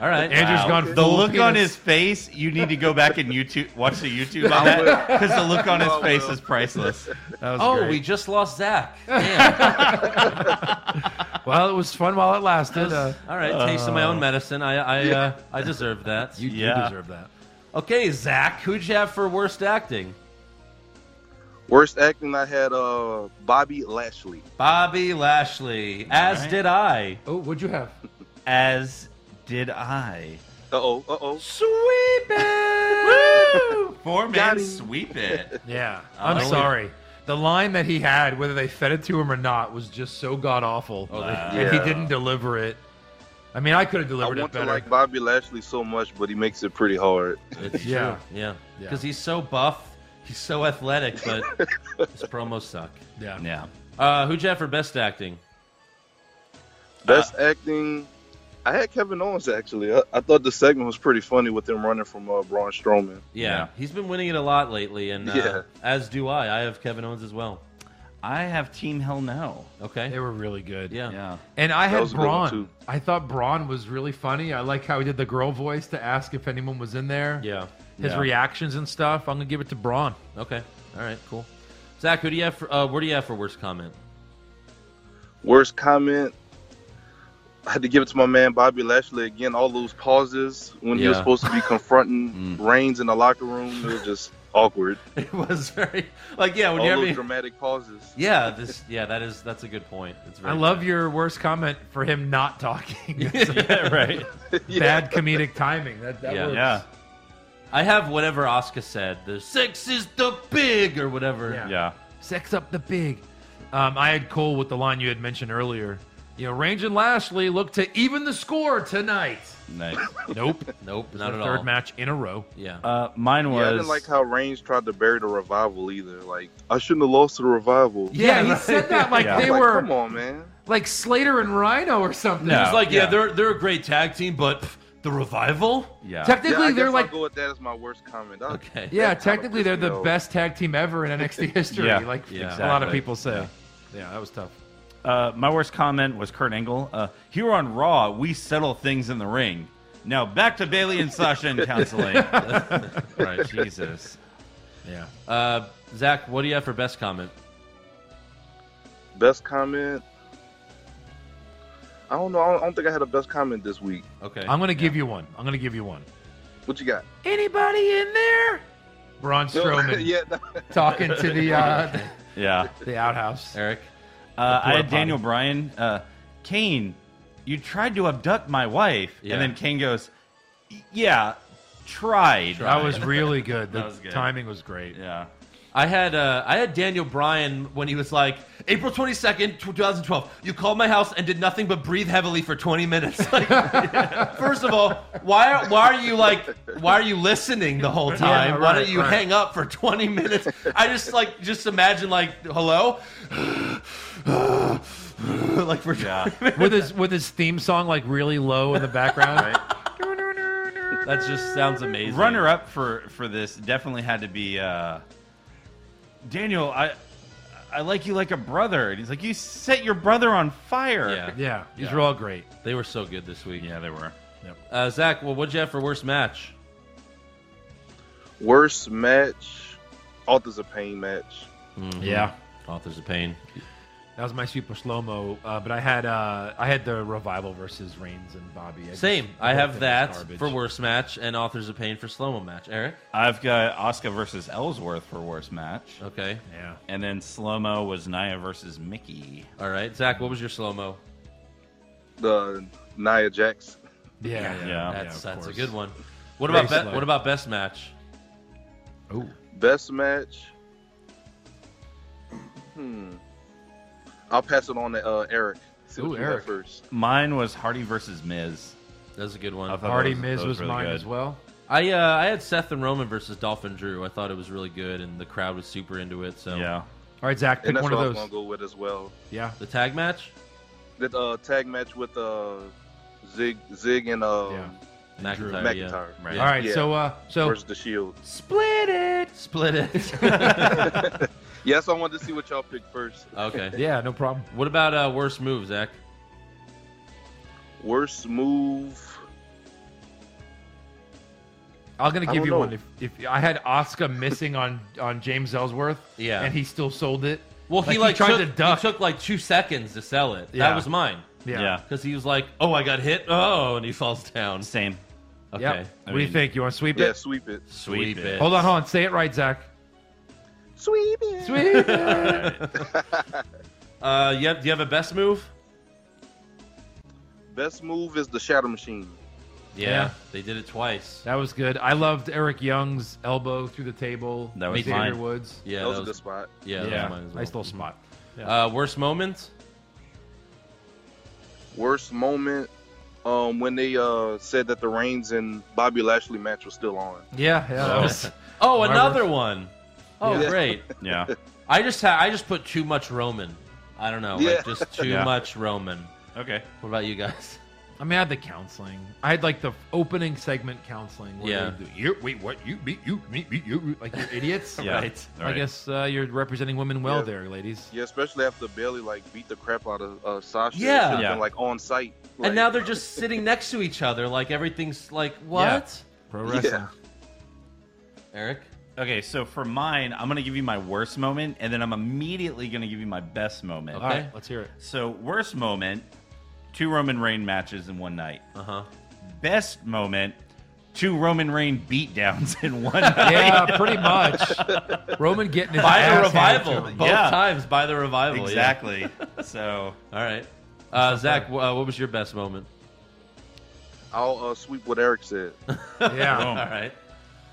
[SPEAKER 4] All right.
[SPEAKER 6] Andrew's
[SPEAKER 5] Wow.
[SPEAKER 6] gone
[SPEAKER 5] The
[SPEAKER 6] full
[SPEAKER 5] look on
[SPEAKER 6] penis.
[SPEAKER 5] his face, you need to go back and YouTube watch the YouTube
[SPEAKER 6] I
[SPEAKER 5] on that
[SPEAKER 6] will.
[SPEAKER 5] because the look on his
[SPEAKER 6] I
[SPEAKER 5] face
[SPEAKER 6] will.
[SPEAKER 5] is priceless.
[SPEAKER 4] oh, we just lost Zach.
[SPEAKER 6] Well, it was fun while it lasted. Uh,
[SPEAKER 4] All right, taste of my own medicine. I I uh,
[SPEAKER 6] Yeah.
[SPEAKER 4] I deserve that.
[SPEAKER 6] You do Yeah. deserve that.
[SPEAKER 4] Okay, Zach. Who'd you have for worst acting?
[SPEAKER 14] Worst acting, I had uh, Bobby Lashley.
[SPEAKER 4] Bobby Lashley. As
[SPEAKER 14] right.
[SPEAKER 4] did I.
[SPEAKER 6] Oh, what'd you have?
[SPEAKER 5] As did I.
[SPEAKER 14] Uh oh. Uh oh.
[SPEAKER 4] Sweep
[SPEAKER 5] it. Four man
[SPEAKER 6] him.
[SPEAKER 5] sweep it.
[SPEAKER 6] Yeah,
[SPEAKER 5] I
[SPEAKER 6] I'm
[SPEAKER 5] like it.
[SPEAKER 6] sorry. The line that he had, whether they fed it to him or not, was just so god awful.
[SPEAKER 14] Oh, they-
[SPEAKER 6] and he
[SPEAKER 14] Yeah.
[SPEAKER 6] didn't deliver it. I mean, I could have
[SPEAKER 14] I
[SPEAKER 6] delivered it
[SPEAKER 14] want to
[SPEAKER 6] better. Uh,
[SPEAKER 14] like Bobby Lashley so much, but he makes it pretty hard.
[SPEAKER 6] Yeah.
[SPEAKER 4] Yeah.
[SPEAKER 6] Yeah.
[SPEAKER 4] Because he's so buff, he's so athletic, but his promos suck.
[SPEAKER 6] Yeah.
[SPEAKER 5] Yeah.
[SPEAKER 4] Uh, who'd you have for best acting?
[SPEAKER 14] Best acting, I had Kevin Owens actually. I, I thought the segment was pretty funny with them running from uh, Braun Strowman.
[SPEAKER 4] Yeah, he's been winning it a lot lately, and uh,
[SPEAKER 14] Yeah.
[SPEAKER 4] as do I. I have Kevin Owens as well.
[SPEAKER 5] I have Team Hell No.
[SPEAKER 4] Okay,
[SPEAKER 6] they were really good.
[SPEAKER 4] Yeah,
[SPEAKER 5] yeah.
[SPEAKER 6] And I
[SPEAKER 4] That
[SPEAKER 6] had
[SPEAKER 4] was a good one,
[SPEAKER 6] Braun. I thought Braun was really funny. I like how he did the girl voice to ask if anyone was in there.
[SPEAKER 4] Yeah.
[SPEAKER 6] His
[SPEAKER 4] Yeah.
[SPEAKER 6] reactions and stuff. I'm gonna give it to Braun.
[SPEAKER 4] Okay, all right, cool. Zach, who do you have? For, uh, where do you have for worst comment?
[SPEAKER 14] Worst comment, I had to give it to my man Bobby Lashley again. All those pauses when he was
[SPEAKER 4] Yeah. Mm.
[SPEAKER 14] supposed to be confronting Reigns in the locker room, it was just awkward.
[SPEAKER 4] It was very like yeah. When
[SPEAKER 14] All
[SPEAKER 4] you
[SPEAKER 14] those
[SPEAKER 4] have any-
[SPEAKER 14] dramatic pauses.
[SPEAKER 4] yeah, this yeah that is that's a good point. It's
[SPEAKER 6] I
[SPEAKER 4] very
[SPEAKER 6] love your worst comment for him not talking. yeah,
[SPEAKER 5] right.
[SPEAKER 6] Bad comedic timing. That, that works.
[SPEAKER 4] I have whatever Oscar said. The sex is the big or whatever.
[SPEAKER 6] Yeah. Sex up the big. Um, I had Cole with the line you had mentioned earlier. You know, Range and Lashley look to even the score tonight.
[SPEAKER 5] Nice.
[SPEAKER 6] Nope.
[SPEAKER 4] nope.
[SPEAKER 6] It's
[SPEAKER 4] Not
[SPEAKER 6] their
[SPEAKER 4] at
[SPEAKER 6] third
[SPEAKER 4] all.
[SPEAKER 6] match in a row.
[SPEAKER 4] Yeah.
[SPEAKER 5] Uh, mine was.
[SPEAKER 14] Yeah, I didn't like how Reigns tried to bury the revival either. Like, I shouldn't have lost to the revival.
[SPEAKER 6] Yeah, he said that like
[SPEAKER 14] Yeah.
[SPEAKER 6] they
[SPEAKER 14] Like,
[SPEAKER 6] were.
[SPEAKER 14] Come on, man.
[SPEAKER 6] Like Slater and Rhino or something.
[SPEAKER 4] It's like yeah. they're they're a great tag team, but pff, the revival.
[SPEAKER 5] Yeah.
[SPEAKER 6] Technically,
[SPEAKER 14] yeah, I
[SPEAKER 6] they're
[SPEAKER 14] guess
[SPEAKER 6] like-
[SPEAKER 14] I'll go with that as my worst comment. That-
[SPEAKER 4] Okay.
[SPEAKER 6] Yeah,
[SPEAKER 14] that kinda
[SPEAKER 6] technically they're
[SPEAKER 14] pissed me
[SPEAKER 6] the
[SPEAKER 14] off.
[SPEAKER 6] best tag team ever in NXT history.
[SPEAKER 5] Yeah.
[SPEAKER 6] Like a
[SPEAKER 5] Yeah.
[SPEAKER 6] lot
[SPEAKER 5] Exactly.
[SPEAKER 6] of people say. Yeah, that was tough.
[SPEAKER 5] Uh, my worst comment was Kurt Angle. Uh, here on Raw, we settle things in the ring. Now back to Bailey and Sasha and counseling. right, Jesus.
[SPEAKER 6] Yeah.
[SPEAKER 4] Uh, Zach, what do you have for best comment?
[SPEAKER 14] Best comment. I don't know. I don't, I don't think I had a best comment this week.
[SPEAKER 4] Okay.
[SPEAKER 6] I'm gonna give you one. I'm gonna give you one.
[SPEAKER 14] What you got?
[SPEAKER 6] Anybody in there? Braun Strowman
[SPEAKER 14] yeah.
[SPEAKER 6] talking to the uh,
[SPEAKER 5] Yeah.
[SPEAKER 6] the outhouse.
[SPEAKER 4] Eric.
[SPEAKER 5] Uh, I
[SPEAKER 6] The
[SPEAKER 5] had
[SPEAKER 6] porta
[SPEAKER 5] Daniel Bryan. Uh, Kane, you tried to abduct my wife,
[SPEAKER 4] Yeah.
[SPEAKER 5] and then Kane goes, Yeah, tried.
[SPEAKER 6] That was really good. The
[SPEAKER 4] That was good.
[SPEAKER 6] timing was great.
[SPEAKER 5] Yeah.
[SPEAKER 4] I had uh, I had Daniel Bryan when he was like April twenty second, two thousand twelve. You called my house and did nothing but breathe heavily for twenty minutes. Like, First of all, why are- why are you like why are you listening the whole
[SPEAKER 6] Yeah,
[SPEAKER 4] time? why
[SPEAKER 6] right,
[SPEAKER 4] don't you
[SPEAKER 6] right.
[SPEAKER 4] hang up for twenty minutes? I just like just imagine like hello, like for
[SPEAKER 6] with his with his theme song like really low in the background.
[SPEAKER 4] That just sounds amazing.
[SPEAKER 5] Runner up for for this definitely had to be uh, Daniel. I I like you like a brother, and he's like you set your brother on fire.
[SPEAKER 4] Yeah.
[SPEAKER 6] Yeah, these
[SPEAKER 4] Yeah.
[SPEAKER 6] were all great.
[SPEAKER 4] They were so good this week.
[SPEAKER 5] Yeah, they were. Yep.
[SPEAKER 4] Uh, Zach, well, what'd you have for worst match?
[SPEAKER 14] Worst match, Authors of Pain match.
[SPEAKER 4] Mm-hmm.
[SPEAKER 6] Yeah.
[SPEAKER 4] Authors of Pain.
[SPEAKER 6] That was my super slow mo, uh, but I had uh, I had the revival versus Reigns and Bobby. I just-
[SPEAKER 4] Same.
[SPEAKER 6] the
[SPEAKER 4] I
[SPEAKER 6] whole
[SPEAKER 4] have
[SPEAKER 6] thing was
[SPEAKER 4] that
[SPEAKER 6] garbage.
[SPEAKER 4] for worst match and Authors of Pain for slow mo match. Eric.
[SPEAKER 5] I've got Oscar versus Ellsworth for worst match.
[SPEAKER 4] Okay.
[SPEAKER 6] Yeah.
[SPEAKER 5] And then slow mo was Nia versus Mickey.
[SPEAKER 4] All right, Zach, what was your slow mo?
[SPEAKER 14] The Nia Jax.
[SPEAKER 5] yeah, yeah,
[SPEAKER 4] that's
[SPEAKER 5] of
[SPEAKER 4] that's a
[SPEAKER 5] course.
[SPEAKER 4] good one. What
[SPEAKER 14] Very
[SPEAKER 4] about be-
[SPEAKER 14] slow.
[SPEAKER 4] what about best match?
[SPEAKER 14] Best match. Hmm. I'll pass it on to uh, Eric. See what
[SPEAKER 5] Ooh,
[SPEAKER 14] you got
[SPEAKER 5] Eric.
[SPEAKER 14] first.
[SPEAKER 5] Mine was Hardy versus Miz.
[SPEAKER 4] That's a good one.
[SPEAKER 6] Hardy Miz was mine as well.
[SPEAKER 4] I uh, I had Seth and Roman versus Dolphin Drew. I thought it was really good, and the crowd was super into it. So
[SPEAKER 5] yeah.
[SPEAKER 6] All right, Zach,
[SPEAKER 14] And
[SPEAKER 6] pick
[SPEAKER 14] that's
[SPEAKER 6] one of
[SPEAKER 14] what I was
[SPEAKER 6] those.
[SPEAKER 14] gonna go with as well.
[SPEAKER 6] Yeah.
[SPEAKER 4] The tag match.
[SPEAKER 14] That uh, tag match with uh, Zig, Zig and uh,
[SPEAKER 4] Drew. McIntyre, yeah.
[SPEAKER 14] McIntyre.
[SPEAKER 4] Right.
[SPEAKER 6] All right, so uh, so
[SPEAKER 14] versus the Shield.
[SPEAKER 6] split it,
[SPEAKER 4] split
[SPEAKER 14] it. yes, I wanted to see what y'all picked first.
[SPEAKER 4] Okay.
[SPEAKER 6] yeah, no problem.
[SPEAKER 4] What about uh, worst move, Zach?
[SPEAKER 14] Worst move.
[SPEAKER 6] I'm gonna
[SPEAKER 14] I
[SPEAKER 6] give
[SPEAKER 14] don't
[SPEAKER 6] you
[SPEAKER 14] know.
[SPEAKER 6] one. If, if I had Oscar missing on on James Ellsworth,
[SPEAKER 4] Yeah.
[SPEAKER 6] and he still sold it.
[SPEAKER 4] Well, he like
[SPEAKER 6] tried
[SPEAKER 4] took,
[SPEAKER 6] to duck.
[SPEAKER 4] He took like two seconds to sell it.
[SPEAKER 6] Yeah.
[SPEAKER 4] That was mine.
[SPEAKER 6] Yeah. Yeah.
[SPEAKER 4] Because he was like, "Oh, I got hit. Oh," and he falls down.
[SPEAKER 5] Same.
[SPEAKER 4] Okay.
[SPEAKER 6] Yep. What do you think? You want to sweep
[SPEAKER 14] Yeah,
[SPEAKER 6] it?
[SPEAKER 14] sweep it.
[SPEAKER 4] Sweep it.
[SPEAKER 6] Hold on, hold on. Say it right, Zach.
[SPEAKER 14] Sweep it.
[SPEAKER 6] Sweep
[SPEAKER 4] uh, you have, do you have a best move?
[SPEAKER 14] Best move is the Shadow Machine.
[SPEAKER 4] Yeah,
[SPEAKER 6] Yeah.
[SPEAKER 4] they did it twice.
[SPEAKER 6] That was good. I loved Eric Young's elbow through the table.
[SPEAKER 4] That was
[SPEAKER 6] Xavier
[SPEAKER 4] mine.
[SPEAKER 6] Woods.
[SPEAKER 4] Yeah, That was that a was- good spot. yeah, that was mine as well.
[SPEAKER 6] nice little spot.
[SPEAKER 4] Uh, worst moments?
[SPEAKER 14] Worst moment um, when they uh, said that the Reigns and Bobby Lashley match was still on.
[SPEAKER 6] Yeah, yeah.
[SPEAKER 4] Oh.
[SPEAKER 6] That was,
[SPEAKER 4] oh,
[SPEAKER 6] my
[SPEAKER 4] another
[SPEAKER 6] worst.
[SPEAKER 4] one. Oh,
[SPEAKER 6] Yeah.
[SPEAKER 4] great.
[SPEAKER 5] Yeah.
[SPEAKER 4] I just ha- I just put too much Roman. I don't know,
[SPEAKER 6] Yeah.
[SPEAKER 4] like just too
[SPEAKER 6] Yeah.
[SPEAKER 4] much Roman.
[SPEAKER 5] Okay.
[SPEAKER 4] What about you guys?
[SPEAKER 6] I mean, I had the counseling. I had like the opening segment counseling. Where
[SPEAKER 4] Yeah.
[SPEAKER 6] they do, you wait, what? You beat you, me beat you, like you're idiots.
[SPEAKER 4] Yeah. Right.
[SPEAKER 6] I
[SPEAKER 4] Right.
[SPEAKER 6] guess uh, you're representing women well
[SPEAKER 14] Yeah.
[SPEAKER 6] there, ladies.
[SPEAKER 14] Yeah, especially after Bailey like beat the crap out of uh, Sasha. It
[SPEAKER 4] Yeah.
[SPEAKER 14] should've
[SPEAKER 4] Yeah.
[SPEAKER 14] Been, like on site.
[SPEAKER 4] and now they're just sitting next to each other, like everything's like what?
[SPEAKER 6] Pro
[SPEAKER 14] wrestling. Yeah.
[SPEAKER 4] Eric?
[SPEAKER 5] Okay, so for mine, I'm going to give you my worst moment, and then I'm immediately going to give you my best moment.
[SPEAKER 6] Okay. All right, let's hear it.
[SPEAKER 5] So, worst moment two Roman Reign matches in one night.
[SPEAKER 4] Uh huh.
[SPEAKER 5] Best moment two Roman Reign beatdowns in one night.
[SPEAKER 6] yeah, pretty much. Roman getting his
[SPEAKER 4] By the
[SPEAKER 6] ass handed to
[SPEAKER 4] revival,
[SPEAKER 6] him.
[SPEAKER 4] both times by the revival. yeah.
[SPEAKER 5] Exactly. so,
[SPEAKER 4] all right, uh, Zach, wh- uh, what was your best moment?
[SPEAKER 14] I'll uh, sweep what Eric said.
[SPEAKER 6] Yeah.
[SPEAKER 4] all right.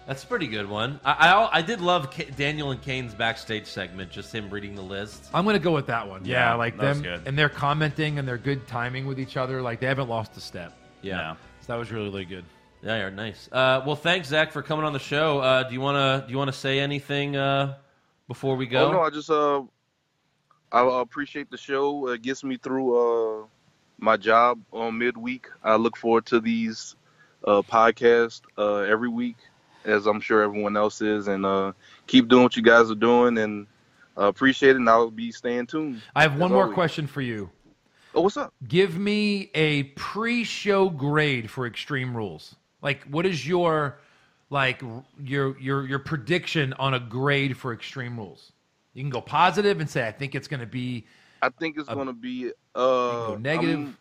[SPEAKER 4] That's a pretty good one. I I, I did love K- Daniel and Kane's backstage segment, just him reading the list.
[SPEAKER 6] I'm gonna go with that one. Yeah,
[SPEAKER 4] Yeah,
[SPEAKER 6] like
[SPEAKER 4] that was
[SPEAKER 6] them,
[SPEAKER 4] good.
[SPEAKER 6] and they're commenting and they're good timing with each other. Like they haven't lost a step.
[SPEAKER 4] Yeah.
[SPEAKER 6] So that was really, really good.
[SPEAKER 4] Yeah, yeah, nice. Uh, well, thanks, Zach, for coming on the show. Uh, do you wanna do you wanna say anything uh, before we go?
[SPEAKER 14] Oh no, I just uh, I uh, appreciate the show. It gets me through uh my job on midweek. I look forward to these uh podcasts uh every week, as I'm sure everyone else is, and uh keep doing what you guys are doing and. Uh, appreciate it, and I'll be staying tuned.
[SPEAKER 6] I have
[SPEAKER 14] as
[SPEAKER 6] one more
[SPEAKER 14] always.
[SPEAKER 6] question for you.
[SPEAKER 14] Oh, what's up?
[SPEAKER 6] Give me a pre-show grade for Extreme Rules. Like, what is your like r- your your your prediction on a grade for Extreme Rules? You can go positive and say I think it's going to be
[SPEAKER 14] I think it's going to be uh,
[SPEAKER 6] negative.
[SPEAKER 14] I'm,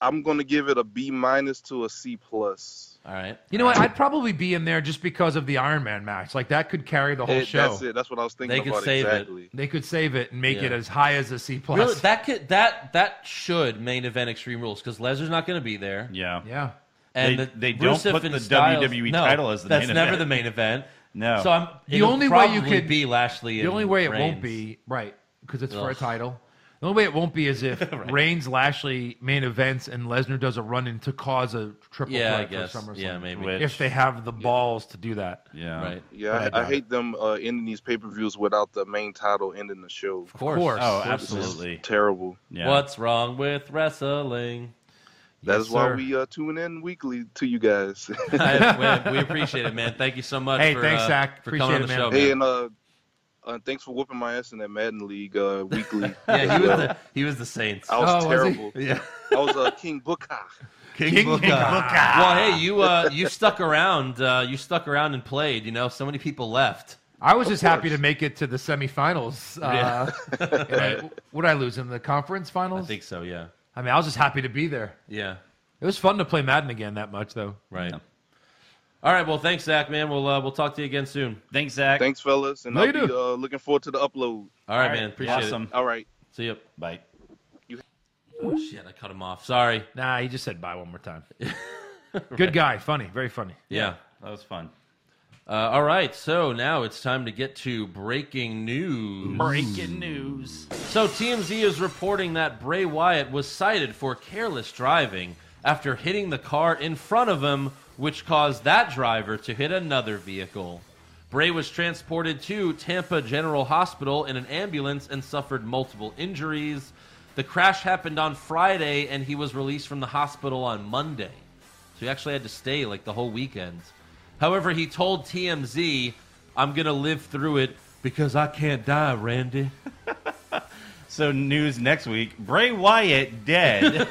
[SPEAKER 14] I'm going to give it a B minus to a C plus.
[SPEAKER 4] All right.
[SPEAKER 6] You know what? I'd probably be in there just because of the Iron Man match. Like that could carry the whole
[SPEAKER 14] It-
[SPEAKER 6] show.
[SPEAKER 14] That's it. That's what I was thinking
[SPEAKER 4] They could
[SPEAKER 14] about
[SPEAKER 4] save it.
[SPEAKER 14] exactly.
[SPEAKER 6] They could save it and make
[SPEAKER 4] Yeah.
[SPEAKER 6] it as high as a C plus.
[SPEAKER 4] Really, that could that that should main event Extreme Rules because Lesnar's not going to be there.
[SPEAKER 5] Yeah,
[SPEAKER 6] yeah.
[SPEAKER 4] And
[SPEAKER 5] They-
[SPEAKER 4] the-
[SPEAKER 5] they don't
[SPEAKER 4] Rusev
[SPEAKER 5] put
[SPEAKER 4] and
[SPEAKER 5] the
[SPEAKER 4] Styles-
[SPEAKER 5] WWE
[SPEAKER 4] no,
[SPEAKER 5] title as the
[SPEAKER 4] that's
[SPEAKER 5] main
[SPEAKER 4] never
[SPEAKER 5] event.
[SPEAKER 4] the main event.
[SPEAKER 5] No.
[SPEAKER 4] so I'm
[SPEAKER 6] The
[SPEAKER 4] it'll
[SPEAKER 6] only way you
[SPEAKER 4] probably
[SPEAKER 6] could-
[SPEAKER 4] be Lashley.
[SPEAKER 6] The
[SPEAKER 4] and
[SPEAKER 6] only way it
[SPEAKER 4] Reigns.
[SPEAKER 6] won't be right because it's for a
[SPEAKER 4] Ugh.
[SPEAKER 6] title. The only way it won't be is if Reigns, Lashley main events, and Lesnar does a run in to cause a triple
[SPEAKER 4] Yeah, I
[SPEAKER 6] threat for
[SPEAKER 4] guess.
[SPEAKER 6] SummerSlam.
[SPEAKER 4] Yeah, maybe.
[SPEAKER 6] if they have the balls to do that.
[SPEAKER 5] Yeah,
[SPEAKER 4] Right.
[SPEAKER 6] But
[SPEAKER 14] Yeah,
[SPEAKER 6] I
[SPEAKER 14] I, I
[SPEAKER 6] doubt
[SPEAKER 14] hate them uh, ending these pay per views without the main title ending the show. Of
[SPEAKER 6] course. course. Oh,
[SPEAKER 5] absolutely.
[SPEAKER 14] terrible.
[SPEAKER 4] What's wrong with wrestling?
[SPEAKER 14] That is
[SPEAKER 4] Yes,
[SPEAKER 14] why
[SPEAKER 4] sir. Oh,
[SPEAKER 14] we uh, tune in weekly to you guys.
[SPEAKER 4] I- we, we appreciate it, man. Thank you so much. for, uh, for coming on the show.
[SPEAKER 14] Hey,
[SPEAKER 4] man.
[SPEAKER 14] and uh, uh, thanks for whooping my ass in that Madden League uh, weekly. as
[SPEAKER 4] yeah, he was
[SPEAKER 14] well.
[SPEAKER 4] the he was the Saints.
[SPEAKER 14] I was terrible.
[SPEAKER 4] Yeah.
[SPEAKER 14] I was uh, King Booker.
[SPEAKER 4] Well, hey, you uh, you stuck around. Uh, you stuck around and played. You know, so many people left.
[SPEAKER 6] I was just happy to make it to the semifinals. Uh, and I- what did I lose in the conference
[SPEAKER 4] I
[SPEAKER 6] finals?
[SPEAKER 4] think so. Yeah.
[SPEAKER 6] I mean, I was just happy to be there.
[SPEAKER 4] Yeah.
[SPEAKER 6] It was fun to play Madden again that much, though.
[SPEAKER 4] Right. All right. Well, thanks, Zach. Man, we'll uh, we'll talk to you again soon.
[SPEAKER 5] Thanks, Zach.
[SPEAKER 14] Thanks, fellas, and
[SPEAKER 4] No,
[SPEAKER 14] I'll
[SPEAKER 4] you
[SPEAKER 14] be
[SPEAKER 4] do.
[SPEAKER 14] uh, looking forward to the upload.
[SPEAKER 4] All right, man. Appreciate
[SPEAKER 5] Awesome.
[SPEAKER 4] it.
[SPEAKER 14] All right.
[SPEAKER 4] See you.
[SPEAKER 5] Bye.
[SPEAKER 4] Oh shit! I cut him off. Sorry.
[SPEAKER 6] Nah, he just said bye one more time. Good guy, funny, very funny.
[SPEAKER 4] Yeah.
[SPEAKER 5] That was fun.
[SPEAKER 4] Uh, all right. So now it's time to get to breaking news.
[SPEAKER 5] Breaking news.
[SPEAKER 4] So TMZ is reporting that Bray Wyatt was cited for careless driving after hitting the car in front of him, which caused that driver to hit another vehicle. Bray was transported to Tampa General Hospital in an ambulance and suffered multiple injuries. The crash happened on Friday, and he was released from the hospital on Monday. So he actually had to stay like the whole weekend. However, he told TMZ, I'm going to live through it because I can't die, Randy.
[SPEAKER 5] So news next week: Bray Wyatt dead.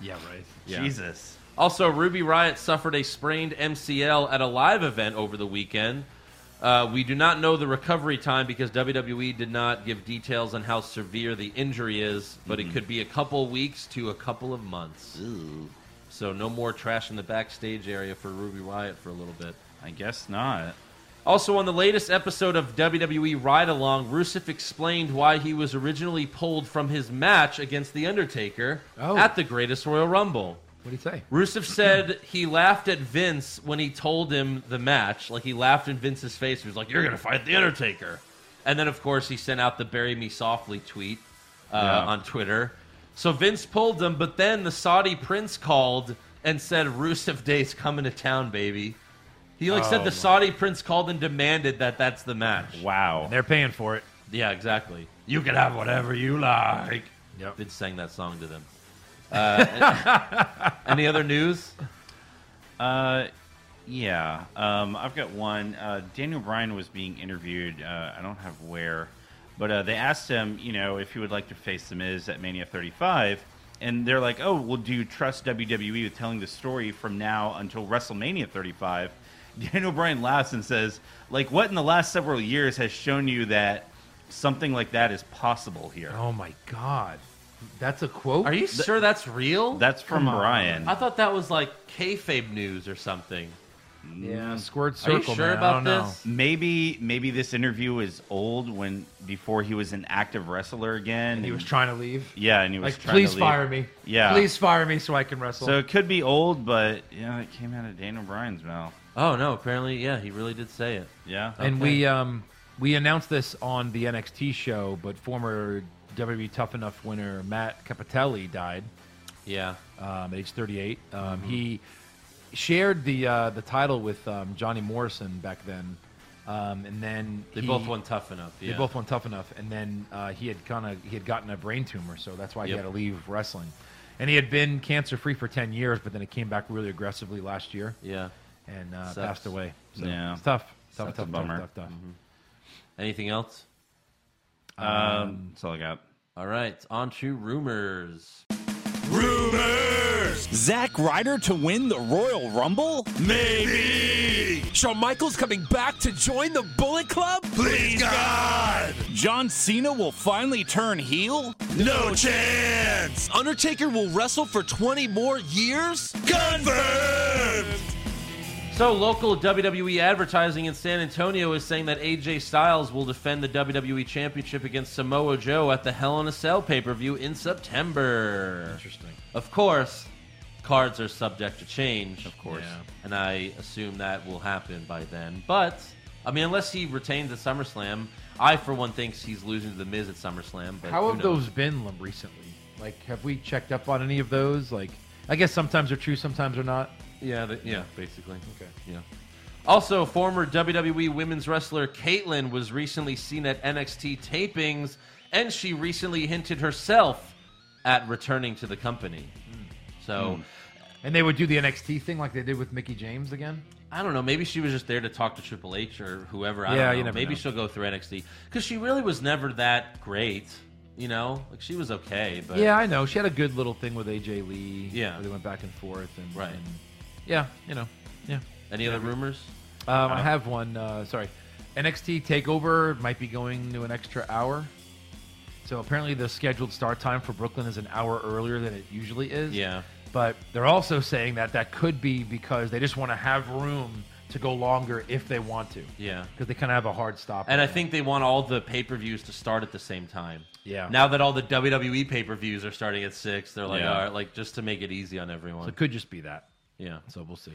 [SPEAKER 6] yeah, right.
[SPEAKER 5] Jesus.
[SPEAKER 4] Also, Ruby Riot suffered a sprained MCL at a live event over the weekend. Uh, we do not know the recovery time because WWE did not give details on how severe the injury is, but it
[SPEAKER 5] Mhm.
[SPEAKER 4] could be a couple weeks to a couple of months. So, no more trash in the backstage area for Ruby Riot for a little bit.
[SPEAKER 5] I guess not.
[SPEAKER 4] Also, on the latest episode of WWE Ride Along, Rusev explained why he was originally pulled from his match against The Undertaker at the Greatest Royal Rumble.
[SPEAKER 6] What do you say?
[SPEAKER 4] Rusev said he laughed at Vince when he told him the match. Like he laughed in Vince's face. He was like, "You're gonna fight the Undertaker," and then of course he sent out the "Bury Me Softly" tweet uh,
[SPEAKER 5] Yeah.
[SPEAKER 4] on Twitter. So Vince pulled them, but then the Saudi prince called and said, "Rusev Day's coming to town, baby." He like
[SPEAKER 6] Oh,
[SPEAKER 4] said
[SPEAKER 6] my.
[SPEAKER 4] the Saudi prince called and demanded that that's the match.
[SPEAKER 5] Wow,
[SPEAKER 6] they're paying for it.
[SPEAKER 4] Yeah, exactly.
[SPEAKER 6] You can have whatever you like.
[SPEAKER 4] Yep. Vince sang that song to them. Uh, any other news?
[SPEAKER 5] Uh, yeah. Um, I've got one. Uh, Daniel Bryan was being interviewed. Uh, I don't have where, but uh, they asked him, you know, if he would like to face The Miz at Mania 35, and they're like, "Oh, well, do you trust WWE with telling the story from now until WrestleMania 35?" Daniel Bryan laughs and says, "Like, what in the last several years has shown you that something like that is possible here?"
[SPEAKER 6] Oh my God, that's a quote.
[SPEAKER 4] Are you sure that's real?
[SPEAKER 5] That's from
[SPEAKER 4] Come on.
[SPEAKER 5] Brian.
[SPEAKER 4] I thought that was like kayfabe news or something.
[SPEAKER 6] Yeah, squirt
[SPEAKER 4] Mm. Are you
[SPEAKER 6] circle.
[SPEAKER 4] sure
[SPEAKER 6] man. I
[SPEAKER 4] about
[SPEAKER 6] don't know.
[SPEAKER 4] this?
[SPEAKER 5] Maybe maybe this interview is old when before he was an active wrestler again.
[SPEAKER 6] And he was trying to leave.
[SPEAKER 5] Yeah, and he was
[SPEAKER 6] like,
[SPEAKER 5] trying
[SPEAKER 6] please
[SPEAKER 5] to leave.
[SPEAKER 6] fire me.
[SPEAKER 5] Yeah,
[SPEAKER 6] please fire me so I can wrestle.
[SPEAKER 5] So it could be old, but yeah, it came out of Daniel Bryan's mouth.
[SPEAKER 4] Oh no! Apparently, yeah, he really did say it.
[SPEAKER 5] Yeah,
[SPEAKER 6] And we um we announced this on the NXT show, but former WWE Tough Enough winner Matt Capitelli died.
[SPEAKER 4] Yeah.
[SPEAKER 6] Um, at age 38, um,
[SPEAKER 4] Mm-hmm.
[SPEAKER 6] he shared the uh, the title with um, Johnny Morrison back then, um, and then
[SPEAKER 4] They
[SPEAKER 6] he-
[SPEAKER 4] both won Tough Enough,
[SPEAKER 6] They
[SPEAKER 4] yeah.
[SPEAKER 6] both won tough enough, and then uh, he had kind of he had gotten a brain tumor, so that's why he
[SPEAKER 4] Yep.
[SPEAKER 6] had to leave wrestling. And he had been cancer free for 10 years, but then it came back really aggressively last year.
[SPEAKER 4] Yeah.
[SPEAKER 6] and uh,
[SPEAKER 4] Sucks.
[SPEAKER 6] passed away. So
[SPEAKER 5] Yeah.
[SPEAKER 6] it's tough, tough,
[SPEAKER 5] That's a
[SPEAKER 6] tough,
[SPEAKER 5] bummer.
[SPEAKER 6] tough, tough, tough.
[SPEAKER 4] Mm-hmm. Anything else?
[SPEAKER 5] Um, that's all I got.
[SPEAKER 4] All right, on to rumors.
[SPEAKER 15] Rumors! Zack Ryder to win the Royal Rumble? Maybe! Shawn Michaels coming back to join the Bullet Club? Please, God! John Cena will finally turn heel? No chance! Undertaker will wrestle for 20 more years? Confirmed!
[SPEAKER 4] So, local WWE advertising in San Antonio is saying that AJ Styles will defend the WWE Championship against Samoa Joe at the Hell in a Cell pay per view in September. Interesting. Of course, cards are subject to change, of course, and I assume that will happen by then. But I mean, unless he retains at SummerSlam, I for one thinks he's losing to the Miz at SummerSlam. But
[SPEAKER 6] How
[SPEAKER 4] who
[SPEAKER 6] have
[SPEAKER 4] knows?
[SPEAKER 6] those been l- recently? Like, have we checked up on any of those? Like, I guess sometimes they're true, sometimes they're not.
[SPEAKER 4] Yeah, the, yeah, basically. Okay. Yeah. Also, former WWE women's wrestler Caitlyn was recently seen at NXT tapings, and she recently hinted herself at returning to the company.
[SPEAKER 6] Hmm.
[SPEAKER 4] So,
[SPEAKER 6] And they would do the NXT thing like they did with Mickey James again.
[SPEAKER 4] I don't know. Maybe she was just there to talk to Triple H or whoever. I
[SPEAKER 6] Yeah,
[SPEAKER 4] don't know.
[SPEAKER 6] you never
[SPEAKER 4] maybe
[SPEAKER 6] know.
[SPEAKER 4] she'll go through NXT because she really was never that great. You know, like she was okay, but
[SPEAKER 6] yeah, I know. She had a good little thing with AJ Lee.
[SPEAKER 4] Yeah.
[SPEAKER 6] where they went back and forth and
[SPEAKER 4] Right.
[SPEAKER 6] and- yeah, you know. Yeah.
[SPEAKER 4] Any other rumors?
[SPEAKER 6] Um,
[SPEAKER 4] Uh,
[SPEAKER 6] I have one. Uh, sorry, NXT Takeover might be going to an extra hour. So apparently the scheduled start time for Brooklyn is an hour earlier than it usually is.
[SPEAKER 4] Yeah.
[SPEAKER 6] But they're also saying that that could be because they just want to have room to go longer if they want to.
[SPEAKER 4] Yeah.
[SPEAKER 6] Because they kind of have a hard stop.
[SPEAKER 4] And I
[SPEAKER 6] right now.
[SPEAKER 4] think they want all the pay per views to start at the same time.
[SPEAKER 6] Yeah.
[SPEAKER 4] Now that all the WWE pay per views are starting at six, they're like,
[SPEAKER 6] Yeah.
[SPEAKER 4] all right, like just to make it easy on everyone.
[SPEAKER 6] So it could just be that.
[SPEAKER 4] Yeah.
[SPEAKER 6] So we'll see.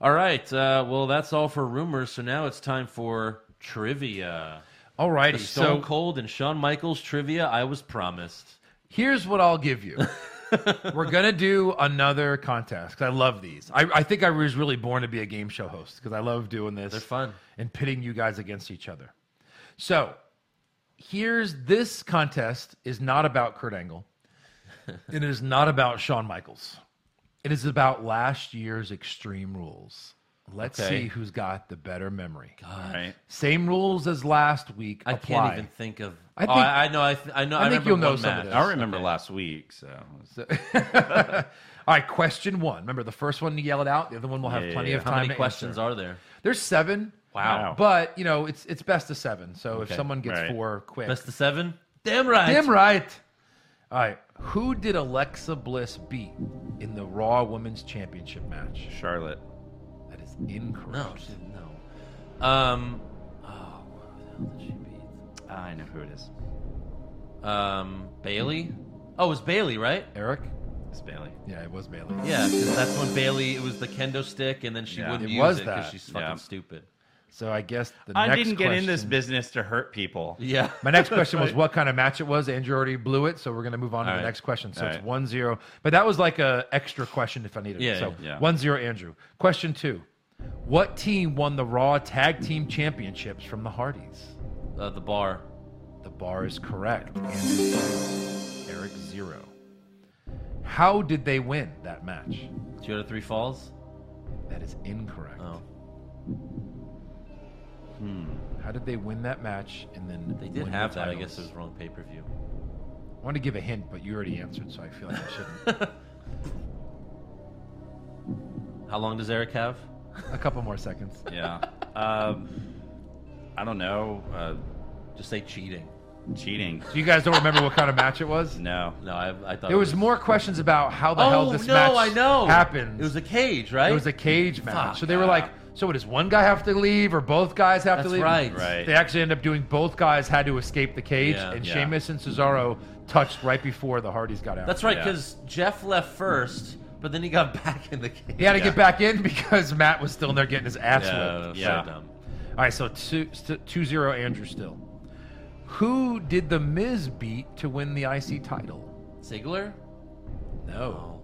[SPEAKER 4] All right. Uh, well, that's all for rumors. So now it's time for trivia.
[SPEAKER 6] All righty,
[SPEAKER 4] The Stone
[SPEAKER 6] so-
[SPEAKER 4] Cold and Shawn Michaels trivia. I was promised.
[SPEAKER 6] Here's what I'll give you. We're gonna do another contest because I love these. I, I think I was really born to be a game show host because I love doing this. They're
[SPEAKER 4] fun
[SPEAKER 6] and pitting you guys against each other. So here's this contest is not about Kurt Angle. it is not about Shawn Michaels. It is about last year's Extreme Rules. Let's
[SPEAKER 4] Okay.
[SPEAKER 6] see who's got the better memory.
[SPEAKER 4] God. Right.
[SPEAKER 6] Same rules as last week.
[SPEAKER 4] I
[SPEAKER 6] apply.
[SPEAKER 4] can't even think of.
[SPEAKER 6] I
[SPEAKER 4] oh,
[SPEAKER 6] think-
[SPEAKER 4] I, I know. I, th- I know. I,
[SPEAKER 6] think
[SPEAKER 4] remember
[SPEAKER 6] you'll know
[SPEAKER 4] one
[SPEAKER 6] some of
[SPEAKER 4] match.
[SPEAKER 6] this.
[SPEAKER 5] I remember last week, so.
[SPEAKER 6] All right, question one. Remember, the first one to yell it out. The other one will have
[SPEAKER 4] Yeah,
[SPEAKER 6] plenty
[SPEAKER 4] yeah,
[SPEAKER 6] of
[SPEAKER 4] yeah. How
[SPEAKER 6] time.
[SPEAKER 4] many
[SPEAKER 6] to
[SPEAKER 4] questions
[SPEAKER 6] answer.
[SPEAKER 4] are there?
[SPEAKER 6] There's seven.
[SPEAKER 4] Wow.
[SPEAKER 6] But you know, it's it's best of seven. So if
[SPEAKER 4] Okay,
[SPEAKER 6] someone gets
[SPEAKER 4] right.
[SPEAKER 6] four quick,
[SPEAKER 4] Best of seven? Damn right.
[SPEAKER 6] Damn right. All right. Who did Alexa Bliss beat in the Raw Women's Championship match?
[SPEAKER 5] Charlotte.
[SPEAKER 6] That is incorrect.
[SPEAKER 4] No, she didn't know. Um, oh, who the hell did she beat?
[SPEAKER 5] Ah, I know who it is.
[SPEAKER 4] Um, Bailey. Oh, it was Bailey, right?
[SPEAKER 6] Eric.
[SPEAKER 5] It's Bailey.
[SPEAKER 6] Yeah, it was Bailey.
[SPEAKER 4] Yeah, 'cause that's when Bailey. It was the kendo stick, and then she
[SPEAKER 5] Yeah.
[SPEAKER 4] wouldn't
[SPEAKER 5] It
[SPEAKER 4] use
[SPEAKER 5] was
[SPEAKER 4] it because
[SPEAKER 5] that.
[SPEAKER 4] she's fucking
[SPEAKER 5] Yeah.
[SPEAKER 4] stupid.
[SPEAKER 6] So I guess the
[SPEAKER 5] I
[SPEAKER 6] next
[SPEAKER 5] didn't get in this
[SPEAKER 6] question-
[SPEAKER 5] business to hurt people.
[SPEAKER 4] Yeah.
[SPEAKER 6] My next question was what kind of match it was. Andrew already blew it, so we're going to move on to
[SPEAKER 5] All
[SPEAKER 6] the
[SPEAKER 5] right.
[SPEAKER 6] next question. So
[SPEAKER 5] All
[SPEAKER 6] it's
[SPEAKER 5] right.
[SPEAKER 6] one zero, but that was like a extra question if I needed
[SPEAKER 5] Yeah,
[SPEAKER 6] it. So
[SPEAKER 5] yeah.
[SPEAKER 6] one zero, Andrew. Question two: What team won the Raw Tag Team Championships from the Hardys?
[SPEAKER 4] Uh, the Bar.
[SPEAKER 6] The Bar is correct. Andrew two, Eric zero. How did they win that match?
[SPEAKER 4] Two out of three falls.
[SPEAKER 6] That is incorrect.
[SPEAKER 4] Oh.
[SPEAKER 6] Hmm. How did they win that match? And then
[SPEAKER 4] They did
[SPEAKER 6] win the
[SPEAKER 4] have that. I
[SPEAKER 6] titles?
[SPEAKER 4] guess it was wrong pay per view.
[SPEAKER 6] I want to give a hint, but you already answered, so I feel like I shouldn't.
[SPEAKER 4] How long does Eric have?
[SPEAKER 6] a couple more seconds.
[SPEAKER 5] Yeah. Um, I don't know. Uh,
[SPEAKER 4] Just say cheating.
[SPEAKER 5] Cheating.
[SPEAKER 6] So you guys don't remember what kind of match it was?
[SPEAKER 5] No.
[SPEAKER 4] No, I, I thought
[SPEAKER 6] There was more questions about how the
[SPEAKER 4] oh,
[SPEAKER 6] hell this
[SPEAKER 4] no,
[SPEAKER 6] match
[SPEAKER 4] I know.
[SPEAKER 6] happened.
[SPEAKER 4] It was a cage, right?
[SPEAKER 6] It was a cage match.
[SPEAKER 4] Fuck.
[SPEAKER 6] so they were like, so what, does one guy have to leave or both guys have to
[SPEAKER 4] That's
[SPEAKER 6] leave?
[SPEAKER 4] right. Right.
[SPEAKER 6] They actually end up doing both guys had to escape the cage,
[SPEAKER 4] Yeah.
[SPEAKER 6] and
[SPEAKER 4] Yeah.
[SPEAKER 6] Sheamus and Cesaro touched right before the Hardys got out.
[SPEAKER 4] That's right, because Jeff left first, but then he got back in the cage.
[SPEAKER 6] He had to get back in because Matt was still in there getting his ass
[SPEAKER 4] Yeah,
[SPEAKER 6] whipped.
[SPEAKER 4] so Yeah. dumb.
[SPEAKER 6] All right, so 2-0 two, zero Andrew still. Who did The Miz beat to win the IC title?
[SPEAKER 4] Ziggler?
[SPEAKER 6] No.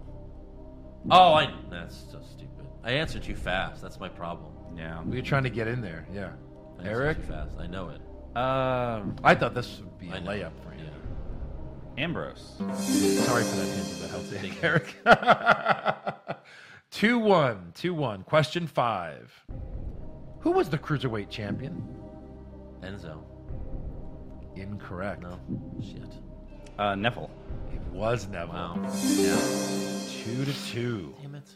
[SPEAKER 4] Oh, I. That's so stupid. I answered too fast. That's my problem.
[SPEAKER 5] Yeah.
[SPEAKER 6] We were trying to get in there, yeah.
[SPEAKER 4] I answered
[SPEAKER 6] Eric?
[SPEAKER 4] Too fast. I know it.
[SPEAKER 5] Um,
[SPEAKER 6] I thought this would be a
[SPEAKER 4] I know.
[SPEAKER 6] layup for you.
[SPEAKER 5] Ambrose.
[SPEAKER 6] Sorry for that hint, but helped Dick Eric. 2 1, 2 1. Question 5. Who was the cruiserweight champion?
[SPEAKER 4] Enzo.
[SPEAKER 6] Incorrect.
[SPEAKER 4] No. Shit.
[SPEAKER 5] Uh, Neville.
[SPEAKER 6] It was Neville. Two to two.
[SPEAKER 4] Damn it.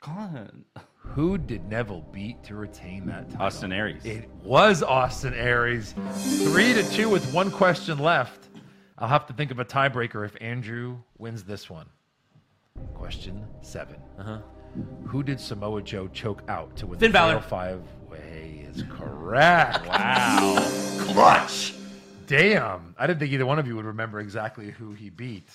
[SPEAKER 5] Colin.
[SPEAKER 6] Who did Neville beat to retain that title?
[SPEAKER 5] Austin Aries.
[SPEAKER 6] It was Austin Aries. Three to two with one question left. I'll have to think of a tiebreaker if Andrew wins this one. Question seven.
[SPEAKER 4] Uh-huh.
[SPEAKER 6] Who did Samoa Joe choke out to win
[SPEAKER 4] Finn
[SPEAKER 6] the
[SPEAKER 4] Balor.
[SPEAKER 6] Fatal Five Way is correct.
[SPEAKER 5] Wow.
[SPEAKER 6] Clutch. Damn. I didn't think either one of you would remember exactly who he beat.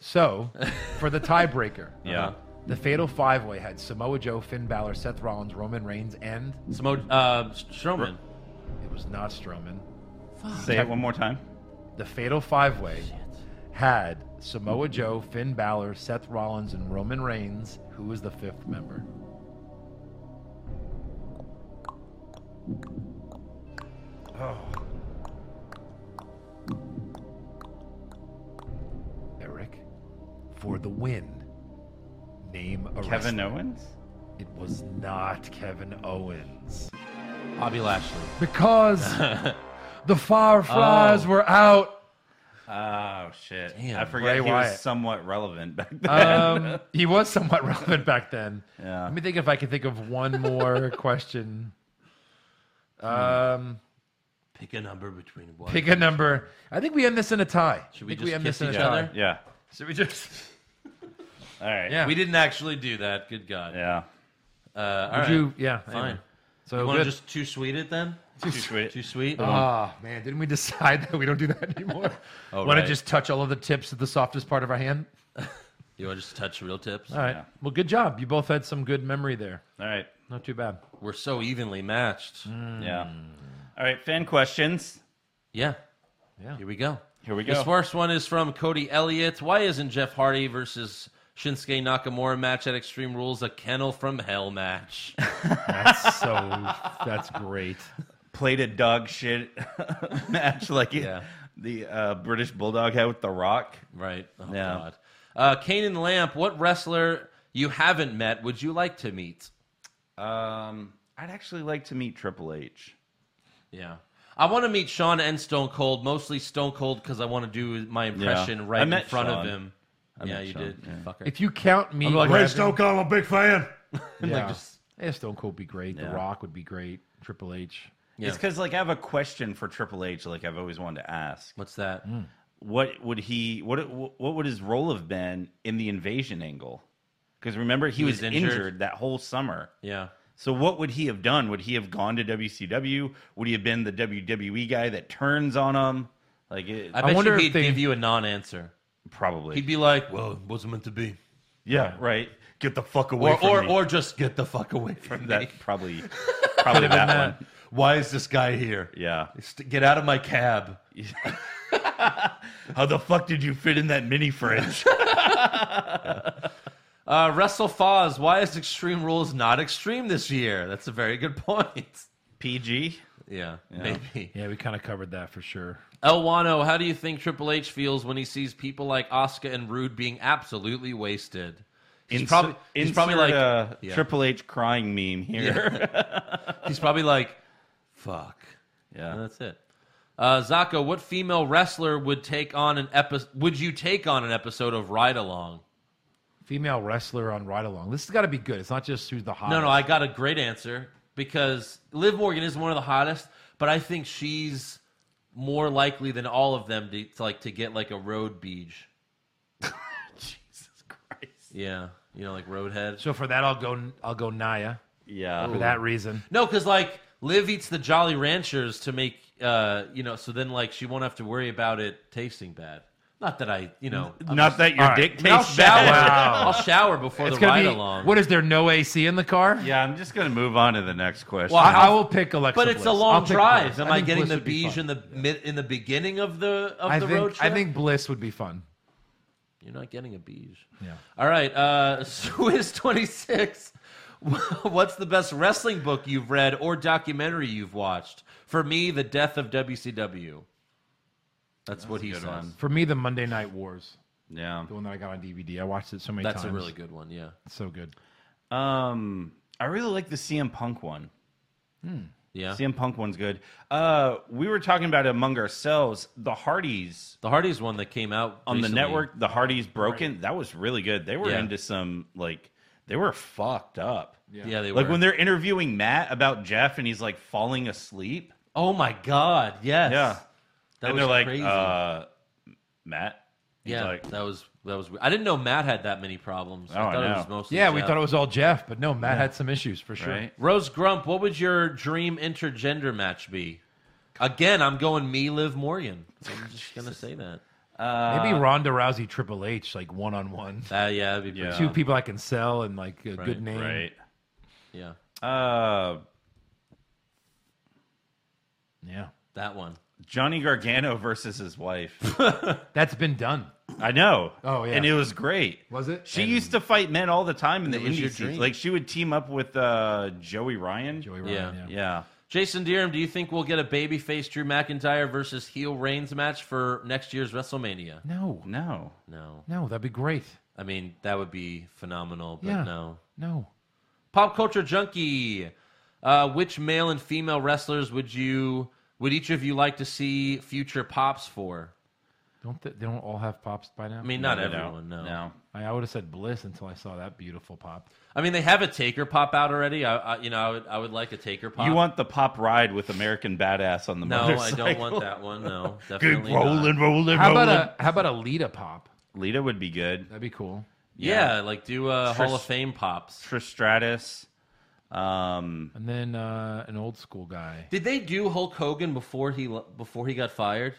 [SPEAKER 6] So, for the tiebreaker,
[SPEAKER 4] Yeah.
[SPEAKER 6] the Fatal Five Way had Samoa Joe, Finn Balor, Seth Rollins, Roman Reigns, and
[SPEAKER 4] Samo uh, Strowman.
[SPEAKER 6] It was not Strowman.
[SPEAKER 5] Say it one more time.
[SPEAKER 6] The Fatal Five Way had Samoa Joe, Finn Balor, Seth Rollins, and Roman Reigns. Who was the fifth member? Oh. Eric, for the win, name a
[SPEAKER 5] Kevin
[SPEAKER 6] wrestler.
[SPEAKER 5] Owens?
[SPEAKER 6] It was not Kevin Owens.
[SPEAKER 4] Bobby Lashley.
[SPEAKER 6] Because the Fireflies
[SPEAKER 5] Oh.
[SPEAKER 6] were out.
[SPEAKER 5] Oh shit!
[SPEAKER 6] Damn,
[SPEAKER 5] I forgot
[SPEAKER 6] Bray
[SPEAKER 5] he
[SPEAKER 6] Wyatt.
[SPEAKER 5] was somewhat relevant back then.
[SPEAKER 6] Um, he was somewhat relevant back then.
[SPEAKER 5] Yeah.
[SPEAKER 6] Let me think if I can think of one more question. Um,
[SPEAKER 4] Pick a number between one.
[SPEAKER 6] pick a number. I think we end this in a tie.
[SPEAKER 4] Should we
[SPEAKER 6] I think
[SPEAKER 4] just
[SPEAKER 6] end
[SPEAKER 4] kiss
[SPEAKER 6] this in
[SPEAKER 4] each
[SPEAKER 6] a tie.
[SPEAKER 4] other?
[SPEAKER 5] Yeah.
[SPEAKER 6] Should we just?
[SPEAKER 5] All right.
[SPEAKER 4] We didn't actually do that. Good God.
[SPEAKER 5] Yeah.
[SPEAKER 4] Uh, all
[SPEAKER 6] Would
[SPEAKER 4] right.
[SPEAKER 6] you- yeah,
[SPEAKER 4] Fine.
[SPEAKER 6] anyway. So
[SPEAKER 4] So you want to
[SPEAKER 6] good.
[SPEAKER 4] just um, too sweet it then?
[SPEAKER 6] Too sweet.
[SPEAKER 4] Too sweet.
[SPEAKER 6] Ah man, didn't we decide that we don't do that anymore?
[SPEAKER 4] Oh,
[SPEAKER 6] Want
[SPEAKER 4] right.
[SPEAKER 6] to just touch all of the tips of the softest part of our hand?
[SPEAKER 4] You want to just touch real tips?
[SPEAKER 6] All right. Well, good job. You both had some good memory there.
[SPEAKER 5] All right.
[SPEAKER 6] Not too bad.
[SPEAKER 4] We're so evenly matched.
[SPEAKER 6] Mm.
[SPEAKER 5] Yeah. All right. Fan questions.
[SPEAKER 4] Yeah.
[SPEAKER 6] Yeah.
[SPEAKER 4] Here we go.
[SPEAKER 5] Here we
[SPEAKER 4] This
[SPEAKER 5] go.
[SPEAKER 4] first one is from Cody Elliott. Why isn't Jeff Hardy versus Shinsuke Nakamura match at Extreme Rules a kennel from hell match?
[SPEAKER 6] That's so. that's great.
[SPEAKER 5] Played a dog shit match like it- the uh, British Bulldog had with The Rock.
[SPEAKER 4] Right. Oh,
[SPEAKER 5] Yeah.
[SPEAKER 4] God. Uh, Kane and Lamp, what wrestler you haven't met would you like to meet?
[SPEAKER 5] Um, I'd actually like to meet Triple H.
[SPEAKER 4] Yeah. I want to meet Sean and Stone Cold, mostly Stone Cold because I want to do my impression
[SPEAKER 5] I
[SPEAKER 4] right in
[SPEAKER 5] met
[SPEAKER 4] front
[SPEAKER 5] Shawn.
[SPEAKER 4] of him.
[SPEAKER 5] I
[SPEAKER 4] yeah,
[SPEAKER 5] met
[SPEAKER 4] you
[SPEAKER 5] Shawn,
[SPEAKER 4] did. you
[SPEAKER 5] yeah.
[SPEAKER 4] Fucker.
[SPEAKER 6] If you count me,
[SPEAKER 5] I'm like, hey,
[SPEAKER 6] grabbing-
[SPEAKER 5] Stone Cold, I'm a big fan.
[SPEAKER 6] yeah.
[SPEAKER 5] Like, just-
[SPEAKER 6] yeah, Stone Cold would be great. The
[SPEAKER 5] Yeah.
[SPEAKER 6] Rock would be great. Triple H.
[SPEAKER 5] It's because like I have a question for Triple H. Like I've always wanted to ask.
[SPEAKER 4] What's that?
[SPEAKER 5] Hmm. What would he? What what would his role have been in the invasion angle? Because remember he,
[SPEAKER 4] He
[SPEAKER 5] was,
[SPEAKER 4] was
[SPEAKER 5] injured.
[SPEAKER 4] injured.
[SPEAKER 5] that whole summer.
[SPEAKER 4] Yeah.
[SPEAKER 5] So what would he have done? Would he have gone to WCW? Would he have been the WWE guy that turns on him? Like it,
[SPEAKER 4] I bet you he'd give you a non answer.
[SPEAKER 5] Probably.
[SPEAKER 4] He'd be like, well, it wasn't meant to be.
[SPEAKER 5] yeah, right. Get the fuck away
[SPEAKER 4] Or,
[SPEAKER 5] from
[SPEAKER 4] or,
[SPEAKER 5] me.
[SPEAKER 4] or just get the fuck away from
[SPEAKER 5] that
[SPEAKER 4] me.
[SPEAKER 5] probably probably
[SPEAKER 4] Could've been
[SPEAKER 5] that, one.
[SPEAKER 4] Uh, Why is this guy here?
[SPEAKER 5] Yeah.
[SPEAKER 4] St- Get out of my cab.
[SPEAKER 5] How the fuck did you fit in that mini fridge?
[SPEAKER 4] Uh, Russell Foz, why is Extreme Rules not extreme this year? That's a very good point.
[SPEAKER 5] PG?
[SPEAKER 4] Yeah,
[SPEAKER 5] Yeah.
[SPEAKER 4] maybe.
[SPEAKER 6] Yeah, we kind of covered that for sure.
[SPEAKER 4] El Wano, how do you think Triple H feels when he sees people like Asuka and Rude being absolutely wasted? He's
[SPEAKER 5] Ins-
[SPEAKER 4] probably he's probably
[SPEAKER 5] insert
[SPEAKER 4] like
[SPEAKER 5] a
[SPEAKER 4] yeah.
[SPEAKER 5] Triple H crying meme here.
[SPEAKER 4] He's probably like, fuck.
[SPEAKER 5] Yeah.
[SPEAKER 4] And that's it. Uh, Zaka, what female wrestler would take on an epi- Would you take on an episode of Ride Along?
[SPEAKER 6] Female wrestler on Ride Along. This has got to be good. It's not just who's the hottest.
[SPEAKER 4] No, no, I got a great answer because Liv Morgan is one of the hottest, but I think she's more likely than all of them to, to like to get like a road beach.
[SPEAKER 5] Jesus Christ.
[SPEAKER 4] Yeah, you know, like roadhead.
[SPEAKER 6] So for that, I'll go. I'll go Naya.
[SPEAKER 5] Yeah.
[SPEAKER 6] For that reason,
[SPEAKER 4] No, because like Liv eats the Jolly Ranchers to make uh you know, so then like she won't have to worry about it tasting bad. Not that I, you know, I'm
[SPEAKER 5] Not
[SPEAKER 4] just-
[SPEAKER 5] that your
[SPEAKER 6] All right.
[SPEAKER 5] dick
[SPEAKER 4] I mean, I'll
[SPEAKER 5] tastes
[SPEAKER 4] shower.
[SPEAKER 5] bad.
[SPEAKER 6] Wow.
[SPEAKER 4] I'll shower before
[SPEAKER 6] it's
[SPEAKER 4] the
[SPEAKER 6] gonna
[SPEAKER 4] ride
[SPEAKER 6] be.
[SPEAKER 4] along.
[SPEAKER 6] What is there? No AC in the car?
[SPEAKER 5] Yeah, I'm just gonna move on to the next question.
[SPEAKER 4] Well,
[SPEAKER 6] I, I
[SPEAKER 4] I'll-
[SPEAKER 6] will pick Alexa.
[SPEAKER 4] but it's a
[SPEAKER 6] Bliss. I'll
[SPEAKER 4] long
[SPEAKER 6] pick
[SPEAKER 4] drive.
[SPEAKER 6] Bliss.
[SPEAKER 4] Am I,
[SPEAKER 6] think
[SPEAKER 4] getting
[SPEAKER 6] Bliss
[SPEAKER 4] the
[SPEAKER 6] would be
[SPEAKER 4] beige
[SPEAKER 6] fun.
[SPEAKER 4] in the mid, in the beginning of the of
[SPEAKER 6] I
[SPEAKER 4] the
[SPEAKER 6] think,
[SPEAKER 4] road trip?
[SPEAKER 6] I think Bliss would be fun.
[SPEAKER 4] You're not getting a beige.
[SPEAKER 6] Yeah.
[SPEAKER 4] All right, uh, Swiss twenty six. What's the best wrestling book you've read or documentary you've watched? For me, the death of WCW. That's, what
[SPEAKER 5] a
[SPEAKER 4] he
[SPEAKER 5] good
[SPEAKER 4] says.
[SPEAKER 5] one.
[SPEAKER 6] For me, the Monday Night Wars,
[SPEAKER 5] Yeah.
[SPEAKER 6] the one that I got on DVD. I watched it so many
[SPEAKER 4] That's a
[SPEAKER 6] times.
[SPEAKER 4] really good one. Yeah,
[SPEAKER 6] So good.
[SPEAKER 5] Um, I really like the CM Punk one.
[SPEAKER 4] yeah.
[SPEAKER 5] CM Punk one's good. Uh, we were talking about among ourselves the Hardys
[SPEAKER 4] the Hardy's one that came out
[SPEAKER 5] on the
[SPEAKER 4] recently.
[SPEAKER 5] network. The Hardys broken. That was really good. They were
[SPEAKER 4] Yeah.
[SPEAKER 5] into some like they were fucked up.
[SPEAKER 4] Yeah, they
[SPEAKER 5] like
[SPEAKER 4] were.
[SPEAKER 5] when they're interviewing Matt about Jeff and he's like falling asleep.
[SPEAKER 4] Oh my God! Yes.
[SPEAKER 5] Yeah.
[SPEAKER 4] That
[SPEAKER 5] and
[SPEAKER 4] was
[SPEAKER 5] they're like,
[SPEAKER 4] crazy.
[SPEAKER 5] uh, Matt. He's
[SPEAKER 4] yeah,
[SPEAKER 5] like,
[SPEAKER 4] that was that was. weird. I didn't know Matt had that many problems.
[SPEAKER 5] Oh,
[SPEAKER 4] I
[SPEAKER 5] I
[SPEAKER 4] thought it
[SPEAKER 5] know.
[SPEAKER 4] was mostly.
[SPEAKER 6] Yeah, we
[SPEAKER 4] Jeff.
[SPEAKER 6] thought it was all Jeff, but no, Matt had some issues for sure.
[SPEAKER 5] right?
[SPEAKER 4] Rose Grump, what would your dream intergender match be? Again, I'm going me, Liv Morgan. I'm just gonna say that. Uh,
[SPEAKER 6] Maybe Ronda Rousey, Triple H, like one on one.
[SPEAKER 4] Uh, yeah, that'd be pretty
[SPEAKER 6] two
[SPEAKER 4] cool.
[SPEAKER 6] people I can sell and like a
[SPEAKER 4] Right,
[SPEAKER 6] good name.
[SPEAKER 4] right. Yeah.
[SPEAKER 5] Uh,
[SPEAKER 6] yeah,
[SPEAKER 4] that one.
[SPEAKER 5] Johnny Gargano versus his wife.
[SPEAKER 6] That's been done.
[SPEAKER 5] I know.
[SPEAKER 6] Oh, yeah.
[SPEAKER 5] and it was great. Was
[SPEAKER 6] it?
[SPEAKER 5] She used to fight men all the time in the
[SPEAKER 4] It was your
[SPEAKER 5] indie scenes.
[SPEAKER 4] dream.
[SPEAKER 5] Like she would team up with uh, Joey Ryan.
[SPEAKER 6] Joey
[SPEAKER 4] yeah. Jason Deerham, do you think we'll get a babyface Drew McIntyre versus heel Reigns match for next year's WrestleMania?
[SPEAKER 6] No,
[SPEAKER 5] no,
[SPEAKER 4] no,
[SPEAKER 6] no. That'd be great.
[SPEAKER 4] I mean, that would be phenomenal, but
[SPEAKER 6] Yeah.
[SPEAKER 4] no.
[SPEAKER 6] No.
[SPEAKER 4] Pop culture junkie. Uh, which male and female wrestlers would you would each of you like to see future pops for?
[SPEAKER 6] Don't they, they don't all have pops by now?
[SPEAKER 4] I mean, not No, they don't. everyone, no. No.
[SPEAKER 6] I, I would have said Bliss until I saw that beautiful pop.
[SPEAKER 4] I mean, they have a taker pop out already. I, I you know, I would I would like a taker pop.
[SPEAKER 5] You want the pop ride with American Badass on the
[SPEAKER 4] No, I
[SPEAKER 5] motorcycle.
[SPEAKER 4] don't want that one. No,
[SPEAKER 5] Good
[SPEAKER 4] definitely
[SPEAKER 5] rolling,
[SPEAKER 4] not.
[SPEAKER 5] rolling,
[SPEAKER 6] How about
[SPEAKER 5] rolling.
[SPEAKER 6] a how about a Lita pop?
[SPEAKER 5] Lita would be good.
[SPEAKER 6] That'd be cool.
[SPEAKER 4] Yeah, like do uh, Hall of
[SPEAKER 5] Tris-
[SPEAKER 4] Fame pops.
[SPEAKER 5] Trish Stratus. Um,
[SPEAKER 6] And then uh, an old school guy.
[SPEAKER 4] Did they do Hulk Hogan before he before he got fired?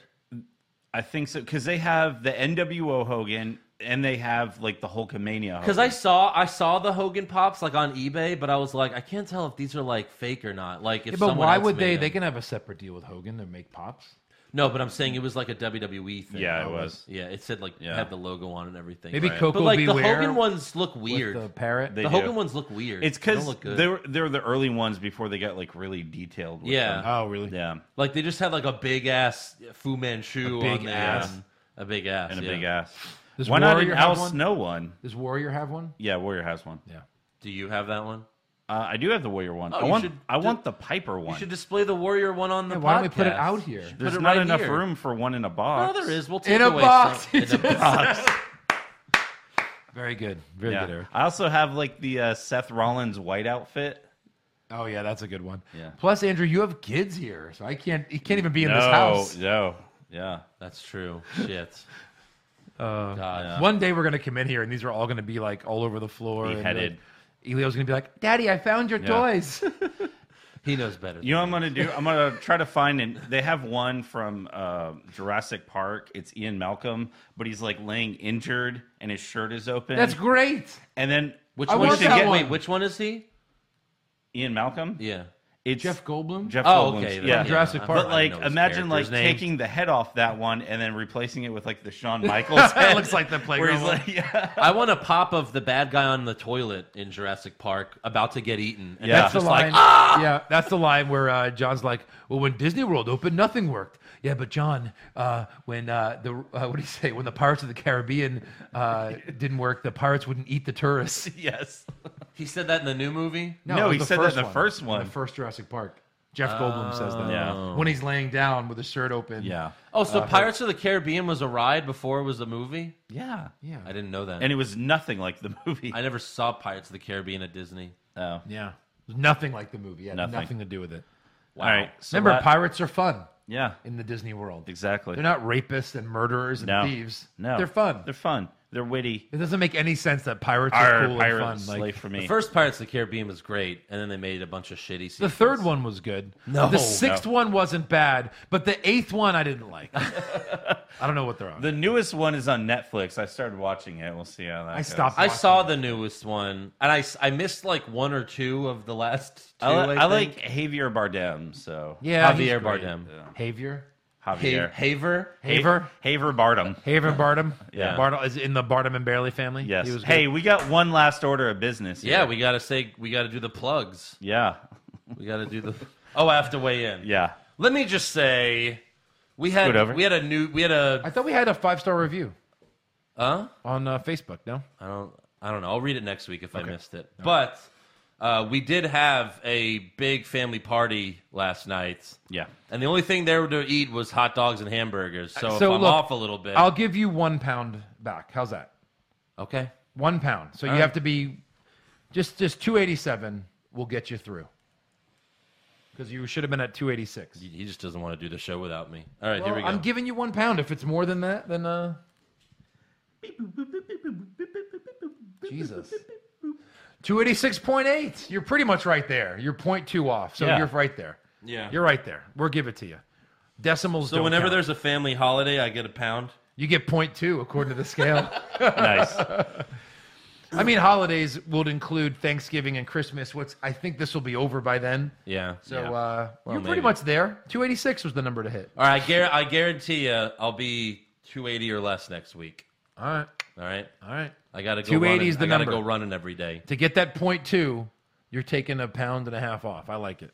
[SPEAKER 5] I think so because they have the NWO Hogan and they have like the Hulkamania.
[SPEAKER 4] Because I saw I saw the Hogan pops like on eBay, but I was like, I can't tell if these are like fake or not. Like, if
[SPEAKER 6] Yeah, but
[SPEAKER 4] someone
[SPEAKER 6] why
[SPEAKER 4] else
[SPEAKER 6] would
[SPEAKER 4] made
[SPEAKER 6] they?
[SPEAKER 4] them.
[SPEAKER 6] They can have a separate deal with Hogan to make pops.
[SPEAKER 4] No, but I'm saying it was like a WWE thing.
[SPEAKER 5] Yeah, it was.
[SPEAKER 4] Yeah, it said like
[SPEAKER 5] Yeah.
[SPEAKER 4] had the logo on and everything.
[SPEAKER 6] Maybe
[SPEAKER 4] Right.
[SPEAKER 6] Coco
[SPEAKER 4] But like the
[SPEAKER 6] Beware
[SPEAKER 4] Hogan ones look
[SPEAKER 6] with
[SPEAKER 4] weird.
[SPEAKER 6] the parrot.
[SPEAKER 5] They
[SPEAKER 4] the
[SPEAKER 5] do.
[SPEAKER 4] Hogan ones look weird.
[SPEAKER 5] It's
[SPEAKER 4] They don't
[SPEAKER 5] because
[SPEAKER 4] look good.
[SPEAKER 5] they're they're the early ones before they got like really detailed. With
[SPEAKER 4] Yeah.
[SPEAKER 5] them.
[SPEAKER 4] Oh,
[SPEAKER 6] really?
[SPEAKER 5] Yeah.
[SPEAKER 4] like they just had like a big ass Fu Manchu
[SPEAKER 5] A big
[SPEAKER 4] on there.
[SPEAKER 5] ass.
[SPEAKER 4] and A big ass
[SPEAKER 5] And a
[SPEAKER 4] yeah.
[SPEAKER 5] big ass.
[SPEAKER 6] Does
[SPEAKER 5] Why not
[SPEAKER 6] Warrior
[SPEAKER 5] an
[SPEAKER 6] have
[SPEAKER 5] Al
[SPEAKER 6] one?
[SPEAKER 5] Snow one?
[SPEAKER 6] Does Warrior have one?
[SPEAKER 5] Yeah, Warrior has one.
[SPEAKER 6] Yeah.
[SPEAKER 4] Do you have that one?
[SPEAKER 5] Uh, I do have the Warrior one.
[SPEAKER 4] Oh,
[SPEAKER 5] I
[SPEAKER 4] you
[SPEAKER 5] want
[SPEAKER 4] should
[SPEAKER 5] I
[SPEAKER 4] do-
[SPEAKER 5] want the Piper
[SPEAKER 4] You
[SPEAKER 5] one.
[SPEAKER 4] should display the Warrior one on the.
[SPEAKER 6] Yeah, why don't we put it
[SPEAKER 4] podcast.
[SPEAKER 6] out here?
[SPEAKER 4] Put
[SPEAKER 5] There's
[SPEAKER 4] it
[SPEAKER 5] not
[SPEAKER 4] right
[SPEAKER 5] enough
[SPEAKER 4] here.
[SPEAKER 5] room for one in a
[SPEAKER 4] No,
[SPEAKER 5] box.
[SPEAKER 4] there is. We'll take
[SPEAKER 6] In a
[SPEAKER 4] away
[SPEAKER 6] box,
[SPEAKER 4] some-
[SPEAKER 6] he
[SPEAKER 4] in a
[SPEAKER 6] just
[SPEAKER 4] box.
[SPEAKER 6] Very good. Very
[SPEAKER 5] Yeah.
[SPEAKER 6] good, Eric.
[SPEAKER 5] I also have like the uh, Seth Rollins white outfit.
[SPEAKER 6] Oh yeah, that's a good one.
[SPEAKER 5] Yeah.
[SPEAKER 6] Plus, Andrew, you have kids here, so I can't. You can't even be in this
[SPEAKER 5] No,
[SPEAKER 6] house.
[SPEAKER 5] No. Yeah.
[SPEAKER 4] That's true. Shit.
[SPEAKER 6] Uh,
[SPEAKER 4] God.
[SPEAKER 6] One day we're gonna come in here, and these are all gonna be like all over the floor. and,
[SPEAKER 5] Beheaded.
[SPEAKER 6] like, Elio's gonna be like, "Daddy, I found your
[SPEAKER 5] Yeah.
[SPEAKER 6] toys."
[SPEAKER 4] he knows better.
[SPEAKER 5] You know what I'm gonna do? I'm gonna try to find and they have one from uh, Jurassic Park. It's Ian Malcolm, but he's like laying injured and his shirt is open.
[SPEAKER 6] That's great.
[SPEAKER 5] And then
[SPEAKER 4] Which
[SPEAKER 5] I
[SPEAKER 4] one?
[SPEAKER 5] want
[SPEAKER 4] Is he?
[SPEAKER 5] that
[SPEAKER 4] Get,
[SPEAKER 5] one.
[SPEAKER 4] wait, which one is he?
[SPEAKER 5] Ian Malcolm.
[SPEAKER 4] Yeah.
[SPEAKER 5] It's
[SPEAKER 6] Jeff Goldblum.
[SPEAKER 5] Jeff
[SPEAKER 4] Oh,
[SPEAKER 5] Goldblum's-
[SPEAKER 4] okay, then,
[SPEAKER 5] yeah.
[SPEAKER 4] yeah. Jurassic Park.
[SPEAKER 5] But
[SPEAKER 4] I
[SPEAKER 5] like,
[SPEAKER 4] didn't know his
[SPEAKER 5] imagine like
[SPEAKER 4] character's name.
[SPEAKER 5] taking the head off that one and then replacing it with like the Shawn Michaels. head,
[SPEAKER 6] looks like the
[SPEAKER 5] Where he's
[SPEAKER 6] playground.
[SPEAKER 5] like, yeah.
[SPEAKER 4] I want a pop of the bad guy on the toilet in Jurassic Park about to get eaten. And
[SPEAKER 6] That's
[SPEAKER 4] it's
[SPEAKER 6] the
[SPEAKER 4] just
[SPEAKER 6] line.
[SPEAKER 4] like, ah!
[SPEAKER 6] Yeah, that's the line where uh, John's like, "Well, when Disney World opened, nothing worked." Yeah, but John, uh, when uh, the uh, what do you say? When the Pirates of the Caribbean uh, didn't work, the pirates wouldn't eat the tourists.
[SPEAKER 5] yes.
[SPEAKER 4] He said that in the new movie?
[SPEAKER 6] it
[SPEAKER 5] No,
[SPEAKER 6] was
[SPEAKER 5] he
[SPEAKER 6] the
[SPEAKER 5] said that in the first
[SPEAKER 6] In
[SPEAKER 5] one.
[SPEAKER 6] the first Jurassic Park. Jeff Goldblum says that
[SPEAKER 5] Yeah.
[SPEAKER 6] when he's laying down with his shirt open.
[SPEAKER 5] Yeah.
[SPEAKER 4] Oh, so
[SPEAKER 6] Uh,
[SPEAKER 4] Pirates of the Caribbean was a ride before it was a movie?
[SPEAKER 5] Yeah.
[SPEAKER 6] Yeah.
[SPEAKER 4] I didn't know that.
[SPEAKER 5] And it was nothing like the movie.
[SPEAKER 4] I never saw Pirates of the Caribbean at Disney.
[SPEAKER 5] Oh.
[SPEAKER 6] Yeah. Nothing like the movie. Yeah,
[SPEAKER 5] Nothing.
[SPEAKER 6] nothing. to do with it.
[SPEAKER 5] Wow. All right, so
[SPEAKER 6] Remember,
[SPEAKER 5] that-
[SPEAKER 6] pirates are fun.
[SPEAKER 5] Yeah.
[SPEAKER 6] In the Disney world.
[SPEAKER 5] Exactly.
[SPEAKER 6] They're not rapists and murderers and
[SPEAKER 5] No.
[SPEAKER 6] thieves.
[SPEAKER 5] No.
[SPEAKER 6] They're fun.
[SPEAKER 5] They're fun. They're witty.
[SPEAKER 6] It doesn't make any sense that pirates are
[SPEAKER 5] Our
[SPEAKER 6] cool and
[SPEAKER 5] pirates
[SPEAKER 6] fun.
[SPEAKER 5] slave
[SPEAKER 6] Like,
[SPEAKER 5] for me.
[SPEAKER 4] The first Pirates of the Caribbean was great, and then they made a bunch of shitty
[SPEAKER 6] the
[SPEAKER 4] sequels.
[SPEAKER 6] third one was good.
[SPEAKER 4] No.
[SPEAKER 6] The sixth one wasn't bad, but the eighth one I didn't like. I don't know what they're on.
[SPEAKER 5] The newest one is on Netflix. I started watching it. We'll see how that.
[SPEAKER 6] I
[SPEAKER 5] goes.
[SPEAKER 6] stopped
[SPEAKER 4] I saw the newest one, and I, s- I missed like one or two of the last two.
[SPEAKER 5] I, li-
[SPEAKER 4] I
[SPEAKER 5] I
[SPEAKER 4] think.
[SPEAKER 5] like Javier Bardem. So
[SPEAKER 6] Yeah, he's
[SPEAKER 4] Javier
[SPEAKER 6] great.
[SPEAKER 4] Bardem.
[SPEAKER 6] Javier.
[SPEAKER 5] Javier
[SPEAKER 4] Ha- Haver?
[SPEAKER 6] Haver?
[SPEAKER 5] Haver Bardem.
[SPEAKER 6] Haver Barnum.
[SPEAKER 5] Yeah.
[SPEAKER 6] Barnum is in the Barnum and Bailey family.
[SPEAKER 5] Yes.
[SPEAKER 6] He was
[SPEAKER 5] hey,
[SPEAKER 6] good.
[SPEAKER 5] we got one last order of business.
[SPEAKER 4] Yeah,
[SPEAKER 5] here.
[SPEAKER 4] we gotta say we gotta do the plugs.
[SPEAKER 5] Yeah.
[SPEAKER 4] We gotta do the. Oh, I have to weigh in.
[SPEAKER 5] Yeah.
[SPEAKER 4] Let me just say, we had
[SPEAKER 5] Scoot over.
[SPEAKER 4] we had a new we had
[SPEAKER 6] I
[SPEAKER 4] a
[SPEAKER 6] thought we had a five star review
[SPEAKER 4] huh.
[SPEAKER 6] on uh, Facebook. No.
[SPEAKER 4] I don't I don't know. I'll read it next week if I missed it. But uh, we did have a big family party last night.
[SPEAKER 5] Yeah.
[SPEAKER 4] And the only thing there to eat was hot dogs and hamburgers. So, if I'm
[SPEAKER 6] look,
[SPEAKER 4] off a little bit,
[SPEAKER 6] I'll give you one pound back. How's that?
[SPEAKER 4] okay.
[SPEAKER 6] One pound. So
[SPEAKER 4] All
[SPEAKER 6] you
[SPEAKER 4] right.
[SPEAKER 6] have to be just just two eighty seven. will get you through. Because you should have been at two eighty six.
[SPEAKER 4] He just doesn't want to do the show without me. All right,
[SPEAKER 6] Well,
[SPEAKER 4] here we go.
[SPEAKER 6] I'm giving you one pound. If it's more than that, then uh. Jesus. 286.8. You're pretty much right there. You're 0.2 off. So
[SPEAKER 4] Yeah.
[SPEAKER 6] you're right there.
[SPEAKER 4] Yeah.
[SPEAKER 6] You're right there. We'll give it to you. Decimals
[SPEAKER 4] so
[SPEAKER 6] don't
[SPEAKER 4] whenever
[SPEAKER 6] count.
[SPEAKER 4] there's a family holiday, I get a pound.
[SPEAKER 6] You get point two according to the scale.
[SPEAKER 5] Nice.
[SPEAKER 6] I mean, holidays will include Thanksgiving and Christmas. What's I think this will be over by then.
[SPEAKER 4] Yeah.
[SPEAKER 6] So
[SPEAKER 4] yeah.
[SPEAKER 6] uh,
[SPEAKER 4] Well,
[SPEAKER 6] you're pretty
[SPEAKER 4] maybe.
[SPEAKER 6] much there. 286 was the number to hit.
[SPEAKER 4] All right, I, guar- I guarantee you, I'll be 280 or less next week.
[SPEAKER 6] All right.
[SPEAKER 4] All right.
[SPEAKER 6] All right.
[SPEAKER 4] I gotta go.
[SPEAKER 6] 280
[SPEAKER 4] running.
[SPEAKER 6] is the
[SPEAKER 4] I gotta
[SPEAKER 6] number.
[SPEAKER 4] go running every day.
[SPEAKER 6] To get that point two, you're taking a pound and a half off. I like it.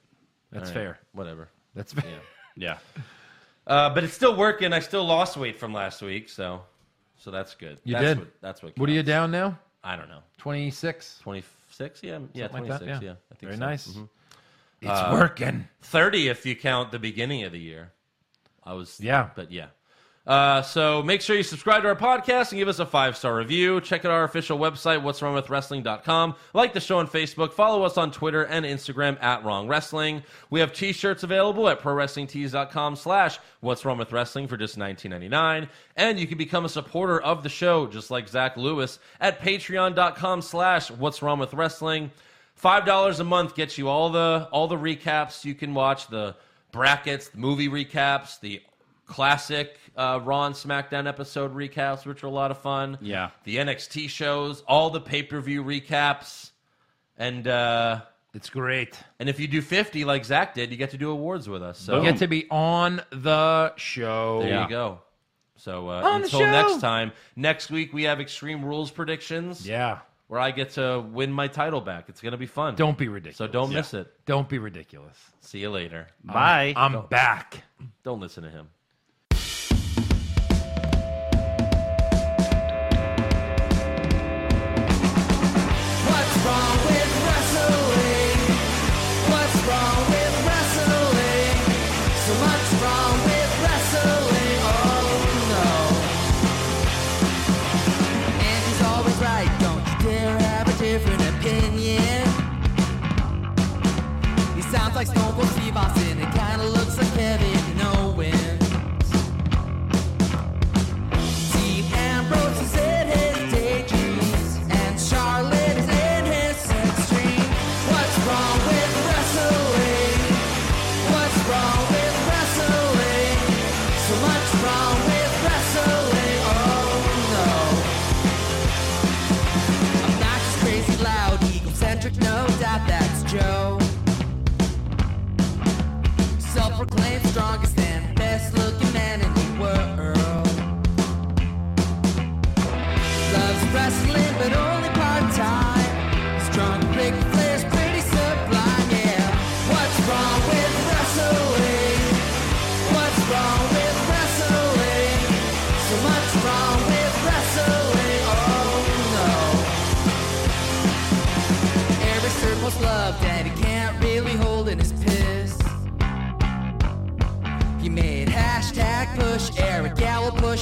[SPEAKER 6] That's
[SPEAKER 4] All right,
[SPEAKER 6] fair.
[SPEAKER 4] Whatever.
[SPEAKER 6] That's fair.
[SPEAKER 4] Yeah. Uh, but it's still working. I still lost weight from last week, so so that's good.
[SPEAKER 6] You
[SPEAKER 4] that's
[SPEAKER 6] did.
[SPEAKER 4] What, that's what.
[SPEAKER 6] What are you
[SPEAKER 4] counts.
[SPEAKER 6] down now?
[SPEAKER 4] I don't know.
[SPEAKER 6] 26.
[SPEAKER 4] 26? Yeah, yeah,
[SPEAKER 6] Something
[SPEAKER 4] 26.
[SPEAKER 6] like that,
[SPEAKER 4] yeah.
[SPEAKER 6] yeah.
[SPEAKER 4] I think
[SPEAKER 6] Very
[SPEAKER 4] so.
[SPEAKER 6] nice.
[SPEAKER 4] Mhm.
[SPEAKER 6] It's working.
[SPEAKER 4] 30 if you count the beginning of the year. I was
[SPEAKER 6] Yeah.
[SPEAKER 4] but yeah. Uh, so make sure you subscribe to our podcast and give us a five star review. Check out our official website, what's wrong with wrestling.com. Like the show on Facebook. Follow us on Twitter and Instagram at wrong wrestling. We have t shirts available at pro wrestlingtees.com slash what's wrong with wrestling for just $19.99. And you can become a supporter of the show, just like Zach Lewis, at patreon.com slash what's wrong with wrestling. Five dollars a month gets you all the all the recaps. You can watch the brackets, the movie recaps, the classic uh, Raw and SmackDown episode recaps, which are a lot of fun.
[SPEAKER 5] Yeah.
[SPEAKER 4] the NXT shows, all the pay per view recaps, and uh,
[SPEAKER 6] it's great.
[SPEAKER 4] And if you do fifty like Zach did, you get to do awards with us. So
[SPEAKER 6] You get to be on the show.
[SPEAKER 4] there you go. So uh,
[SPEAKER 6] On the
[SPEAKER 4] until
[SPEAKER 6] show.
[SPEAKER 4] next time, next week we have Extreme Rules predictions.
[SPEAKER 6] Yeah.
[SPEAKER 4] Where I get to win my title back. It's going to be fun.
[SPEAKER 6] Don't be ridiculous.
[SPEAKER 4] So don't miss it.
[SPEAKER 6] Don't be ridiculous.
[SPEAKER 4] See you later.
[SPEAKER 6] Bye. I'm
[SPEAKER 4] Don't-
[SPEAKER 6] back.
[SPEAKER 4] Don't listen to him.
[SPEAKER 3] What's wrong with wrestling? What's wrong with wrestling? So much wrong with wrestling. Oh no. And he's always right. Don't you dare have a different opinion. He sounds like Stone Cold Steve Austin. It kinda looks like Kevin Owens. Dean Ambrose is in his daydreams, and Charlotte is in his sex dream. What's wrong with wrestling? What's wrong with wrestling? So much wrong with wrestling. Oh no. Obnoxious, crazy, loud, egocentric, no doubt that's Joe. Self-proclaimed strongest and best-looking man in the world. Loves wrestling, but only part time. Strong big flares, pretty sublime, yeah. What's wrong with wrestling? What's wrong with wrestling? So much wrong with wrestling, oh no. Every circle's loved, and he can't really hold in his piss. He made hashtag push Eric Gallo push